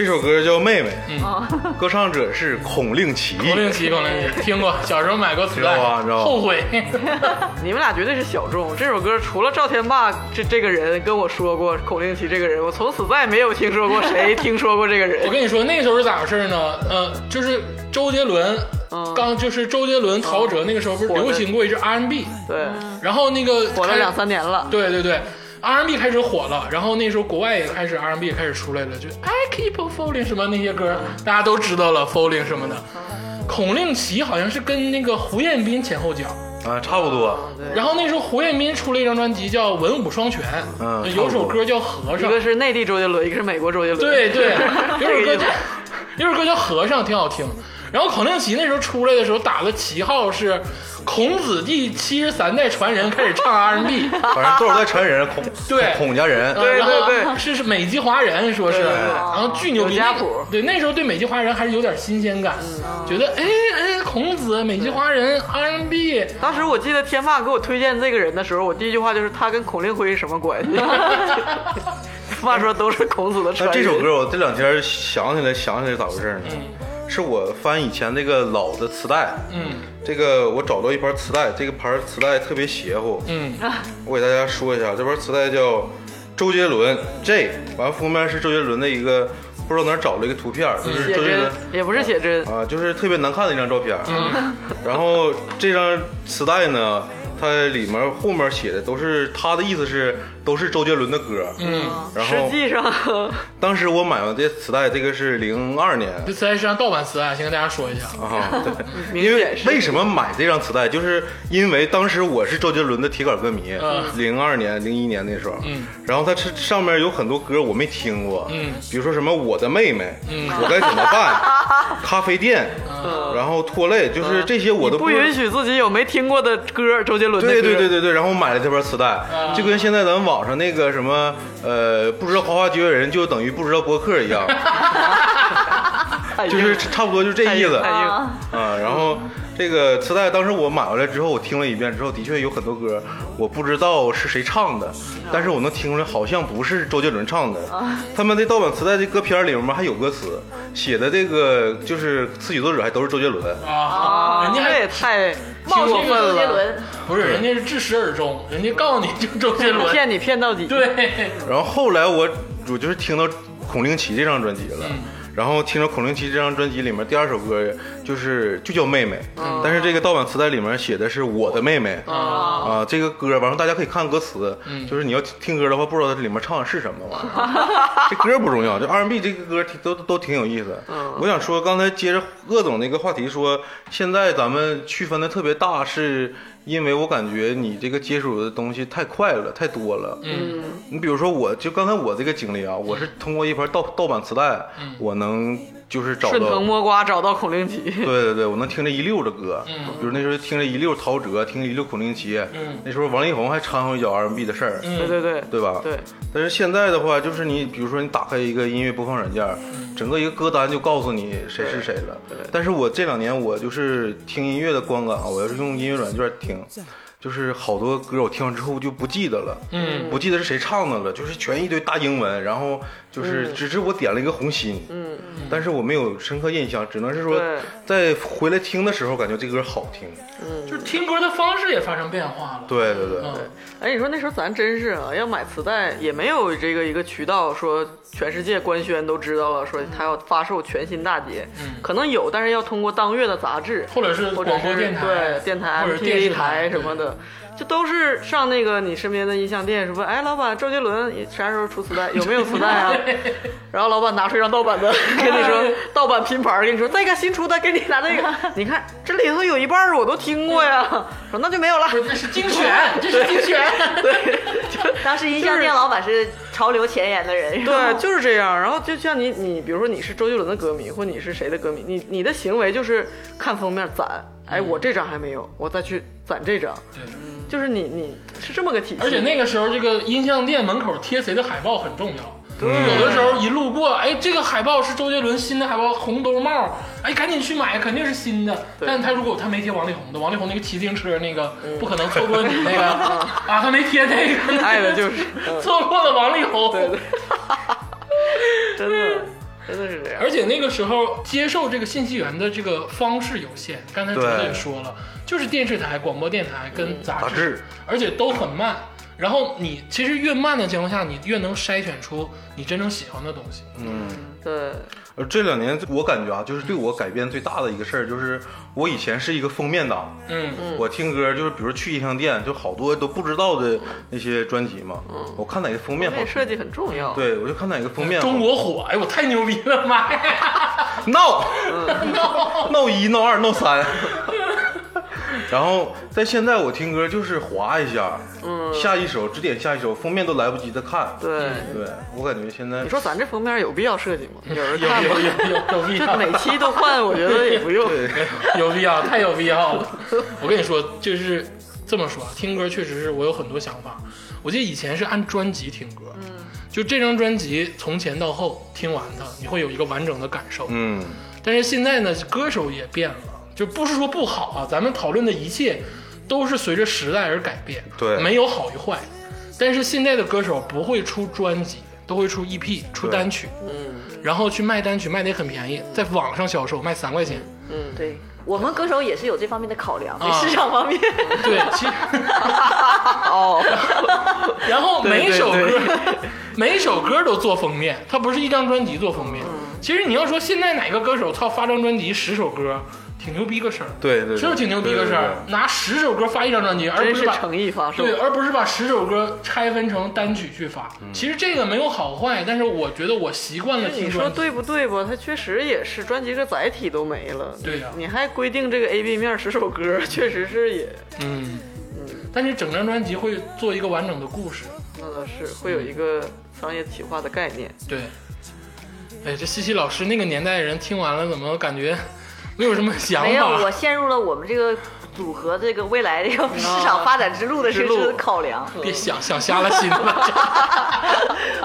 C: 首歌叫《妹妹》， 歌唱者是孔令奇，
A: 嗯孔令奇，孔令奇，听过，小时候买过 磁带
C: 知道吧知，道吧
A: 后悔。
B: 你们俩绝对是小众。这首歌除了赵天霸这这个人跟我说过孔令奇这个人，我从此再没有听说过谁听说过这个
A: 我
B: 人。
A: 跟你说，那个时候是咋回事呢？呃，就是周杰伦，
B: 嗯
A: 刚就是周杰伦、陶喆那个时候不是
B: 火的
A: 流行过一支 R&B，
B: 对，
A: 然后那个
B: 火了
A: 开
B: 两三年了。
A: 对对对，R&B 开始火了，然后那时候国外也开始 R&B 也开始出来了，就 I keep on falling 什么那些歌，大家都知道了 falling 什么的。孔令奇好像是跟那个胡彦斌前后脚，
C: 啊，差不多。
A: 然后那时候胡彦斌出了一张专辑叫《文武双全》，呃
C: 嗯
A: 有首歌叫《和
B: 一
A: 尚》
B: 个，是内地周杰伦，一个是美国周杰伦。，
A: 对对 有
B: 这个
A: 首歌
B: 意思
A: 叫 有首歌叫《和尚》，挺好听。然后孔令奇那时候出来的时候打的旗号是孔子第七十三代传人，开始唱 R&B。
C: 反正都是在传人，孔
A: 对
C: 孔家人，
A: 呃然
B: 对
A: 后
B: 对
A: 是是美籍华人，说是，
B: 对对
A: 然后巨牛逼，
B: 有家
A: 那个
B: 谱嗯
A: 对，那时候对美籍华人还是有点新鲜感，觉得哎哎，孔子、美籍华人、R&B，
B: 当时我记得天霸给我推荐这个人的时候，我第一句话就是他跟孔令辉是什么关 系？天霸说都是孔子的传
C: 那
B: 人。
C: 这首歌我这两天想起来，想起来咋回事呢？是我翻以前那个老的磁带，
A: 嗯
C: 这个我找到一盘磁带，这个盘磁带特别邪乎，
A: 嗯，
C: 我给大家说一下，这盘磁带叫周杰伦 J，完封面是周杰伦的一个，不知道哪儿找了一个图片，就是
B: 写
C: 周杰
B: 真
C: 伦。
B: 也不是写真，
C: 啊，就是特别难看的一张照片。 然后这张磁带呢，它里面后面写的都是他的意思是都是周杰伦的歌。嗯，然
B: 实
C: 后
B: 际上
C: 当时我买完这磁带，这个是零二年
A: 这磁带是张盗版磁带，先跟大家说一下，
C: 啊，对。
B: 明
C: 因为
B: 显是
C: 为什么买这张磁带，就是因为当时我是周杰伦的铁杆歌迷
A: 嗯，
C: 零二年、零一年那时候，
A: 嗯
C: 然后它是上面有很多歌我没听过，
A: 嗯
C: 比如说什么我的妹妹，我该怎么办，咖啡店，然后拖累，就是这些我
B: 嗯
C: 都
B: 你不
C: 知道
B: 允许自己有没听过的歌，周杰伦的歌。
C: 对对对对对，然后买了这盘磁带，
B: 嗯
C: 就跟现在咱们网上那个什么呃，不知道花花绝缘人就等于不知道播客一 样，
B: 太硬
C: 就
B: 了，
C: 是差不多就这意思
B: 太硬了
D: 啊，
C: 啊。然后这个磁带当时我买回来之后，我听了一遍之后，的确有很多歌我不知道是谁唱的，但是我能听出来好像不是周杰伦唱的。他们这盗版磁带的歌片里面还有歌词，写的这个就是词曲作者还都是周杰伦。
A: 啊，人家
B: 这也
A: 还
B: 太冒
A: 过
B: 过
A: 分
B: 分
D: 周杰
B: 了，
D: 伦，
A: 不是，人家是至始而终，人家告诉你就周杰伦，
B: 骗你骗到底。，
A: 对，
C: 然后后来我我就是听到孔令奇这张专辑了。然后听到孔令奇这张专辑里面第二首歌，就是就叫《妹妹》，但是这个盗版磁带里面写的是我的妹妹啊，这个歌完了大家可以看歌词，就是你要听歌的话，不知道它里面唱的是什么玩意儿。 这歌不重要，就 R&B 这个歌挺都都挺有意思。
B: 嗯
C: 我想说，刚才接着鄂总那个话题说，现在咱们区分的特别大，是因为我感觉你这个接触的东西太快了，太多了。
A: 嗯，
C: 你比如说，我就刚才我这个经历啊，我是
B: 嗯
C: 通过一盘盗盗版磁带，我能就是找
B: 顺
C: 到
B: 藤。摸瓜找到孔令奇。
C: 对对对，我能听着一溜的歌，比如那时候听着一溜陶喆，听着一溜孔令奇，那时候王力宏还掺和一脚 R&B 的事儿，
B: 对对对
C: 对吧？
B: 对。
C: 但是现在的话，就是你比如说你打开一个音乐播放软件，整个一个歌单就告诉你谁是谁了。但是我这两年我就是听音乐的观感啊，我要是用音乐软件听。就是好多歌我听完之后就不记得了，
A: 嗯，
C: 不记得是谁唱的了，就是全一堆大英文，然后就是只是我点了一个红心，嗯，但是我没有深刻印象，只能是说
B: 对
C: 在回来听的时候感觉这歌好听，
A: 就是听歌的方式也发生变化了，
C: 对对对，
A: 嗯，
B: 哎，你说那时候咱真是啊，要买磁带也没有这个一个渠道说全世界官宣都知道了，说他要发售全新大碟，可能有，但是要通过当月的杂志
A: 嗯或者是
B: 或者
A: 广播
B: 是
A: 电台
B: 对电台、
A: 或者
B: MTV
A: 电视
B: 台
A: 台嗯
B: 什么的，就都是上那个你身边的音像店，说哎，老板，周杰伦啥时候出磁带？有没有磁带 啊？然后老板拿出一张盗版的，跟你说盗版拼盘儿，跟你说那个新出的，给你拿那个，你看这里头有一半儿我都听过呀，
A: 嗯
B: 说那就没有了。
A: 不是，那是精选，这是精选，
B: 对，
D: 当时音像店老板是潮流前沿的人，
B: 对，就是这样。然后就像你，你比如说你是周杰伦的歌迷，或你是谁的歌迷，你你的行为就是看封面攒，
A: 嗯
B: 哎，我这张还没有，我再去攒这张，就是你你是这么个体系。
A: 而且那个时候，这个音像店门口贴谁的海报很重要。有
B: 嗯
A: 的时候一路过，哎，这个海报是周杰伦新的海报，红兜帽，哎，赶紧去买，肯定是新的。但他如果他没贴王力宏的，王力宏那个骑自行车那个，不可能错过你那个啊，他没贴那
B: 哎
A: 个，
B: 爱的就是
A: 错过了王力宏。
B: 真的，真的是这样。
A: 而且那个时候接受这个信息源的这个方式有限，刚才主持人也说了，就是电视台、广播电台跟杂
C: 杂志
A: 而且都很慢。然后你其实越慢的情况下，你越能筛选出你真正喜欢的东西。
B: 对，
C: 呃，这两年我感觉啊，就是对我改变最大的一个事儿，就是我以前是一个封面党，
A: 嗯，
C: 我听歌就是比如去音像店，就好多都不知道的那些专辑嘛，我看哪个封面好
B: 那
C: 听
B: 设，计很重要。
C: 对我就看哪个封面好。
A: 中国火，哎呦，我太牛逼了，妈呀！
C: 闹 闹一闹二闹三，然后在现在我听歌就是划一下，下一首只点下一首，封面都来不及的看。
B: 对，
C: 对，我感觉现在
B: 你说咱这封面有必要设计吗？有人
A: 有
B: 看
A: 有
B: 吗？
A: 有有有必要，
B: 每期都换，我觉得也不用。
A: 有必要，太有必要了。我跟你说，就是这么说，听歌确实是我有很多想法。我记得以前是按专辑听歌，嗯，就这张专辑从前到后听完它，你会有一个完整的感受。
C: 嗯，
A: 但是现在呢，歌手也变了，就不是说不好啊，咱们讨论的一切都是随着时代而改变，
C: 对
A: 没有好与坏。但是现在的歌手不会出专辑，都会出 EP、出
C: 对
A: 单曲，嗯，然后去卖单曲，卖的也很便宜，在网上销售卖三块钱，
D: 对我们歌手也是有这方面的考量，对
A: 啊
D: 市场方 面。
A: 对，其实。
B: 哦，
A: 然后每首歌，
B: 对对
A: 每首歌都做封面，它不是一张专辑做封面。其实你要说现在哪个歌手操发张专辑十首歌，挺牛逼个事儿，
C: 对对，
A: 是不是挺牛逼个事儿？拿十首歌发一张专辑，而
B: 真
A: 不是
B: 是
A: 把
B: 诚意啊发售。
A: 对，而不是把十首歌拆分成单曲去发。
C: 嗯
A: 其实这个没有好坏，但是我觉得我习惯了听
B: 你说
A: 专辑。
B: 对不对吧？它确实也是专辑这载体都没了。
A: 对呀
B: 你还规定这个 A B 面十首歌， 确实是也，
A: 嗯，但是整张专辑会做一个完整的故事。
B: 那倒是会有一个商业企划的概念。
A: 对，哎，这西西老师那个年代的人听完了，怎么感觉没有什么想法？
D: 没有，我陷入了我们这个组合这个未来这个市场发展之路的这
B: 啊之路
D: 个考量。
A: 别想想瞎了心了，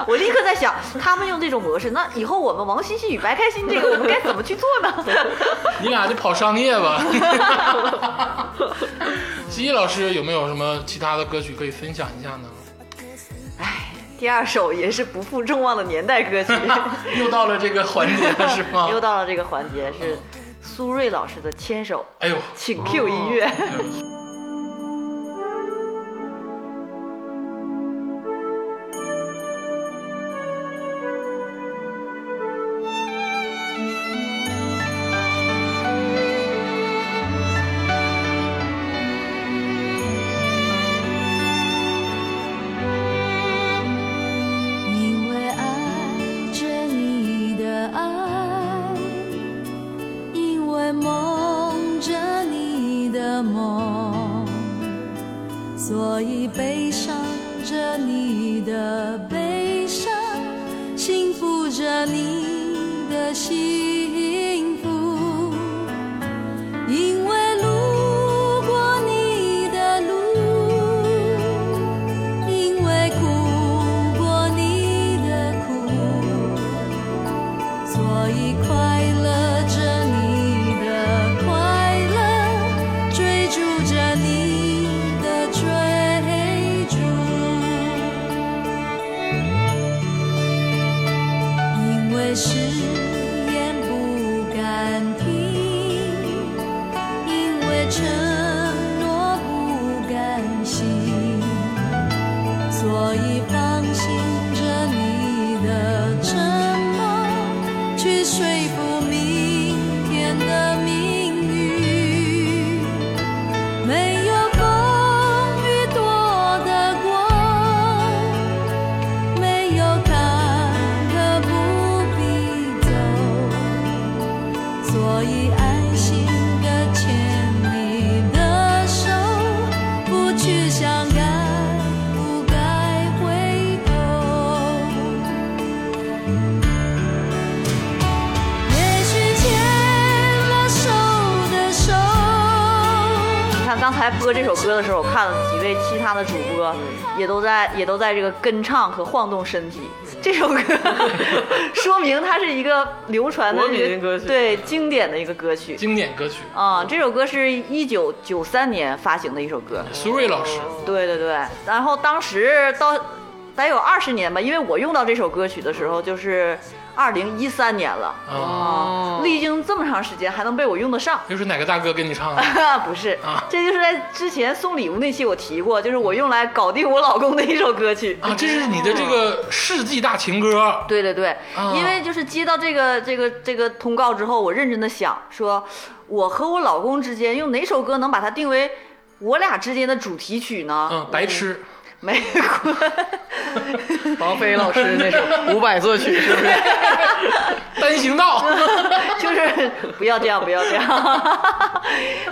D: 我立刻在想，他们用这种模式，那以后我们王欣欣与白开心这个，我们该怎么去做呢？
A: 你俩就跑商业吧。西西老师有没有什么其他的歌曲可以分享一下呢？
D: 第二首也是不负众望的年代 歌曲，
B: 啊
A: 又到了这个环节了是吗？
D: 又到了这个环节，是苏芮老师的《牵手
A: 哎呦，》，
D: 请 Q 音乐。
B: 哦
E: 因为爱着你的爱，因为梦着你的梦，所以悲伤着你的悲伤，幸福着你的幸福。因为路过你的路。因为哭过你的苦，所以快乐着你的快乐，追逐着你的追逐。因为誓言不敢听，因为承诺不甘心。所以放心着你的沉默，去说服明天的命运。没有风雨躲得过，没有坎坷不必走，所以安心的牵你的手，不去想该不该回头。也许牵了手的手。
D: 你看刚才播这首歌的时候，我看了几位其他的主播，也都在也都在这个跟唱和晃动身体。这首 歌说明它是一个流传的
B: 国
D: 这个
B: 民歌曲
D: 对经典的一个歌曲
A: 经典歌曲，
D: 啊、这首歌是一九九三年发行的一首歌，
A: 苏芮老师，
D: 对对对。然后当时到得有二十年吧，因为我用到这首歌曲的时候就是二零一三年了
A: 啊，
D: 啊，
B: 哦
D: 历经这么长时间还能被我用得上。
A: 又是哪个大哥跟 你唱的？
D: 不是
A: 啊，
D: 这就是在之前送礼物那期我提过，就是我用来搞定我老公的一首歌曲。
A: 啊，这是你的这个世纪大情歌，
D: 对对对
A: 啊，
D: 因为就是接到这个这个这个通告之后，我认真的想说，我和我老公之间用哪首歌能把它定为我俩之间的主题曲呢？
A: 嗯，白痴，
D: 没 过，
B: 王菲老师那首 《五百作曲》是不是？
A: 单行道，
D: 就是不要这样， 不要这样。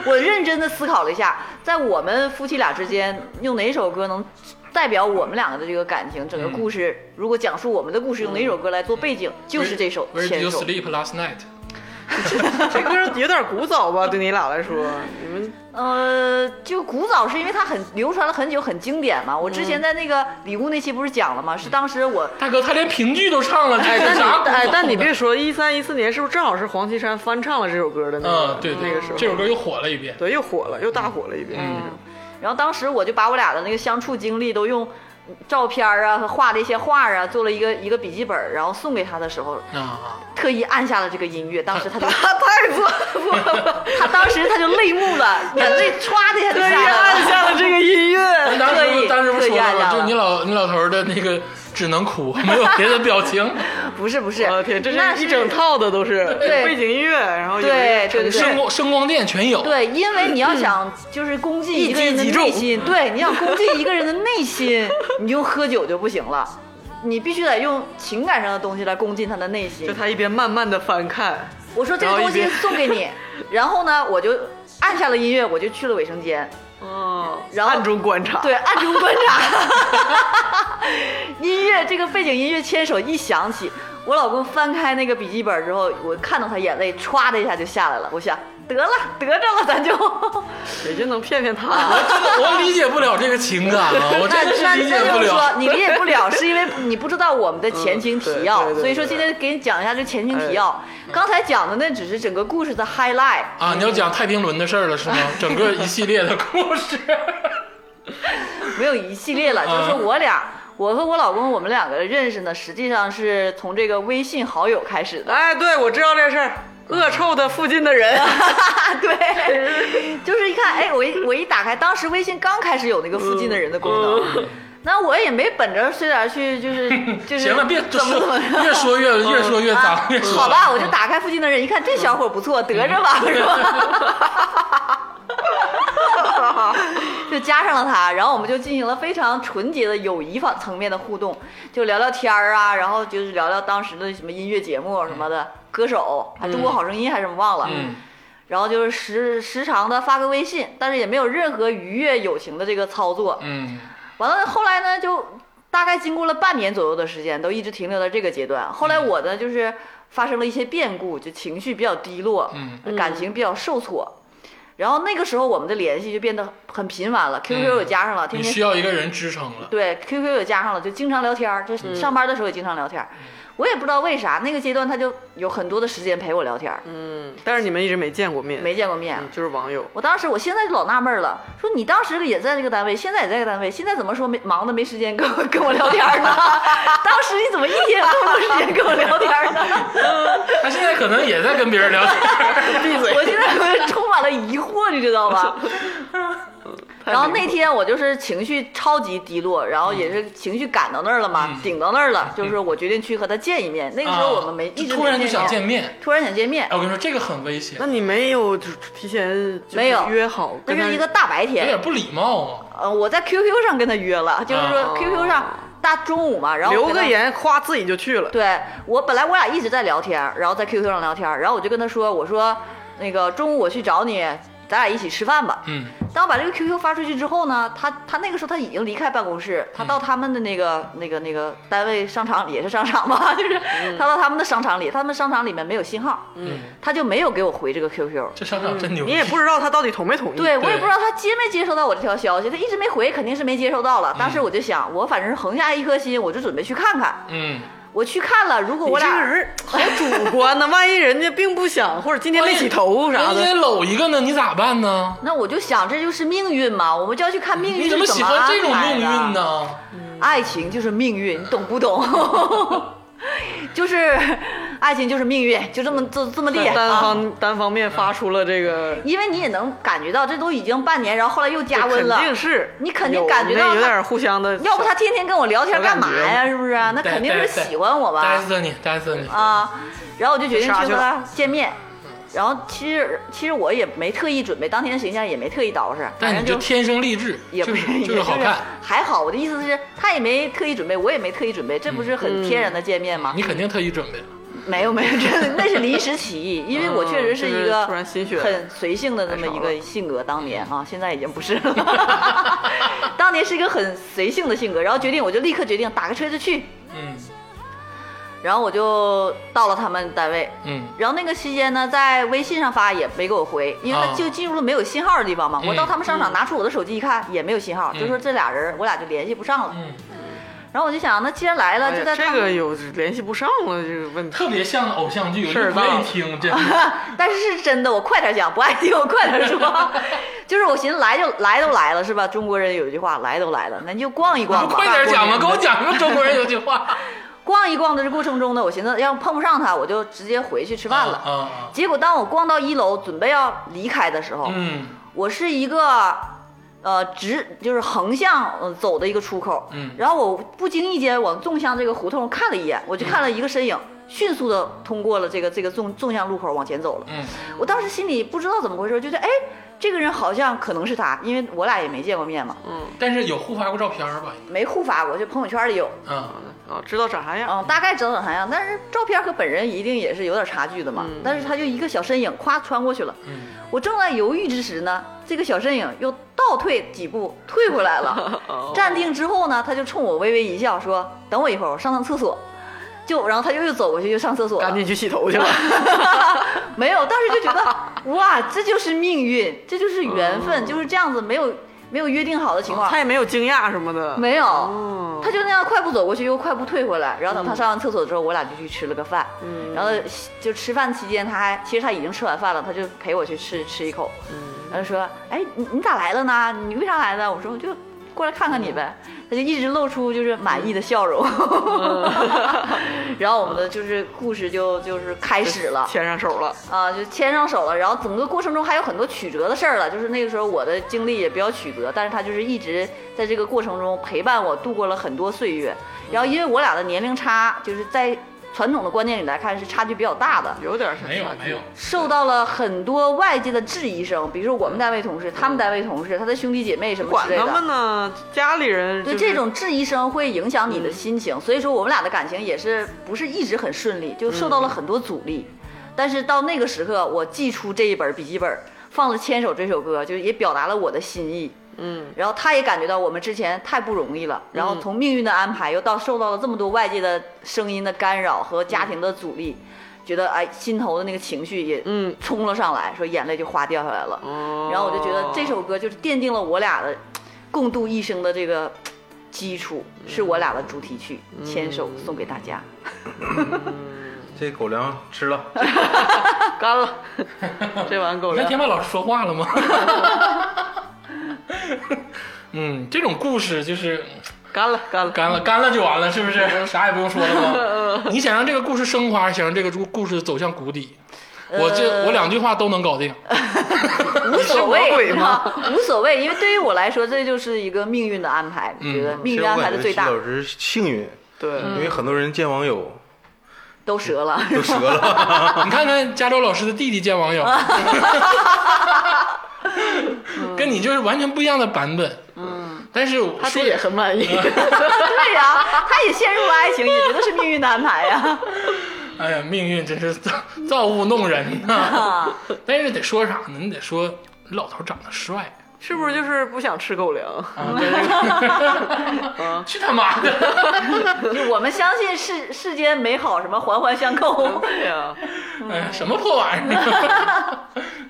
D: 我认真的思考了一下，在我们夫妻俩之间用哪首歌能代表我们两个的这个感情，整个
A: 嗯
D: 故事，如果讲述我们的故事，用哪首歌来做背景， 就是这首
A: Where
D: 前
A: did you
D: 首。
A: sleep last night？
B: 这歌有点古早吧，对你俩来说，你们
D: 呃，就古早是因为它很流传了很久，很经典嘛。我之
A: 嗯
D: 前在那个礼物那期不是讲了吗？是当时我呃
A: 大哥，他连评剧都唱了，这
B: 哎，
A: 是
B: 但你
A: 嗯啥古
B: 哎，
A: 早
B: 但你
A: 的
B: 别说，一三一四年是不是正好是黄绮珊翻唱了这首歌的那个？
A: 嗯，对对，
B: 那个时候
A: 这首歌又嗯火了一遍。
B: 对又火了，又大火了一遍。
D: 然后当时我就把我俩的那个相处经历都用照片儿啊和画的一些画儿啊做了一个一个笔记本儿，然后送给他的时候，
A: 啊，
D: 特意按下了这个音乐。当时他就
B: 他太做作了，
D: 他当时他就泪目了，眼泪歘的一下就下
B: 特意
D: 来
B: 哎按
D: 了。
B: 下了这个音乐。
A: 当
D: 特
A: 时
D: 意
A: 当时不说
D: 特意按
A: 了吗？
D: 下了
A: 就你老你老头儿的那个只能哭，没有别的表情，
D: 不是不哦是，
B: 我的哦天，这
D: 那
B: 是一整。套的都是
D: 对
B: 背景音乐，然后有
D: 对 对对对
A: 声光声光电全有。
D: 对，因为你要想就是攻击嗯一个人的内心，对，你想攻击一个人的内心，你就喝酒就不行了，你必须得用情感上的东西来攻进他的内心
B: 就。他一边慢慢的翻看，
D: 我说这
B: 然
D: 个
B: 后
D: 东
B: 一
D: 西
B: 边
D: 送给 你，然后呢，我就按下了音乐，我就去了卫生间，
B: 嗯，
D: 然后
B: 暗中观察，
D: 哦对，，暗中观察。 音乐这个背景音乐《牵手》一响起，我老公翻开那个笔记本之后，我看到他眼泪歘的一下就下来了。我想，得了，得着了，咱 就
A: 啊
B: 也就能骗骗他。
A: 这个 我理解不了这个情感啊，我
D: 那
A: 真
D: 那
A: 是理解
D: 那
A: 不
D: 就是
A: 了。
D: 说，你理解不了，是因为你不知道我们的前情提要。
B: 嗯对对对
D: 所以说，今天给你讲一下这前情提要。哎刚才讲的那只是整个故事的 highlight。
A: 啊，你要讲太平轮的事儿了是吗？整个一系列的故事，
D: 没有一系列
A: 嗯
D: 了，就是我俩，我和我老公，我们两个的认识呢，实际上是从这个微信好友开始的。
B: 哎，对，我知道这事儿，恶臭的附近的人，
D: 对，就是一看，哎，我一我一打开，当时微信刚开始有那个附近的人的功
A: 嗯
D: 能，那我也没本着睡哪去， 就是就是
A: 行了，别就
D: 怎么怎
A: 说
D: 么
A: 越说越越说越脏
D: 啊，
A: 越说
D: 好吧，我就打开附近的人，一看这小伙不错，得着吧，是
A: 嗯
D: 吧？就加上了他，然后我们就进行了非常纯洁的友谊方层面的互动，就聊聊天儿啊，然后就是聊聊当时的什么音乐节目什么的，歌手，还中国好声音还是什么忘了，
A: 嗯
D: 然后就是时时常的发个微信，但是也没有任何愉悦友情的这个操作，
A: 嗯
D: 完了后来呢，就大概经过了半年左右的时间，都一直停留在这个阶段。后
A: 嗯
D: 来我呢，就是发生了一些变故，就情绪比较低落，
A: 嗯
D: 感情比较受挫。然后那个时候我们的联系就变得很频繁了，QQ 也加上了，天
A: 嗯你
D: 天
A: 需要一个人支撑了。
D: 对 QQ 也加上了，就经常聊天儿，就
B: 嗯
D: 上班的时候也经常聊天
A: 嗯
D: 儿。我也不知道为啥，那个阶段他就有很多的时间陪我聊天儿，
B: 嗯，但是你们一直没见过面，
D: 没见过面。
B: 嗯，就是网友。
D: 我当时，我现在就老纳闷儿了，说你当时也在这个单位，现在也在这个单位，现在怎么说没忙的没时间跟我跟我聊天儿呢？ 当时你怎么一天也这么多时间跟我聊天儿呢？
A: 他现在可能也在跟别人聊天儿，闭嘴
D: 我现在充满了疑惑，你知道 吗？然后那天我就是情绪超级低落，然后也是情绪赶到那儿了嘛，
A: 嗯
D: 顶到那儿了，就是我决定去和他见一面。那个时候我们没、一直
A: 突然
D: 没
A: 啊就想见
D: 面，
A: 面。
D: 突然想见面
A: 哎，，我跟你说，这个很危险
B: 那，你没有就是提前就是
D: 没有
B: 约好
D: 那
B: 跟他？
D: 是一个大白
A: 有
D: 天，
A: 点不礼貌啊嘛。
D: 呃，我在 QQ 上跟他约了，就是
A: 啊
D: 说 QQ 上大中午嘛，然后我
B: 留
D: 跟
B: 个
D: 他。
B: 言，夸自己就去了。
D: 对我本来我俩一直在聊天，然后在 QQ 上聊天，然后我就跟他说，我说那个中午我去找你，咱俩一起吃饭吧。
A: 嗯，
D: 当我把这个 QQ 发出去之后呢，他他那个时候他已经离开办公室，他
B: 嗯
D: 到他们的那个、那个那个单位商场也是商场吧， 就是
B: 嗯
D: 他到他们的商场里，他们商场里面没有信号，
A: 嗯，
D: 他就没有给我回这个 QQ。
B: 嗯
A: 这商场
D: 嗯
A: 真牛逼。
B: 你也不知道他到底同没同意。
D: 对，我
A: 对
D: 也不知道他接没接收到我这条消息，他一
B: 嗯
D: 直没回，肯定是没接收到了。当时我就想，我反正是横下一颗心，我就准备去看看。
A: 嗯
D: 我去看了，如果我
B: 我这
D: 俩
B: 个人儿好主 观呢，万一人家并不想，或者今天没洗头啥
A: 人家
B: 的，
A: 搂一个呢，你咋办呢？
D: 那我就想，这就是命运嘛，我们就要去看命运
A: 你
D: 是
A: 怎
D: 么
A: 么喜欢这种
D: 安排
A: 命
D: 的
A: 运？呢？
D: 爱情就是命运，你懂不懂？ 就是爱情就是命运，就这么这这么地
B: 单
D: 啊。
B: 方单方面发出了这个，
D: 因为你也能感觉到，这都已经半年，然后后来又加温了
B: 肯，定是
D: 你肯定感觉到
B: 有那有
D: 他
B: 点互相的，
D: 要不他天天跟我聊天干嘛呀？是不是啊？那肯定是喜欢我吧？
A: 呆着你，呆着你。
D: 啊，然后我就决定
B: 杀
D: 去
B: 去
D: 和
B: 了
D: 他见面。然后其实其实我也没特意准备，当天形象也没特意捯饬，反
A: 但
D: 正
A: 你就
D: 就
A: 天生丽质，
D: 也
A: 就
D: 不是
A: 是
D: 也
A: 就是好看。
D: 还好。我的意思是，他也没特意准备，我也没特意准备，这不是
B: 嗯
D: 很天然的见面吗？
A: 你肯定特意准备，
D: 没有没有，真的那是临时起意，因为我确实一个
B: 嗯就是突然心血
D: 很随性的那么一
B: 太
D: 个性格，当年啊，现在已经不是了。 当年是一个很随性的性格，然后决定我就立刻决定打个车就去，
A: 嗯
D: 然后我就到了他们单位。
A: 嗯
D: 然后那个期间呢，在微信上发也没给我回，因为
A: 啊
D: 他就进入了没有信号的地方嘛。
A: 嗯
D: 我到他们商场拿出我的手机一看，也没有信号，就说这俩人我俩就联系不上了。
A: 嗯，
D: 然后我就想，那既然来了，
B: 哎
D: 呃就
B: 呀
D: 在他
B: 这
D: 们
B: 个有联系不上了这个问题，
A: 特别像偶像剧，我
B: 事
A: 就
B: 儿
A: 不愿
B: 大
A: 意听， 真的。
D: 但是是真的，我快点讲，不爱听我快点说。就是我寻思来就来都来了是吧？中国人有一句话，来都来了，那你就逛一逛吧。
A: 快点讲吧，给
D: 过
A: 我
D: 年的
A: 讲个中国人有句 话。
D: 逛一逛的这过程中呢，我寻思要碰不上他，我就直接回去吃饭了。
A: 啊啊，
D: 结果当我逛到一楼准备要离开的时候，
A: 嗯
D: 我是一个呃直就是横向呃走的一个出口，
A: 嗯
D: 然后我不经意间往纵向这个胡同看了一眼，我就看了一个身影，迅速的通过了这个这个纵纵向路口往前走了。
A: 嗯
D: 我当时心里不知道怎么回事，觉得哎，这个人好像可能是他，因为我俩也没见过面嘛，
A: 嗯但是有互发过照片吧？
D: 没互发过，就朋友圈里有，
A: 啊，
B: 啊，知道长啥样，
D: 嗯，大概整整啥样，但是照片和本人一定也是有点差距的嘛。但是他就一个小身影，咵穿过去了。
A: 嗯，
D: 我正在犹豫之时呢，这个小身影又倒退几步，退回来 了。
B: 哦
D: 站定之后呢，他就冲我微微一笑，说：“等我一会儿，我上趟厕所。”就然后他又又走过去，又上厕所了。
B: 赶紧去洗头去吧。
D: 没有，当时就觉得哇，这就是命运，这就是缘
B: 哦
D: 分，就是这样子，没有没有约定好的情况
B: 他。也没有惊讶什么的，
D: 没有，
B: 哦嗯
D: 他就那样快步走过去，又快步退回来。然后等他上完厕所之后，我俩就去吃了个饭。然后就吃饭期间，他还其实他已经吃完饭了，他就陪我去吃吃一口。然后说：“哎，你你咋来了呢？你为啥来呢？”我说：“我就过来看看你呗。他就一直露出就是满意的笑容。 然后我们的就是故事就就是开始了。
B: 牵上手了，
D: 啊，就牵上手了，然后整个过程中还有很多曲折的事儿了，就是那个时候我的经历也比较曲折，但是他就是一直在这个过程中陪伴我度过了很多岁月。然后因为我俩的年龄差，就是在传统的观念里来看是差距比较大的，
B: 有点啥
A: 没有
B: 差距
A: 没 有，
D: 受到了很多外界的质疑声，比如说我们单位同事、他们单位同事、他的兄弟姐妹什么
B: 管
D: 之类
B: 他
D: 的
B: 们。呢，家里人
D: 对
B: 就是嗯
D: 这种质疑声会影响你的心情，所以说我们俩的感情也是不是一直很顺利，就受到
B: 嗯
D: 了很多阻力。但是到那个时刻，我寄出这一本笔记本，放了《牵手》这首歌，就也表达了我的心意。
B: 嗯，
D: 然后他也感觉到我们之前太不容易了，然后从命运的安排又到受到了这么多外界的声音的干扰和家庭的阻力，觉得哎心头的那个情绪也
B: 嗯
D: 冲了上来，说眼泪就哗掉下来了。然后我就觉得
B: 哦
D: 这首歌就是奠定了我俩的共度一生的这个基础，是我俩的主题曲
B: 嗯
D: 《牵手》送给大家。
C: 这狗粮吃了，
B: 干 了，这玩意儿够
A: 你看
B: 了
A: 天。霸老师说话了吗？ 嗯，这种故事就是
B: 干了，干了，
A: 干了，干了就完了，是不
D: 嗯
A: 是？啥也不用说了吗？你想让这个故事升华，想让这个故故事走向谷底，我这我两句话都能搞定。
D: 无所
B: 嗯你是魔
D: 谓，
B: 鬼
D: 你知道吗？ 无所谓，因为对于我来说，这就是一个命运的安排。
A: 嗯
D: 觉得命
C: 其实
D: 运
C: 我
D: 安排
C: 感
D: 的
C: 觉
D: 最
C: 徐
D: 大，
C: 老师幸运，
B: 对，
C: 因为很多人见网友
D: 都折了。
C: 都折 了。
A: 你看看加州老师的弟弟见网友，跟你就是完全不一样的版本。嗯，但是我
B: 他
A: 说
B: 这也很满 意。
D: 对呀、他也陷入了爱情，也觉得是命运的安排呀、
A: 哎呀，命运真是造造物弄人 呐、
D: 啊。
A: 但是得说啥呢？你得说你老头长得帅，啊
B: 是不是就是不想吃狗 粮？
A: 去他妈的！
D: 就我们相信世世间美好，什么环环相扣。
B: 对啊 呀，
A: 哎呀，什么破玩意儿！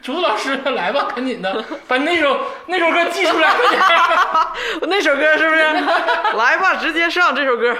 A: 竹子老师来吧，赶紧的，把那首那首歌记出 来。快点
B: 那首歌是不是？来吧，直接上这首歌。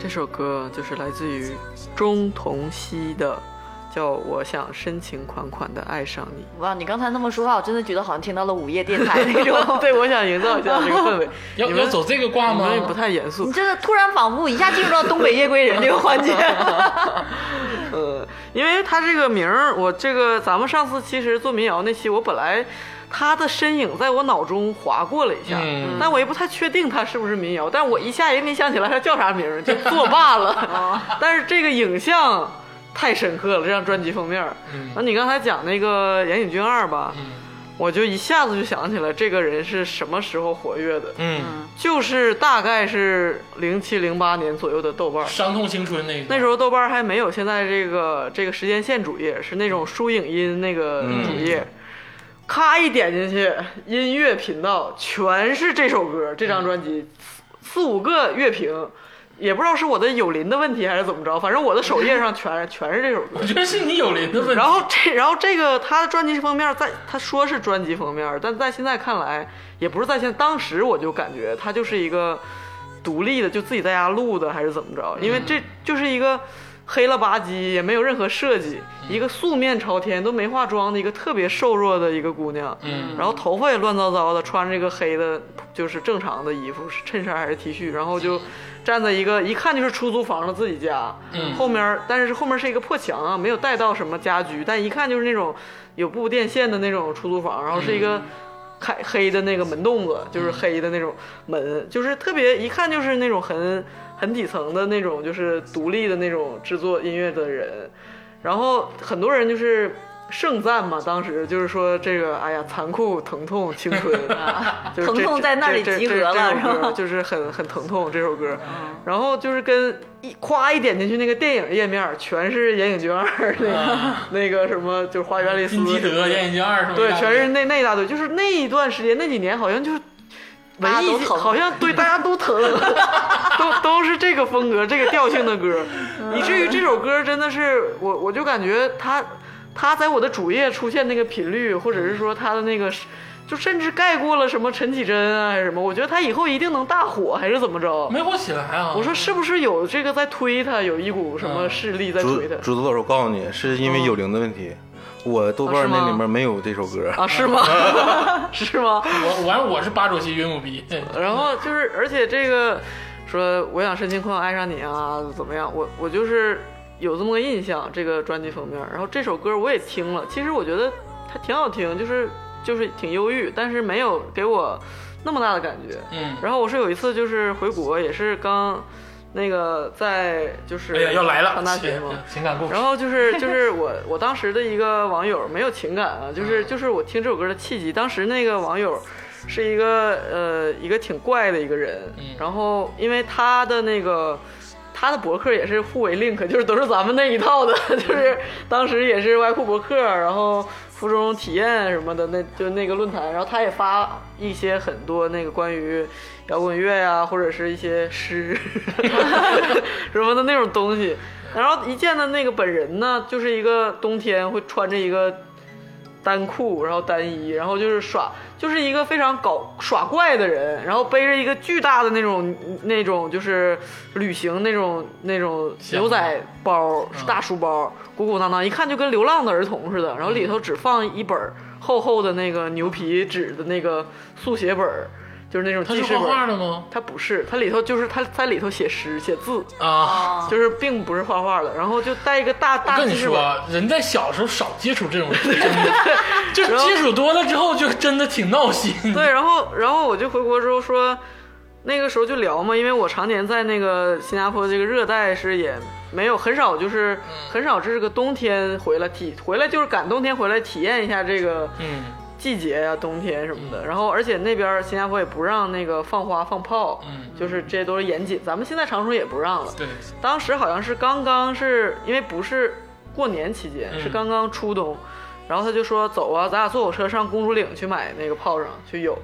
B: 这首歌就是来自于钟同曦的，叫《我想深情款款的爱上你
D: 哇，你刚才那么说话，我真的觉得好像听到了午夜电台那》种。。
B: 对，我想营造一下这个氛围。
A: 要
B: 你们
A: 要走这个挂
B: 你
A: 吗？
B: 们也不太严肃
D: 你。这突然仿佛一下进入到东北夜归人这个 环节，
B: 呃，因为他这个名儿，我这个咱们上次其实做民谣那期，我本来他的身影在我脑中划过了一下，
A: 嗯
B: 但我也不太确定他是不是民谣，但我一下也没想起来他叫啥名儿，就作罢
A: 哦
B: 了。但是这个影像太深刻了，这张专辑封面儿。
A: 嗯
B: 那你刚才讲那个岩井俊二吧，我就一下子就想起来这个人是什么时候活跃的，
A: 嗯，
B: 就是大概是零七零八年左右的豆瓣儿。
A: 伤痛青春那个
B: 那时候豆瓣儿还没有现在这个这个时间线主页，是那种书影音那个主页，咔、一点进去，音乐频道全是这首歌，这张专辑四四五个乐评，也不知道是我的友邻的问题还是怎么着，反正我的首页上全 全是这首歌
A: 我。觉得是你有灵的问题
B: 然。后这，然后这个他的专辑封面在他说是专辑封面，但在现在看来，也不是在现当时我就感觉他就是一个独立的，就自己在家录的还是怎么
A: 嗯
B: 着？因为这就是一个黑了吧唧，也没有任何设计，
A: 嗯
B: 一个素面朝天都没化妆的一个特别瘦弱的一个姑娘，
A: 嗯，
B: 然后头发也乱糟糟的，穿着一个黑的，就是正常的衣服，是衬衫还是 T 恤，然后就站在一个一看就是出租房的自己家，
A: 嗯
B: 后面儿但是后面是一个破墙啊，没有带到什么家居，但一看就是那种有布电线的那种出租房，然后是一
A: 嗯
B: 个开黑的那个门洞
D: 嗯
B: 子，就是黑的那种门，就是特别一看就是那种很很底层的那种，就是独立的那种制作音乐的人，然后很多人就是盛赞嘛，当时就是说这个，哎呀，残酷、疼痛、青 春，就是这
D: 啊疼痛在那里
B: 这这
D: 集合
B: 这这
D: 了
B: 这首
D: 是吧嗯
B: 歌就是很很疼痛这首歌。然后就是跟一夸一点进去那个电影页面，全是岩井俊二那个那个什么，就是花园里斯
A: 金基德、燕京二什么
B: 对，
A: 的
B: 全是那那一大堆，就是那一段时间那几年好像就是。文
D: 大家
B: 艺
D: 都
B: 界
D: 疼
B: 好像对大家 都疼，都都是这个风格、这个调性的歌，
D: 嗯
B: 以至于这首歌真的是我，我就感觉它，它在我的主页出现那个频率，或者是说它的那个，就甚至盖过了什么陈绮贞啊还是什么，我觉得它以后一定能大火，还是怎么着？
A: 没火起来啊！
B: 我说是不是有这个在推它，有一股什么
A: 嗯
B: 势力在
C: 主
B: 推它
C: 主导老师，我告诉你，是因为有灵的问题。我豆瓣
B: 啊
C: 儿
B: 是吗
C: 那里面没有这首歌。
B: 啊？是吗？是吗？
A: 我完我是巴主席云母逼，
B: 然后就是，而且这个说我想深情款爱上你啊，怎么样？我我就是有这么个印象，这个专辑封面。然后这首歌我也听了，其实我觉得它挺好听，就是就是挺忧郁，但是没有给我那么大的感觉。
A: 嗯，
B: 然后我是有一次就是回国，也是刚那个在就是
A: 哎呀要来了
B: 上，大学嘛。
A: 情感故事
B: 然，后就是就是我我当时的一个网友没有情感啊，就是就是我听这首歌的契机，当时那个网友是一个呃一个挺怪的一个人，然后因为他的那个。他的博客也是互为 link，就是都是咱们那一套的， 就是当时也是歪酷博客，然后附中体验什么的，那就那个论坛，然后他也发一些很多那个关于摇滚乐呀、或者是一些诗 什么的那种东西。然后一见到那个本人呢，就是一个冬天会穿着一个单裤，然后单衣，然后就是耍，就是一个非常搞耍怪的人，然后背着一个巨大的那种那种就是旅行那种那种
A: 箱
B: 牛
A: 子
B: 仔包、大书包，鼓鼓囊囊，一看就跟流浪的儿童似的，然后里头只放一本儿厚厚的那个牛皮纸的那个速写本儿，就是那种
A: 他
B: 记
A: 是
B: 事
A: 画
B: 本
A: 画
B: 儿。
A: 的吗？
B: 他不是，他里头就是他在里头写诗写字，
A: 啊，
B: 就是并不是画画的，然后就带一个大
A: 我
B: 大
A: 跟
B: 记
A: 你
B: 事本儿。
A: 说，人在小时候少接触这种，真 的，就是接触多了之后，就真的挺闹心。
B: 对，然后然后我就回国之后说，那个时候就聊嘛，因为我常年在那个新加坡这个热带是也没有很少，就是很少这是个冬天回来体回来就是赶冬天回来体验一下这个
A: 嗯，
B: 季节呀、冬天什么的。然后而且那边新加坡也不让那个放花放炮，
A: 嗯
B: 就是这些都是严谨，咱们现在常说也不让了。
A: 对，
B: 当时好像是刚刚是因为不是过年期间，
A: 嗯
B: 是刚刚初冬，然后他就说走啊，咱俩坐火车上公主岭去买那个炮仗去有，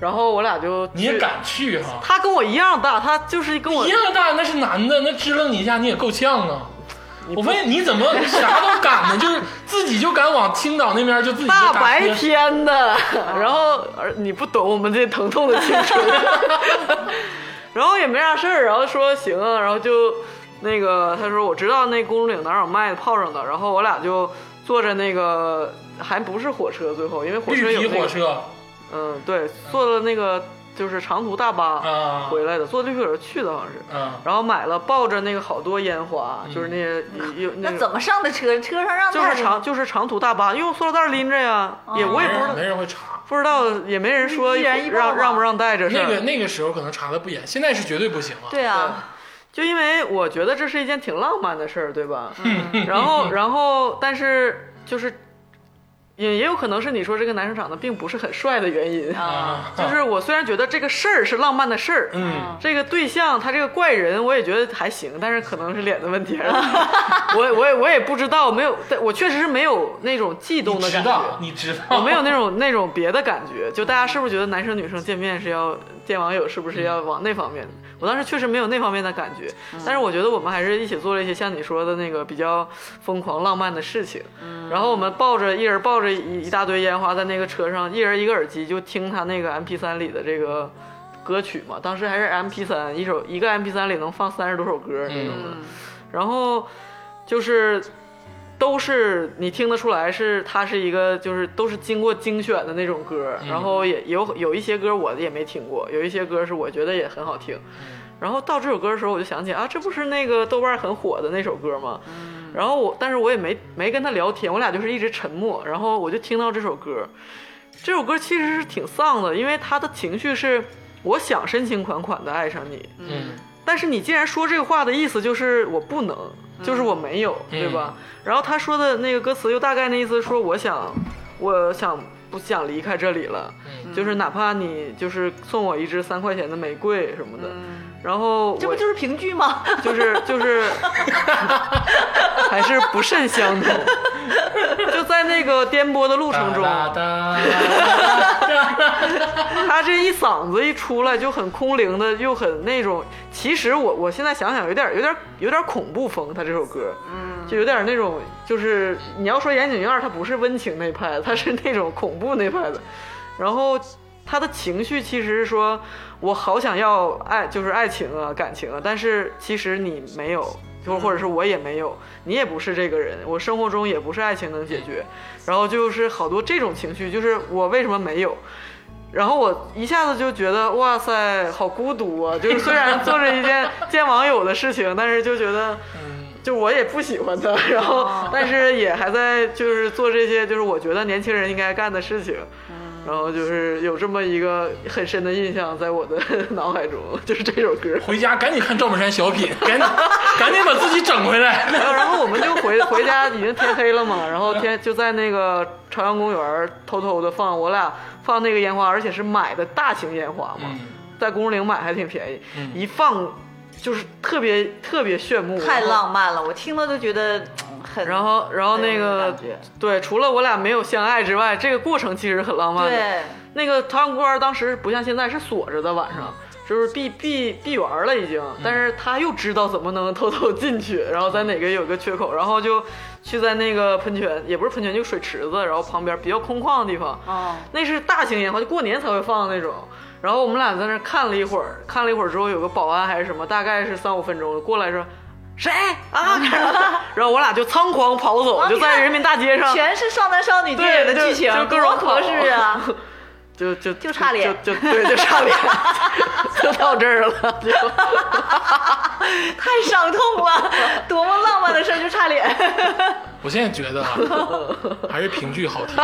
B: 然后我俩就
A: 你也
B: 去？
A: 敢去哈？
B: 他跟我一样大，他就是跟我
A: 一样大，那是男的，那支棱你一下，你也够呛啊。我问你怎么 啥都敢呢？就是自己就敢往青岛那边就自己就
B: 大
A: 打
B: 白
A: 车
B: 天的，然后而你不懂我们这疼痛的青春。然后也没啥事儿，然后说行啊，然后就那个他说我知道那公主岭哪有卖泡上的，然后我俩就坐着那个还不是火车，最后因为火车
A: 绿
B: 有、
A: 皮
B: 那个、
A: 火车
B: 嗯，对，坐了那个就是长途大巴
A: 啊，
B: 回来的，坐绿皮火车去的好像是。
A: 啊，
B: 然后买了抱着那个好多烟花，就是那
A: 嗯
B: 些有那
D: 那
B: 个
D: 怎么上的车？车上让
B: 就是
D: 带
B: 长就是长途大巴，用塑料袋拎着呀，
D: 哦
B: 也我也不知道
A: 没人会查。
B: 不知道，也没人说
D: 一人一半吧
B: 让让不让带这事儿。
A: 那个那个时候可能查的不严，现在是绝对不行了。
D: 对啊，
B: 就因为我觉得这是一件挺浪漫的事儿，对吧？
A: 嗯
B: 然 后，然后，但是就是也也有可能是你说这个男生长得并不是很帅的原因。
A: 啊，
B: 就是我虽然觉得这个事儿是浪漫的事儿，
A: 嗯，
B: 这个对象他这个怪人我也觉得还行，但是可能是脸的 问题还是我我也我也不知道，没有，但我确实是没有那种悸动的
A: 知
B: 感觉。
A: 道，你知道，
B: 我没有那种那种别的感觉，就大家是不是觉得男生女生见面是要见网友，是不是要往那方面？我当时确实没有那方面的感觉，但是我觉得我们还是一起做了一些像你说的那个比较疯狂浪漫的事情。然后我们抱着一人抱着一一大堆烟花在那个车上，一人一个耳机就听他那个 M P 3里的这个歌曲嘛，当时还是 M P 3一首一个 M P 3里能放三十多首歌那种的。然后就是都是你听得出来是它是一个就是都是经过精选的那种歌，然后也有有一些歌我也没听过，有一些歌是我觉得也很好听。然后到这首歌的时候，我就想起啊，这不是那个豆瓣很火的那首歌吗？然后我，但是我也没没跟他聊天，我俩就是一直沉默。然后我就听到这首歌，这首歌其实是挺丧的，因为他的情绪是我想深情款款的爱上你，
A: 嗯，
B: 但是你既然说这个话的意思就是我不能，
D: 嗯
B: 就是我没有，对吧？然后他说的那个歌词又大概那意思说我想，我想不想离开这里了，
D: 嗯
B: 就是哪怕你就是送我一支三块钱的玫瑰什么的，然后
D: 嗯这
B: 我
D: 不就是评剧吗？
B: 就是就是 还是不甚相同，就在那个颠簸的路程
D: 啊
B: 中，
A: 哒哒
B: 他这一嗓子一出来就很空灵的，又很那种。其实我我现在想想有点有点有点恐怖风，他这首歌，嗯，就有点那种就是你要说岩井俊二，他不是温情那派的，他是那种恐怖那派的。然后他的情绪其实是说我好想要爱，就是爱情啊感情啊，但是其实你没有。就或者是我也没有，你也不是这个人，我生活中也不是爱情能解决，然后就是好多这种情绪，就是我为什么没有，然后我一下子就觉得哇塞，好孤独啊！就是虽然做着一件见网友的事情，但是就觉得，就我也不喜欢他，然后但是也还在就是做这些就是我觉得年轻人应该干的事情，然后就是有这么一个很深的印象在我的 脑海中，就是这首歌。
A: 回家赶紧看赵本山小品，赶紧 赶紧把自己整回来。
B: 然后，然后我们就回回家，已经天黑了嘛。然后天就在那个朝阳公园偷偷的放，我俩放那个烟花，而且是买的大型烟花嘛，
A: 嗯
B: 在公主岭买还挺便宜，一放就是特别特别炫目，
D: 太
B: 然后
D: 浪漫了，我听了都觉得嗯很。
B: 然后，然后那
D: 很有
B: 个
D: 感觉
B: 对，除了我俩没有相爱之外，这个过程其实很浪漫的。
D: 对，
B: 那个朝阳公园当时不像现在是锁着的，晚上就是闭闭闭园了已经，
D: 嗯
B: 但是他又知道怎么能偷偷进去，然后在哪个有个缺口，然后就去在那个喷泉，也不是喷泉，就水池子，然后旁边比较空旷的地方，
D: 哦，
B: 那是大型烟花，就过年才会放的那种。然后我们俩在那儿看了一会儿，看了一会儿之后，有个保安还是什么，大概是三五分钟过来说。谁 啊？然后我俩就仓皇跑走，
D: 啊
B: 就
D: 你看
B: 在人民大街上，
D: 全是少男少女
B: 对
D: 电影的
B: 就
D: 剧情，
B: 就各种
D: 多合
B: 跑
D: 适啊！
B: 就就
D: 就差脸
B: 就就对，就差 脸，就到这儿了，就
D: 太伤痛 了，多么浪漫的事儿就差脸。
A: 我现在觉得啊，还是评剧好听，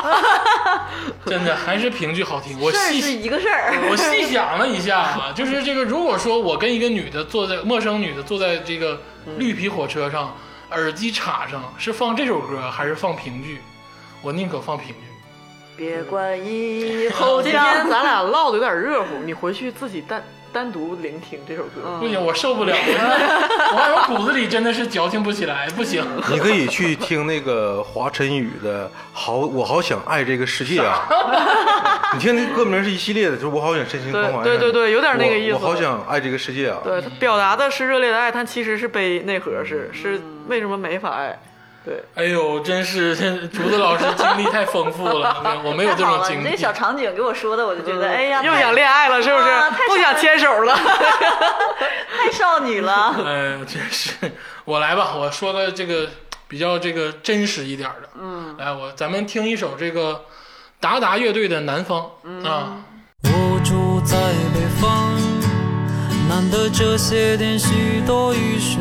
A: 真的还是评剧好听。我
D: 事儿
A: 细
D: 是一个事儿，
A: 我细想了一下啊，就是这个，如果说我跟一个女的坐在陌生女的坐在这个绿皮火车上，耳机插上是放这首歌还是放评剧？我宁可放评剧。
D: 别管以
B: 今
D: 后
B: 天
D: 将。
B: 咱俩唠的有点热乎，你回去自己单单独聆听这首歌。
D: 嗯
A: 不行，我受不了，我我我骨子里真的是矫情不起来，不行。
C: 你可以去听那个华晨宇的《好，我好想爱这个世界》啊。 你听那歌名是一系列的，就是我好想深情款款。
B: 对对对对有点那个意思
C: 我。我好想爱这个世界啊！
D: 嗯
B: 对，它表达的是热烈的爱，但其实是被内核是是为什么没法爱？对，
A: 哎呦，真是现竹子老师经历太丰富 了，没有我没有
D: 太
A: 这
D: 好
A: 种
D: 了，
A: 经
D: 你
A: 历
D: 这。小场景给我说的，我就觉得，哎呀，
B: 又
D: 太
B: 想恋爱了，是不是
D: 啊太？
B: 不想牵手了。
D: 太少女了。
A: 哎，真是，我来吧，我说个这个比较这个真实一点儿的，嗯，来，我咱们听一首这个达达乐队的《南方》啊，
I: 我住在北方，难得这些天许多雨水。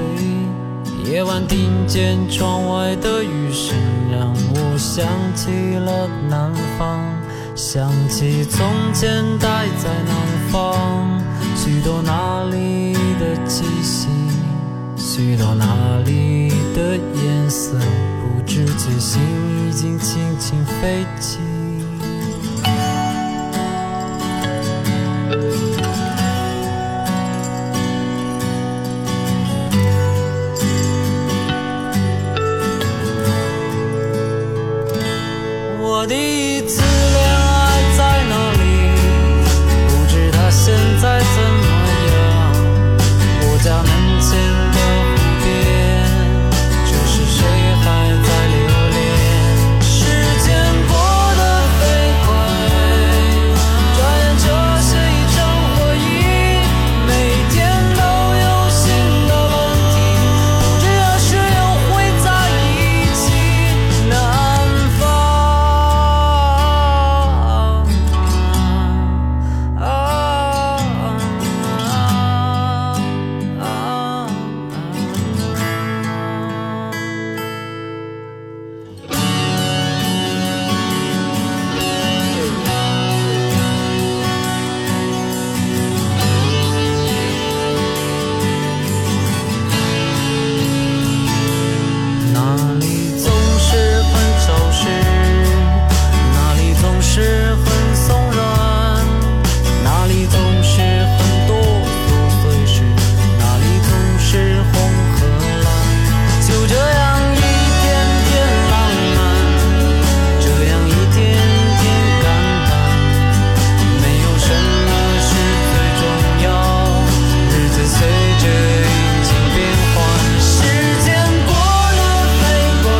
I: 夜晚听见窗外的雨声，让我想起了南方，想起从前待在南方，许多那里的气息，许多那里的颜色，不知觉心已经轻轻飞起。我第一次恋爱在哪里？不知他现在怎么样。我家门前的湖边，这是谁还在留恋？时间过得飞快，转眼这是一场回忆，每天都有新的问题，不知何时又会在一起。南方。哪里总是很潮湿，哪里总是很松软，哪里总是很多琐碎事，哪里总是红和蓝。就这样一天天浪漫，这样一天天感叹。没有什么是最重要，日子随着阴晴变幻，时间过得飞快，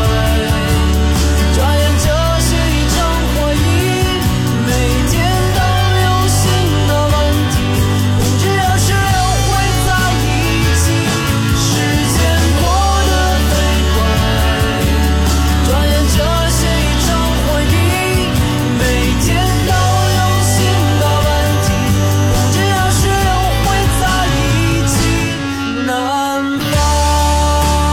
I: 转眼这是一场回忆，每天都有新的问题，不知何时又会在一起。时间过得飞快。转眼这是一场回忆，每天都有新的问题，不知何时又会在一起，南方。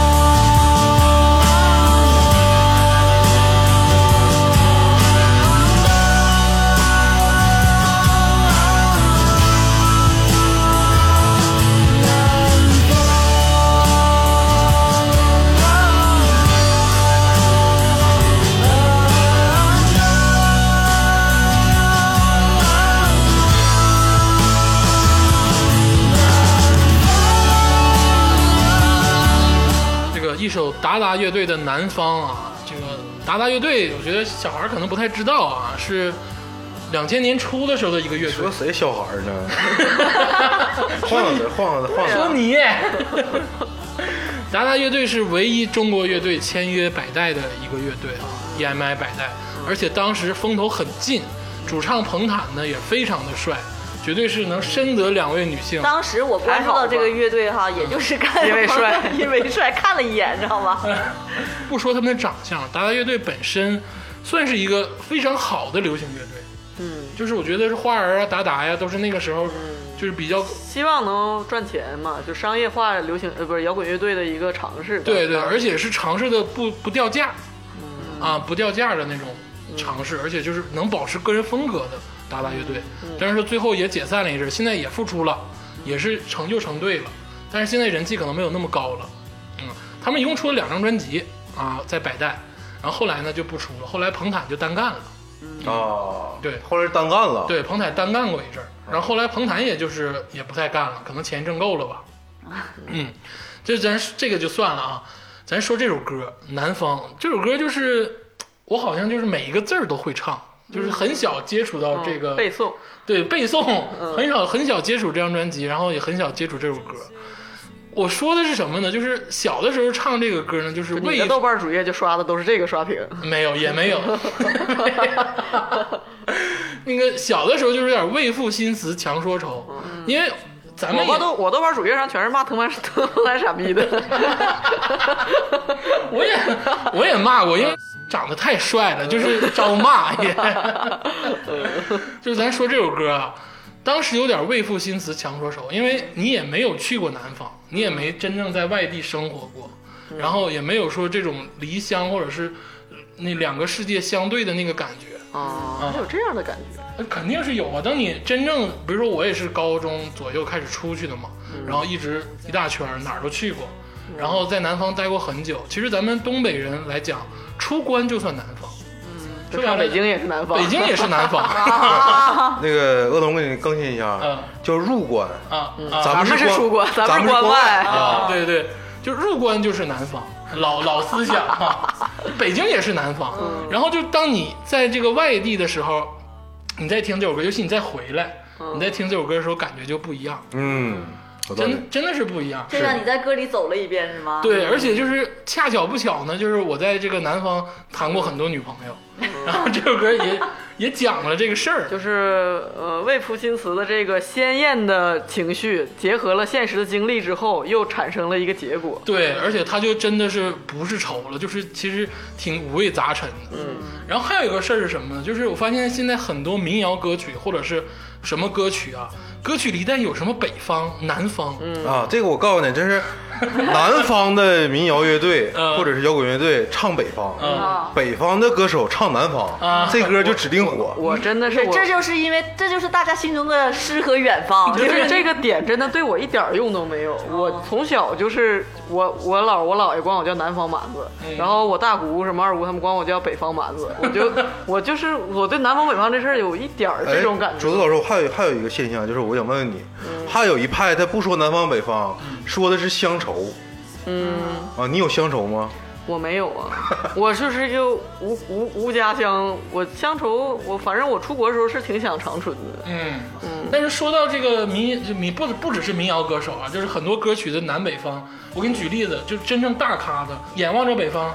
A: 这个一首达达乐队的《南方》啊，这个达达乐队，我觉得小孩儿可能不太知道啊，是两千年初的时候的一个乐队
C: 说。谁小孩儿 呢？换个词，换个词， 换个
A: 说
C: 词。
A: 你，达达乐队是唯一中国乐队签约百代的一个乐队啊，EMI 百代，而且当时风头很劲，主唱彭坦呢也非常的帅，绝对是能深得两位女性。
D: 当时我关注到这个乐队哈，也就是看
B: 因为帅
D: 因为帅看了一眼，知道吗？
B: 哎
A: 不说他们的长相，达达乐队本身算是一个非常好的流行乐队。嗯，就是我觉得是花儿啊、达达呀、都是那个时候就是比较
B: 希望能赚钱嘛，就商业化流行呃不是摇滚乐队的一个尝试吧。
A: 对对，而且是尝试的不不掉价，啊，不掉价的那种尝试，而且就是能保持个人风格的达达乐队。但是最后也解散了一阵，现在也复出了，也是成就成队了，但是现在人气可能没有那么高了。嗯，他们一共出了两张专辑啊，在百代，然后后来呢就不出了，后来彭坦就单干了。
C: 啊，
A: 对
C: 后来单干了。
A: 对，彭坦单干过一阵儿，然后后来彭坦也就是也不太干了，可能钱挣够了吧。嗯，这咱这个就算了啊，咱说这首歌《南方》，这首歌就是我好像就是每一个字儿都会唱，就是很小接触到这个、
B: 嗯背诵，
A: 对背诵，很少很小接触这张专辑，然后也很少接触这首歌。我说的是什么呢？就是小的时候唱这个歌呢，就是
B: 你
A: 为
B: 的豆瓣主页就刷的都是这个刷屏，
A: 没有，也没有。那个小的时候就是有点为赋新词强说愁，因为咱们
B: 我
A: 也
B: 豆我豆瓣主页上全是骂 藤蔓藤蔓傻逼 的，
A: 我也我也骂过，因为长得太帅了，就是招骂也。 就是咱说这首歌啊，当时有点为赋新词强说愁，因为你也没有去过南方，你也没真正在外地生活过，然后也没有说这种离乡或者是呃那两个世界相对的那个感觉。
B: 啊，还有这样的感觉，
A: 那肯定是有啊。等你真正，比如说我也是高中左右开始出去的嘛，然后一直一大圈儿哪儿都去过，然后在南方待过很久。其实咱们东北人来讲，出关就算南方，
B: 就
A: 说
B: 像
A: 白了
B: 北京也是南方，
A: 北京也是南方
C: 那个恶龙，给你更新一
A: 嗯
C: 下，叫入关，
A: 啊
C: 咱
A: 啊
C: 们
B: 咱们是
C: 关
B: 出关咱们
C: 咱
B: 是
C: 们是外
B: 关外
A: 啊！对对，就入关就是南方，老老思想啊。北京也是南方，然后就当你在这个外地的时候，你再听这首歌，尤其你再回来，你再听这首歌的时候，感觉就不一样，
C: 嗯，有道理
A: 真真的是不一样。
D: 这让你在歌里走了一遍是吗？，
A: 啊对，而且就是恰巧不巧呢，就是我在这个南方谈过很多女朋友， 然后这首歌 也也讲了这个事儿。
B: 就是呃，未赋新词的这个鲜艳的情绪，结合了现实的经历之后，又产生了一个结果。
A: 对，而且他就真的是不是愁了，就是其实挺五味杂陈的。嗯，然后还有一个事儿是什么呢？就是我发现现在很多民谣歌曲或者是什么歌曲啊，歌曲里带有什么北方、南方，嗯，
C: 啊！这个我告诉你，真是南方的民谣乐队
A: 嗯
C: 或者是摇滚乐队唱北方，
A: 嗯
C: 北方的歌手唱南
A: 啊
C: 方，这歌就指定火。
B: 我真的是我，
D: 这就是因为这就是大家心中的诗和远 方，
B: 就
D: 就是是
B: 这个点真的对我一点儿用都没有。我从小就是我我姥我姥爷管我叫南方蛮子，
A: 嗯
B: 然后我大姑什么二姑他们管我叫北方蛮子，我 就我就是我对南方北方这事儿有一点儿这种感
C: 哎
B: 觉
C: 竹。子老师，我还有还有一个现象，就是我想问问你，还有一派他不说南方北方，说的是乡愁。嗯啊，你有乡愁吗？
B: 我没有啊，我就是一个无无无家乡，我乡愁，我反正我出国的时候是挺想长春的。
A: 嗯
B: 嗯
A: 但是说到这个民就民不不只是民谣歌手啊，就是很多歌曲的南北方。我给你举例子，就真正大咖的《眼望着北方》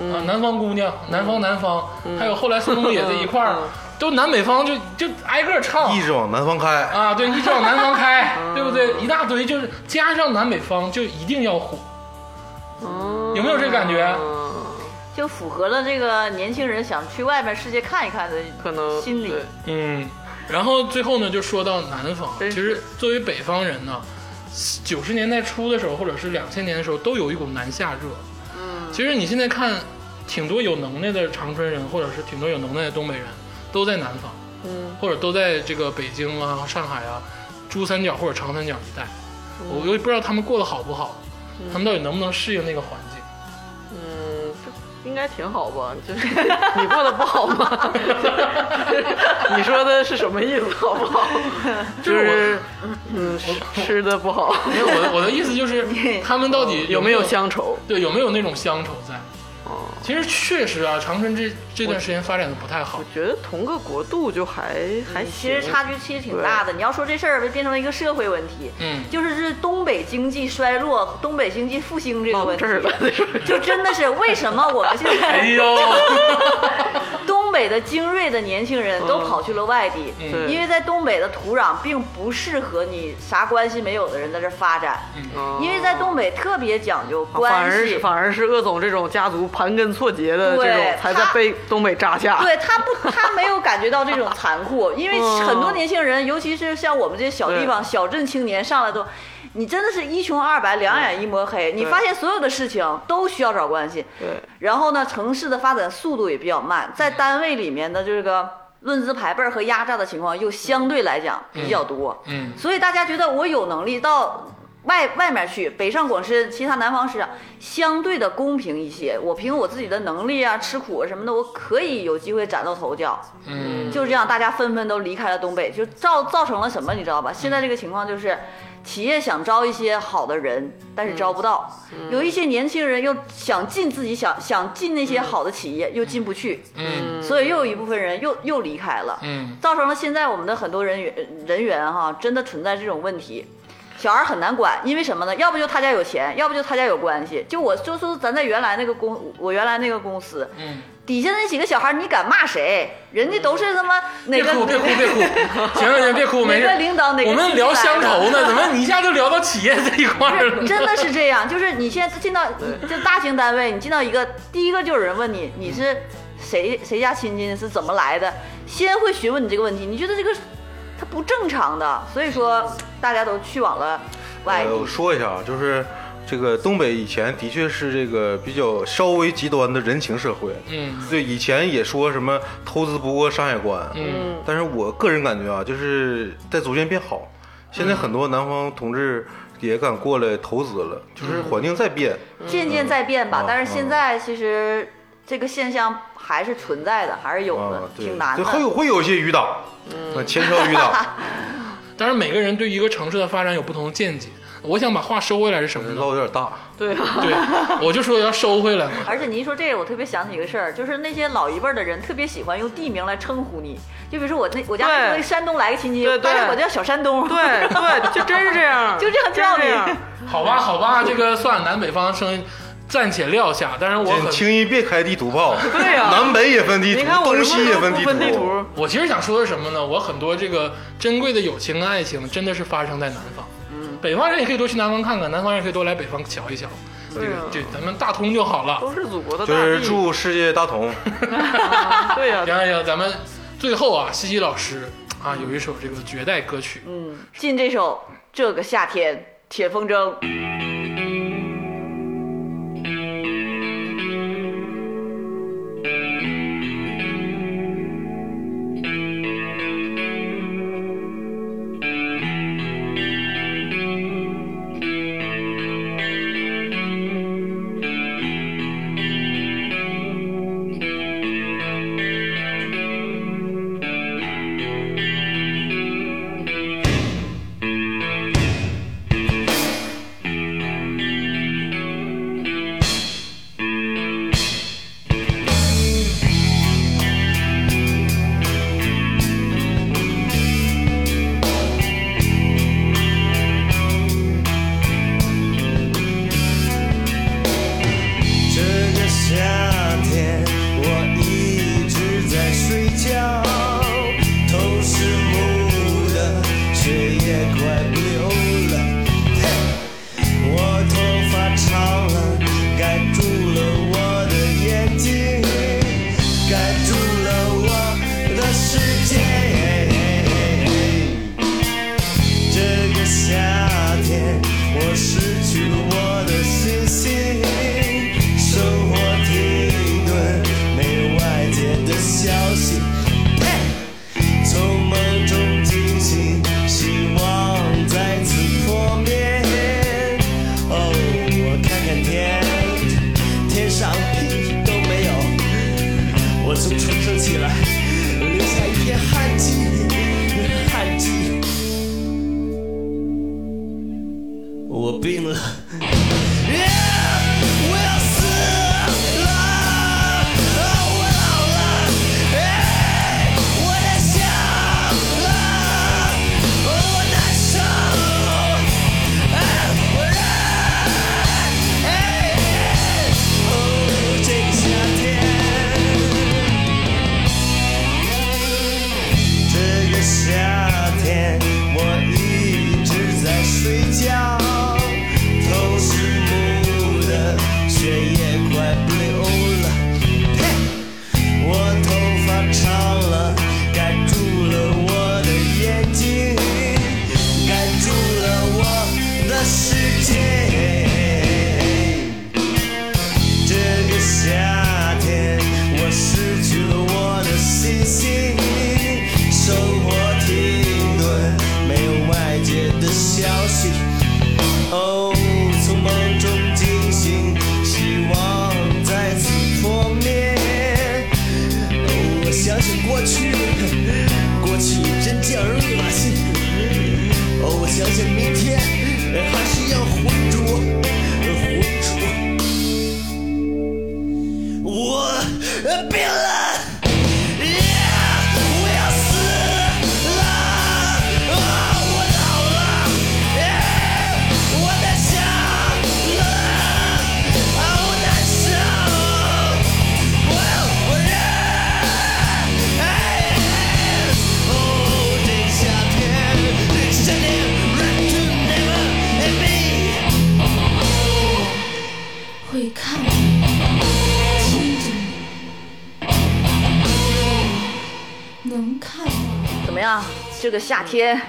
B: 嗯
A: 啊，《南方姑娘》《南方南方》还有后来宋冬野这一块儿，
B: 嗯
A: 都南北方就就挨个唱
C: 一直往南方开。
A: 啊，对，一直往南方开，
B: 嗯
A: 对不对？一大堆，就是加上南北方就一定要火，有没有这感觉？
B: 嗯
D: 就符合了这个年轻人想去外面世界看一看的
B: 可能
D: 心理
B: 对。
A: 嗯，然后最后呢，就说到南方，
B: 真
A: 其
B: 是
A: 实作为北方人呢，九十年代初的时候，或者是两千年的时候，都有一股南下热。嗯，其实你现在看，挺多有能耐的长春人，或者是挺多有能耐的东北人，都在南方，嗯，或者都在这个北京啊、上海啊、珠三角或者长三角一带。我我也不知道他们过得好不好，他们到底能不能适应那个环境。
B: 嗯，这应该挺好吧？就是 你过得不好吗？ 你说的是什么意思？好不好？就
A: 就是我
B: 是嗯，吃的不好，
A: 因为我的我的意思 就是，他们到底
B: 有没
A: 没
B: 有乡愁？
A: 对，有没有那种乡愁在？
D: 哦
A: 其实确实啊，长春这这段时间发展的不太好
B: 我。觉得同个国度就还还
D: 其
B: 行
D: 实差距其实挺大的。你要说这事儿变成了一个社会问题，
A: 嗯
D: 就是这东北经济衰落、东北经济复兴这个
B: 到
D: 问题
B: 这，儿了， 哎
D: 就真的是为什么我们现 在
A: 呦，
D: 东北的精锐的年轻
A: 嗯
D: 人都跑去了外地，
B: 对
D: 因为在东北的土壤并不适合你啥关系没有的人在这发展，因为在东北特别讲究
B: 啊反
D: 关
B: 而
D: 系
B: 是。反而是鄂总这种家族盘根错节的这
D: 对
B: 种，才在
D: 他
B: 被东北扎下。
D: 对他不，他没有感觉到这种残酷，因为
B: 嗯
D: 很多年轻人，尤其是像我们这些小地方、小镇青年上来都，你真的是一穷二白，两眼一抹黑。你发现所有的事情都需要找关系，
B: 对
D: 然后呢，城市的发展速度也比较慢，在单位里面的这个论资排辈儿和压榨的情况又相对来讲比较多，
A: 嗯
D: 所以大家觉得我有能力到外外面去，北上广深其他南方市场相对的公平一些，我凭我自己的能力啊、吃苦啊什么的，我可以有机会崭露头角。
A: 嗯，
D: 就这样，大家纷纷都离开了东北，就造造成了什么，你知道吧？现在这个情况就是，企业想招一些好的人，但是招不到；有一些年轻人又想进自己想想进那些好的企业，又进不去，
A: 嗯
D: 所以又有一部分人又又离开了，
A: 嗯
D: 造成了现在我们的很多人员人员哈，真的存在这种问题。小孩很难管，因为什么呢？要不就他家有钱，要不就他家有关系。就我就说咱在原来那个公，我原来那个公司，
A: 嗯，
D: 底下那几个小孩，你敢骂谁？人家都是他妈哪
A: 别
D: 个
A: 哭别哭别哭，行了行了，别哭，没事
D: 哪个。领导哪个
A: 我们聊乡愁
D: 亲戚来
A: 呢，
D: 的
A: 怎么你一下就聊到企业这一块儿 了？
D: 真的是这样，就是你现在进到就大型单位，你进到一个第一个就有人问你你是谁谁家亲戚是怎么来的，先会询问你这个问题，你觉得这个它不正常的，所以说大家都去往了外
C: 呃，
D: 地
C: 我。说一下啊，就是这个东北以前的确是这个比较稍微极端的人情社会，
A: 嗯
C: 对，以前也说什么投资不过山海关，
A: 嗯，
D: 嗯，
C: 但是我个人感觉啊，就是在逐渐变好。现在很多南方同志也敢过来投资了，就是环境在变。
D: 渐渐在变吧
C: 嗯，
D: 但是现在其实这个现象还是存在的，还是有
C: 啊
D: 的，，
C: 对
D: 嗯挺难，
C: 就会有
D: 的。
C: 会有一些余党，嗯，前朝余党，
A: 当然每个人对一个城市的发展有不同的见解。我想把话收回来是什么呢？
C: 唠有点大。
B: 对啊，
A: 对，我就说要收回来嘛。
D: 而且你一说这个，我特别想起一个事儿，就是那些老一辈儿的人特别喜欢用地名来称呼你，就比如说我那我家
B: 对
D: 那个山东来个亲戚
B: 对，对
D: 但是我叫小山东，
B: 对对，就真是这样，
D: 就这样
B: 真是
D: 叫
B: 这
D: 你
B: 样。
A: 好吧，好吧，这个算了，南北方声音暂且撂下。但是我
C: 请
A: 很，
C: 轻易别开地图炮，
B: 对呀
C: 南北也分地
B: 你
C: 图，
B: 看我
C: 东西也
B: 分
C: 地
B: 分地
C: 图。
B: 图，
A: 我其实想说的是什么呢？我很多这个珍贵的友情跟爱情，真的是发生在南方。北方人也可以多去南方看看，南方人也可以多来北方瞧一瞧。
B: 对啊，
A: 对，咱们大通就好了。
B: 都是祖国的大
C: 就是
B: 地，
C: 祝世界大同，
B: 对呀，
A: 行行，咱们最后啊，西西老师啊，有一首这个绝代歌曲，
D: 嗯，进这首《这个夏天》，铁风筝。
J: 这个夏天，我一直在睡觉，头是木的，血也快不流了。嘿，我头发长了，盖住了我的眼睛，盖住了我的世界。这个夏天，我失去了我的信心，生活停顿，没有外界的消息。嘿从梦中惊醒，希望再次破灭。哦，我看看天，天上屁都没有。我从床上起来，留下一片汗迹，汗迹。我病了。哎我要死了，哎我老了，哎，我在想了，我难受，哎，我忍，哎，哦，这个夏天。这个夏天，我一直在睡觉，头是木的，血也快不流了。嘿，我头发长了，盖住了我的眼睛，盖住了我的世界。这个夏天，我失去了我的信心，生活停顿，没有外界的消息。哦，从梦中惊醒，希望再次破灭。哦，我想想过去，过去真叫人恶心。哦，我想想明天，还是要浑浊，浑浊。我呃病了。Yeah，我要死了，啊，我老了，Yeah，
D: 这个夏 天，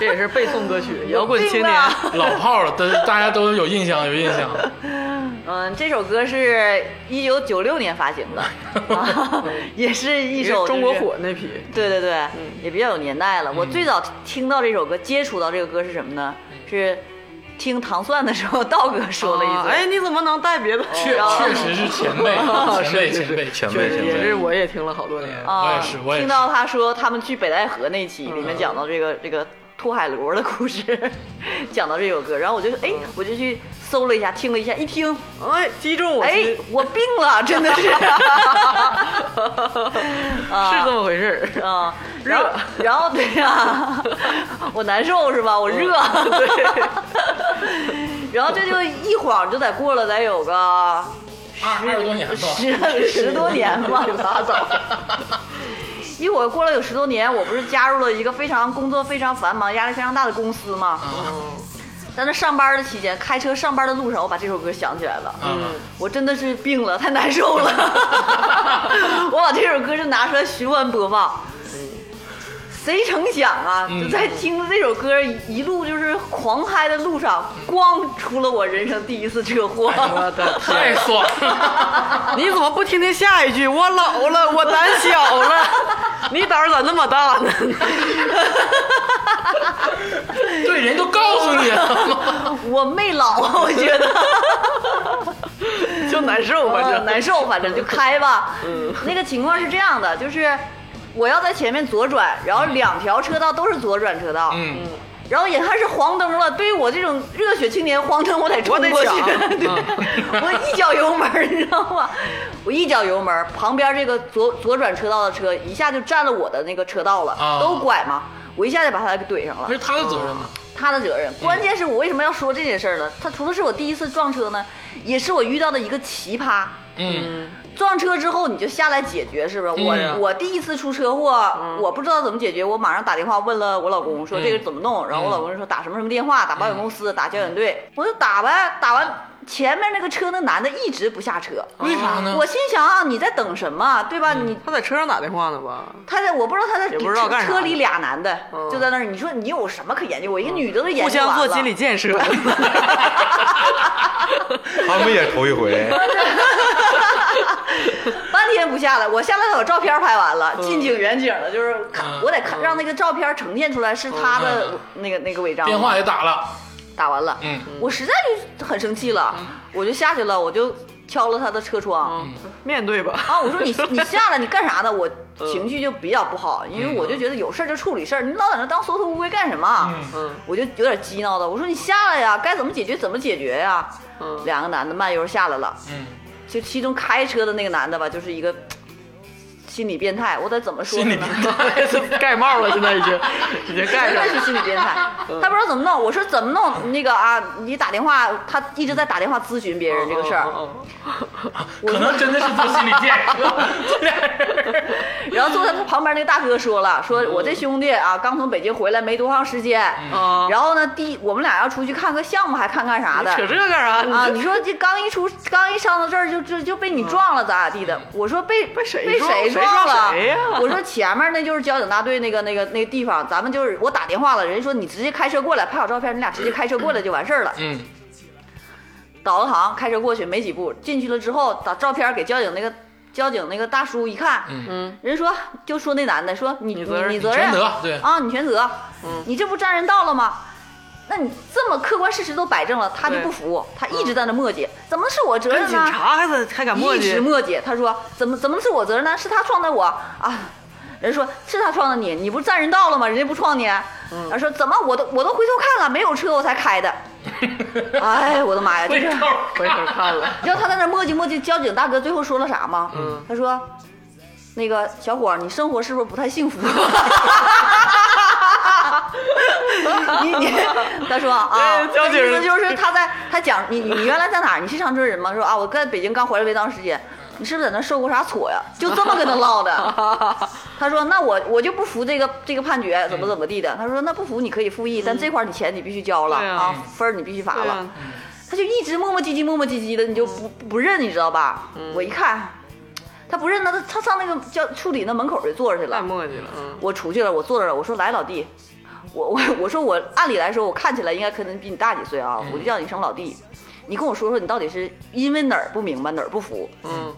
B: 这也是背诵歌曲《摇滚青
D: 有病
B: 年》
D: 吧
A: 老炮儿都大家都有印象，有印 象。
D: 嗯，这首歌是一九九六年发行 的，啊也是一首
B: 中国
D: 就是
B: 火那批，
D: 对对对，
A: 嗯
D: 也比较有年代了。我最早听到这首歌、接触到这个歌是什么呢？
A: 嗯
D: 是听糖蒜的时候，道哥说了一
B: 啊
A: 哦
D: 嘴。
B: 哎，你怎么能带别的？
A: 确确实哦是前辈，前辈，前辈，
C: 前
B: 确
C: 辈
B: 实
C: 前
B: 也是，
C: 辈，
B: 我也听了好多年。
D: 啊
A: 我也是，我也
D: 听
A: 是。
D: 到他说他们去北戴河那期，里面讲到这个这个兔海螺的故事， 讲到这首歌，然后我就哎，
A: 嗯
D: 我就去搜了一下，听了一下，一听，
B: 哎，击中我
D: 哎
B: 心，，
D: 我病了，真的 是，
B: 是
D: 啊
B: 这么回事儿。
D: 啊，然后 然后对呀、我难受是吧？我热，对， 然后这就一晃就得过了，得有个
A: 啊二二十多年吧，
D: 十十多年吧，拉 倒。一会儿过了有十多年，我不是加入了一个非常工作非常繁忙、压力非常大的公司吗？在那上班的期间，开车上班的路上，我把这首歌想起来了。
A: 嗯，
D: 我真的是病了，太难受 了。我把这首歌就拿出来循环播放。谁成想啊，
B: 嗯
D: 就在听着这首歌一路就是狂嗨的路上，咣出了我人生第一次车祸。
B: 哎我的天！
A: 太爽了。
B: 你怎么不听听下一句？我老了，我胆小了， 你胆儿咋那么大呢？
A: 对，人都告诉你了。
D: 我没老，我觉得。
B: 就难受，反
D: 呃
B: 正
D: 难受，反正 就开吧。那个情况是这样的，就是我要在前面左转，然后两条车道都是左转车道，
A: 嗯，
D: 然后眼看是黄灯了，对于我这种热血青年，黄灯我得冲
B: 我得嗯
D: 过去，
B: 抢
D: 对，我一脚油门儿， 你知道吗？我一脚油门儿，旁边这个左左转车道的车一下就占了我的那个车道了，
A: 啊
D: 都拐嘛，我一下就把他给怼上了
A: 不。是他的责任吗？
D: 他的责任。
B: 嗯
D: 关键是我为什么要说这件事儿呢？他除了是我第一次撞车呢，也是我遇到的一个奇葩。
A: 嗯，
D: 撞车之后你就下来解决，是不是？
A: 嗯
D: 我我第一次出车祸，
B: 嗯
D: 我不知道怎么解决，我马上打电话问了我老公，说这个怎么
B: 嗯
D: 弄？然后我老公就说打什么什么电话，打保险公司，打交警队，我就打呗，打完。前面那个车那男的一直不下车，
B: 哦
A: 为啥呢
D: 我心想啊，你在等什么，对吧？你
B: 他在车上打电话呢吧？
D: 他在我不知道他在
B: 嗯也不知道干啥嗯
D: 车里俩男的就在那儿，你说你有什么可研究？我一个女的都研究
B: 互相
D: 完
B: 做
D: 了
B: 心理建 设，
C: 他们也头一回，
D: 半天不下来，我下来把照片拍完了，近景远景的，就是看
A: 嗯
D: 我得看让那个照片呈现出来是他的那个那个违章。
A: 电话也打了，
D: 打完了，
A: 嗯，
D: 我实在就很生气了，我就下去了，我就敲了他的车
A: 嗯
D: 窗
B: 嗯面对吧。
D: 啊，我 说你你下来你干啥呢？我情绪就比较不好，因为我就觉得有事儿就处理事儿，你老在那当缩头乌龟干什么？
B: 嗯
D: 我就有点激恼的，我说你下来呀，该怎么解决怎么解决呀。
B: 嗯
D: 两个男的慢悠下来了，
A: 嗯，
D: 就其中开车的那个男的吧，就是一个心理变态，我得怎么说
A: 心
D: 呢
A: 理？变 态。
B: 盖帽了，现在已经已经盖
D: 实
B: 上
D: 在是
B: 了。
D: 心理变态，
B: 嗯
D: 他不知道怎么弄。我说怎么弄？那个啊，你打电话，他一直在打电话咨询别人这个事儿。
B: 嗯，嗯
A: 可能真的是做心理建 设。
B: 嗯
D: 然后坐在他旁边那个大哥说了，说我这兄弟啊，刚从北京回来没多长时间，
B: 嗯
D: 然后呢，第我们俩要出去看个项目，还看看啥的。
B: 扯这干啥？
D: 啊！
B: 你
D: 你说这刚一出，刚一上到这儿就就就被你撞了，咋咋地的？我说被被
B: 嗯谁
D: 被
B: 撞
D: 谁
B: 谁
D: 撞
B: 撞
D: 了？
B: 谁呀
D: 我说前面那就是交警大队那个那个那个地方，咱们就是我打电话了，人家说你直接开车过来，拍好照片，你俩直接开车过来就完事儿了。
A: 嗯，
D: 导了航，开车过去没几步，进去了之后，把照片给交警那个交警那个大叔一看，嗯，人说就说那男的说你你
B: 责任
D: 你责
A: 全
D: 任
A: 责 对
D: 啊，你全责，你这不占人道了吗？那你这么客观事实都摆正了，他就
B: 对
D: 不服，他一直在那磨叽，怎么是我责任
B: 跟
D: 呢？
B: 警察还敢还敢磨
D: 一直
B: 叽？
D: 磨叽。他说怎么怎么是我责任呢？是他撞的我啊。人说是他撞的你，你不是占人道了吗？人家不撞你。嗯、说怎么我都我都回头看了，没有车我才开的。哎，我的妈呀！这
A: 被
D: 是
A: 扣
B: 回头 看了，
D: 你知道他在那磨叽磨叽，交警大哥最后说了啥吗？
B: 嗯
D: 他说：“那个小伙儿，你生活是不是不太幸福？” 你你，他说啊，
B: 对交警
D: 意思就是他在他讲你你原来在哪儿？你是长春人吗？说啊，我在北京刚回来没多长时间。你是不是在那儿受过啥挫呀？就这么跟他唠 的。他说：“那我我就不服这个这个判决，怎么怎么地的。”他说：“那不服你可以复议，但这块儿你钱你必须交了
B: 嗯对啊
D: 啊，分儿你必须罚
B: 对
D: 了
B: 啊。”
D: 他就一直磨磨唧唧、磨磨唧唧的，你就不不认，你知道吧？我一看，他不认得他，他上那个叫处理那门口就坐着去
B: 太
D: 了。
B: 磨叽了，嗯，
D: 我出去了，我坐那儿了，我说来老弟，我我我说我按理来说我看起来应该可能比你大几岁啊，我就叫你一声老弟，你跟我说说你到底是因为哪儿不明白哪儿不服？
B: 嗯，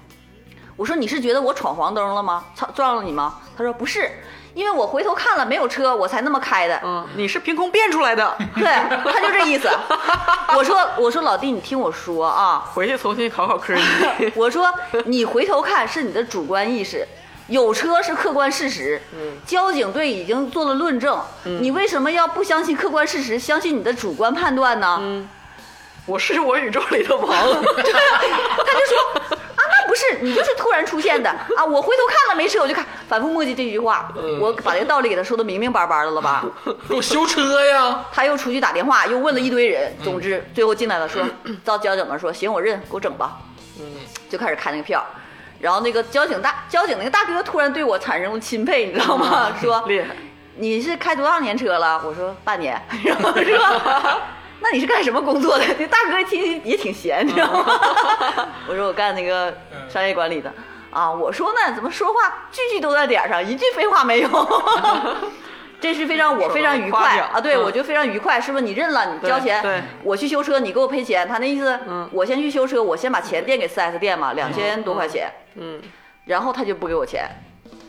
D: 我说你是觉得我闯黄灯了吗？撞撞了你吗？他说不是，因为我回头看了没有车，我才那么开的。
B: 嗯，你是凭空变出来的，
D: 对，他就这意思。我说我说老弟，你听我说啊，
B: 回去重新考考科一。
D: 我说你回头看是你的主观意识，有车是客观事实，交警队已经做了论证，你为什么要不相信客观事实，相信你的主观判断呢？
B: 我是我宇宙里的 王，
D: 他就说啊，那不是你就是突然出现的啊！我回头看了没车，我就看，反复墨迹这句话，我把这个道理给他说的明明白白的了吧？
A: 给我修车呀！
D: 他又出去打电话，又问了一堆人，
B: 嗯
D: 总之最后进来了， 说到交警那儿说行，我认，给我整吧。嗯，就开始开那个票，然后那个交警大交警那个大哥突然对我产生了钦佩，你知道吗？说
B: 啊厉害，
D: 你是开多少年车了？我说半 年，然后说。 那你是干什么工作的？那大哥其实也挺闲，你知道 吗？我说我干那个
B: 嗯
D: 商业管理的啊。我说呢，怎么说话句句都在点儿上，一句废话没 有。这是非常我非常愉
B: 夸
D: 快
B: 奖
D: 啊！对，
B: 嗯
D: 我就非常愉快，是不是？你认了，你
B: 对
D: 交钱
B: 对，
D: 我去修车，你给我赔钱。他那意思
B: 嗯，
D: 我先去修车，我先把钱垫给 4S 店嘛，两千多块钱。
B: 嗯
D: 然后他就不给我钱，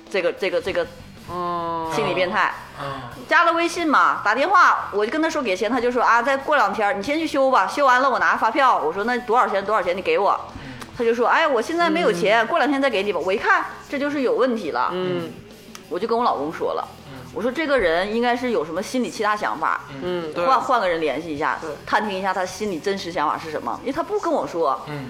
D: 这个这个这个
B: 哦，
D: 心理变态。
A: 啊，
D: 加了微信嘛，打电话，我就跟他说给钱，他就说啊，再过两天你先去修吧，修完了我拿发票。我说那多少钱？多少钱？你给我。
B: 嗯
D: 他就说哎，我现在没有钱，过两天再给你吧。我一看这就是有问题了，
B: 嗯
D: 我就跟我老公说了，我说这个人应该是有什么心理其他想法，
B: 嗯，对，
D: 换换个人联系一下
B: 对，
D: 探听一下他心里真实想法是什么，因为他不跟我说，
A: 嗯，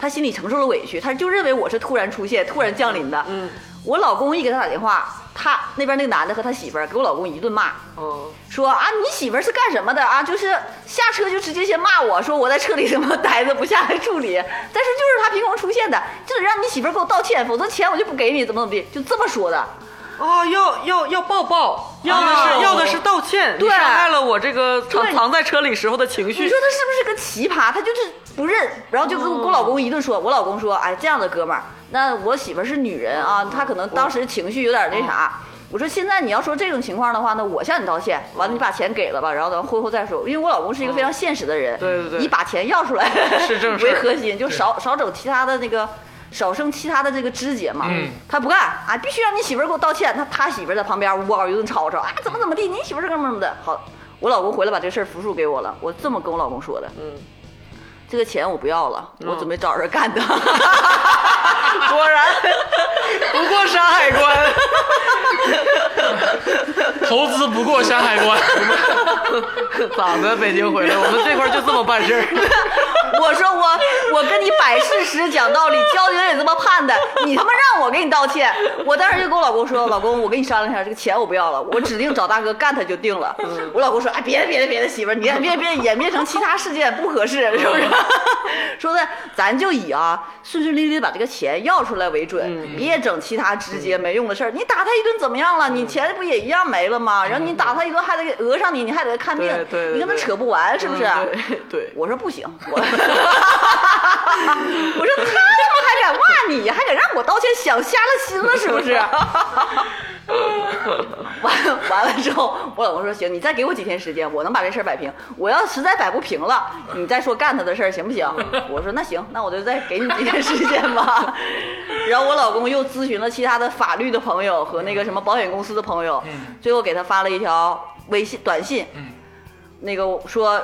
D: 他心里承受了委屈，他就认为我是突然出现、突然降临的。
B: 嗯，
D: 我老公一给他打电话，他那边那个男的和他媳妇儿给我老公一顿骂，
B: 哦，
D: 说啊，你媳妇儿是干什么的啊？就是下车就直接先骂我说我在车里什么呆着不下来处理，但是就是他凭空出现的，就得让你媳妇儿给我道歉，否则钱我就不给你，怎么怎么地，就这么说的。
B: 啊，要要要抱抱，要的
D: 啊
B: 是要的是道歉，
D: 对
B: 你伤害了我这个藏
D: 对
B: 藏在车里时候的情绪哦
D: 你说。他是不是个奇葩？他就是不认，然后就跟我老公一顿说。我老公说：“哎，这样的哥们儿，那我媳妇儿是女人
B: 哦
D: 啊，她可能当时情绪有点那啥。”我说：“现在你要说这种情况的话，那我向你道歉。完了，你把钱给了吧，然后咱婚后再说。因为我老公是一个非常现实的人，
B: 哦对对对
D: 你把钱要出来
B: 是正事儿
D: 为核心，就少少整其他的那个。”少生其他的这个枝节嘛，
A: 嗯
D: 他不干啊，必须让你媳妇儿给我道歉。他他媳妇儿在旁边呜嗷一顿吵吵啊，怎么怎么地，你媳妇儿是干嘛怎么的。好，我老公回来把这事儿复述给我了，我这么跟我老公说的，
B: 嗯，
D: 这个钱我不要了，我准备找人干的。
B: 果 然不过山海关，
A: 投资不过山海 关，
B: 咋的？北京回来，我们这块儿就这么办事儿。
D: 我说我我跟你摆事实讲道理，交警也这么判的，你他妈让我给你道歉。我当时就跟我老公说，老公，我跟你商量一下，这个钱我不要了，我指定找大哥干他就定了。
B: 嗯
D: 我老公说，哎，别的别的别的，媳妇儿，你别别别演变成其他事件不合适，是不是？
B: 嗯
D: 说的咱就以啊顺顺利利把这个钱要出来为
B: 嗯
D: 准，别整其他直接没用的事儿。你打他一顿怎么样了？
B: 嗯
D: 你钱不也一样没了吗？然后你打他一顿还得给讹上你，你还得给他看病
B: 对嗯对，对
D: 你跟他
B: 对
D: 扯不完， 是不是？啊
B: 嗯对
D: 我说不行，我 我说他他妈还敢骂你，还敢让我道歉，想瞎了心了是不 是？完完了之后，我老公说行，你再给我几天时间，我能把这事儿摆平。我要实在摆不平了，你再说干他的事儿行不行？我说那行，那我就再给你几天时间吧。 然后我老公又咨询了其他的法律的朋友和那个什么保险公司的朋友，最后给他发了一条微信短信，那个说，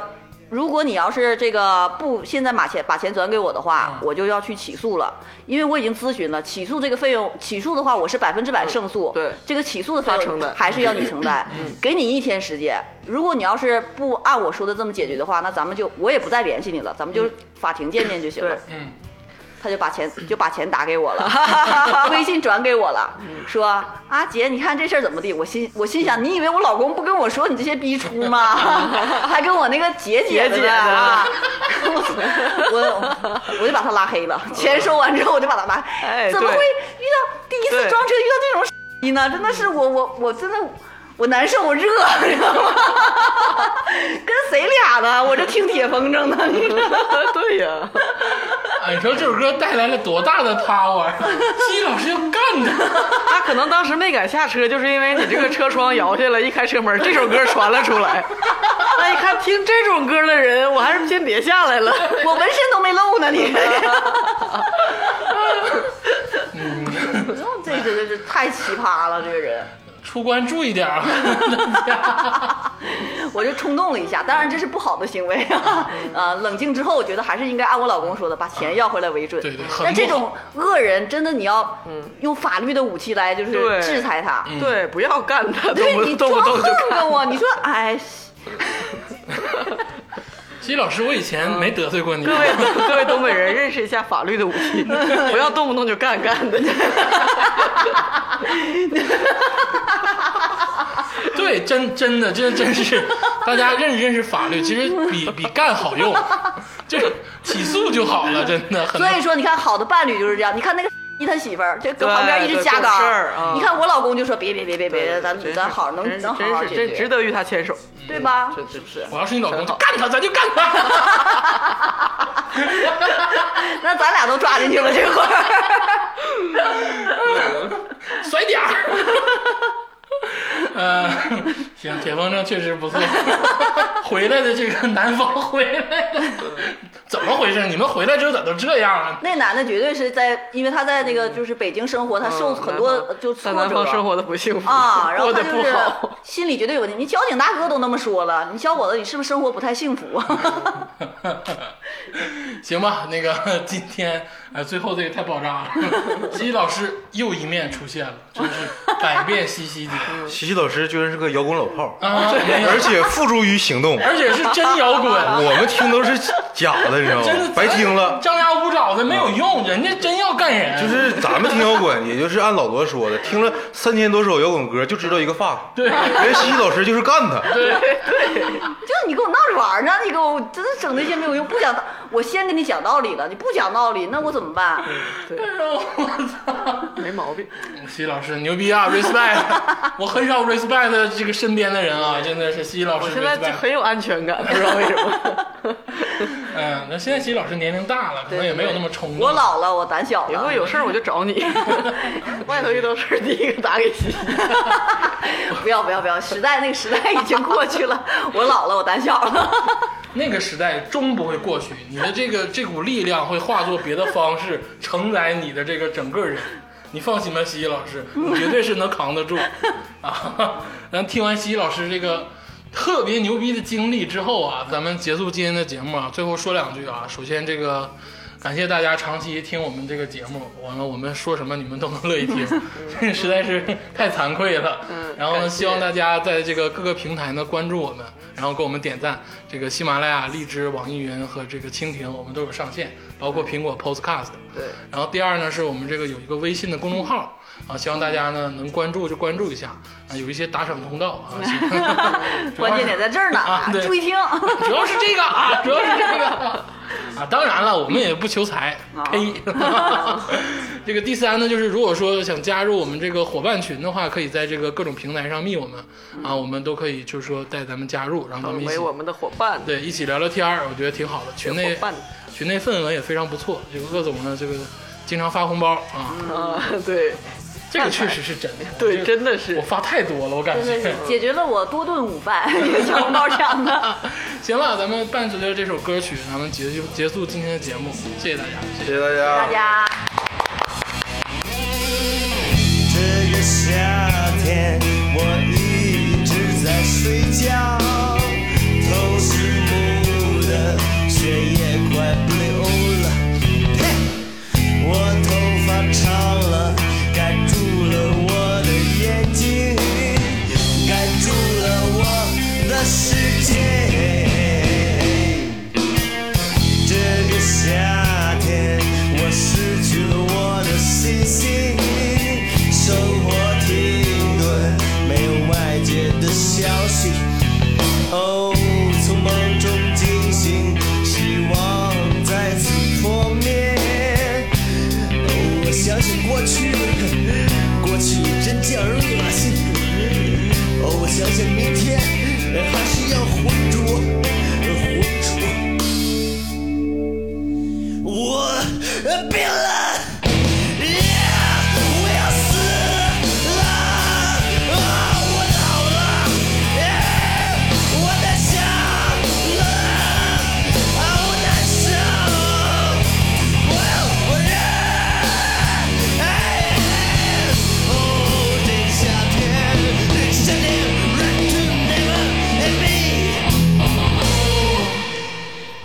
D: 如果你要是这个不现在把钱把钱转给我的话，
B: 嗯
D: 我就要去起诉了，因为我已经咨询了，起诉这个费用，起诉的话我是百分之百胜诉，
B: 嗯对
D: 这个起诉的费用
B: 他承担
D: 还是要你承担，
B: 嗯
D: 给你一天时间，如果你要是不按我说的这么解决的话，那咱们就我也不再联系你了，咱们就法庭见面就行了
B: 嗯对。
A: 嗯，
D: 他就把钱就把钱打给我了， 微信转给我 了，说啊姐，你看这事儿怎么地？我心我心想，你以为我老公不跟我说你这些逼出 吗？还跟我那个姐姐
B: 姐
D: 姐
B: 姐呢
D: 啊，我我就把他拉黑了。钱收完之后，我就把他拉黑。
B: 哎
D: 怎么
B: 对
D: 会遇到第一次
B: 对
D: 装车遇到这种事逼呢？真的是我我我真的。我难受，我热，你知道吗？ 跟谁俩呢？我这听铁风筝呢，你知道吗？
B: 对呀，
A: 哎，你说这首歌带来了多大的 power？西西老师要干他！
B: 他可能当时没敢下车，就是因为你这个车窗摇下来，一开车门，这首歌传了出 来。那一看听这种歌的人，我还是先别下来了。
D: 我纹身都没露呢，你。
B: 嗯
D: 这这这这太奇葩了，这个人，
A: 出关注一点啊！
D: 我就冲动了一下，当然这是不好的行为啊。
B: 嗯
D: 啊，冷静之后，我觉得还是应该按我老公说的，把钱要回来为准。
A: 对对很
D: 但这
A: 不好
D: 种恶人，真的你要用法律的武器来就是
B: 嗯对
D: 制裁他。
B: 对，不要干 他，动
D: 嗯你
B: 不动
D: 装
B: 不动
D: 横
B: 就 干
D: 着。我，你说哎，
A: 西西老师，我以前没得罪过你。
B: 各位各位东北人，认识一下法律的 武器，不要动不动就干干的。
A: 对，真真的，这真是大家认识认识法律，其实比比干好用，就是起诉就好了，真的很
D: 所以说你看好的伴侣就是这样，你看那个。 他媳妇儿就搁旁边一直
B: 对
D: 加
B: 懂
D: 杆
B: 事
D: 儿
B: 儿啊
D: 你看我老公就说别别别别别，咱
B: 真是
D: 咱好能
B: 真是
D: 能好好
B: 真是
D: 解
B: 真值
D: 决，嗯
B: 得与他牵手。
D: 对吧？
B: 这是不是？
A: 我要是你老公，就干他，咱就干他。
D: 那咱俩都抓进去了，这 会儿。
A: 甩 点儿。呃，行，铁风筝确 实不错。回来的这个南方回来的，怎么回事？你们回来之后咋都这样啊？
D: 那男的绝对是在，因为他在那个就是北京生活，他受很多呃就挫
B: 嗯在南嗯方生
D: 折。
B: 活的不幸福
D: 啊，然后
B: 过
D: 他
B: 得
D: 就
B: 不
D: 是
B: 好。
D: 心里绝对有问题。你交警大哥都那么说了，你小伙子，你是不是生活不太幸福？啊
B: 嗯
A: 行吧，那个今天呃最后这个太 爆炸了，西西老师又一面出现了，真是百变西 西姐
C: 西西老师居然是个摇滚老炮 儿，
A: 啊！没有
C: 而且付诸于行动。
A: 而且是真摇 滚，
C: 我们听都是假的，你知道
A: 真的
C: 哦吗？白听了。
A: 张牙舞爪的没有用，人家真要干人，
C: 就是咱们听摇滚，也就是按老罗说的，听了三千多首摇滚歌，就知道一个 fuck。
A: 对
C: 人家西西老师就是干他。
D: 就是你跟我闹着玩儿呢，你给我真的整那些没有用，不讲道，我先跟你讲道理了，你不讲道理，那我怎么办？
A: 哎呦我操！
B: 没毛病，
A: 西老师牛逼啊，respect！我 很少 respect 这个身边的人啊，真的是西老
B: 我
A: 师
B: 现在就
A: respect。
B: 很有安全感，不知 道为什 么。
A: 嗯，那现在西老师年龄大了，可能也没有那么冲动。
D: 我老了，我胆小
B: 以后
D: 了。
B: 有事儿我就找你， 外头遇到事儿第一个打给 西西。
D: 不要不要不要，时代那个时代已经过去了，我老了，我胆小了。
A: 那个时代终不会过去，你的这个这股力量会化作别的方式 承载你的这个整个人。你放心吧，西西老师，你绝对是能扛得住 啊！咱听完西西老师这个特别牛逼的经历之后啊，咱们结束今天的节目啊，最后说两句啊。首先，这个感谢大家长期听我们这个节目，完了我们说什么你们都能乐意 听，这 实在是太惭愧了。然后
B: 嗯
A: 呢，
B: 感谢
A: 希望大家在这个各个平台呢关注我们，然后给我们点赞。这个喜马拉雅、荔枝、网易云和这个蜻蜓我们都有上线，包括苹果 Podcast。
B: 对，
A: 然后第二呢，是我们这个有一个微信的公众号啊，希望大家呢能关注就关注一下啊，有一些打赏通 道啊，希望
D: 关键点在这儿呢，
A: 啊 对
D: 注意听。
A: 主要是这个啊，主要是这个啊。当然了，我们也不求财，
B: 啊
A: 呸。这个第三呢，就是如果说想加入我们这个伙伴群的话，可以在这个各种平台上密我们啊，我们都可以就是说带咱们加入，然后咱们一
B: 成
A: 起
B: 为我们的伙伴，
A: 对一起聊聊天儿，我觉得挺好的。群内
B: 伙伴
A: 群内氛围也非常不错，这个鄂总呢，这个经常发红包啊，
B: 啊，对
A: 这个确实是真 的。啊这
B: 对，
A: 个
B: 真的
A: 我
B: 是
A: 发太多了，我感
D: 真的
A: 觉
D: 是。解决了我多顿午饭，小红包抢的。
A: 行了，咱们伴随着这首歌曲，咱们结束结束今天的节目，谢谢大家，谢
C: 谢
A: 谢。
C: 谢大家。
D: 大家。
J: 这个夏天我一直在睡觉，头是木的，血也快流了。嘿我头发长了，盖住了我的眼睛，盖住了我的世界。这个夏天，我失去了我的信心，生活停顿，没有外界的消息。Oh，Oh，Oh，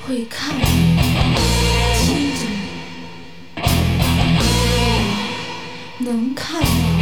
G: 会看我，亲着我，能看我。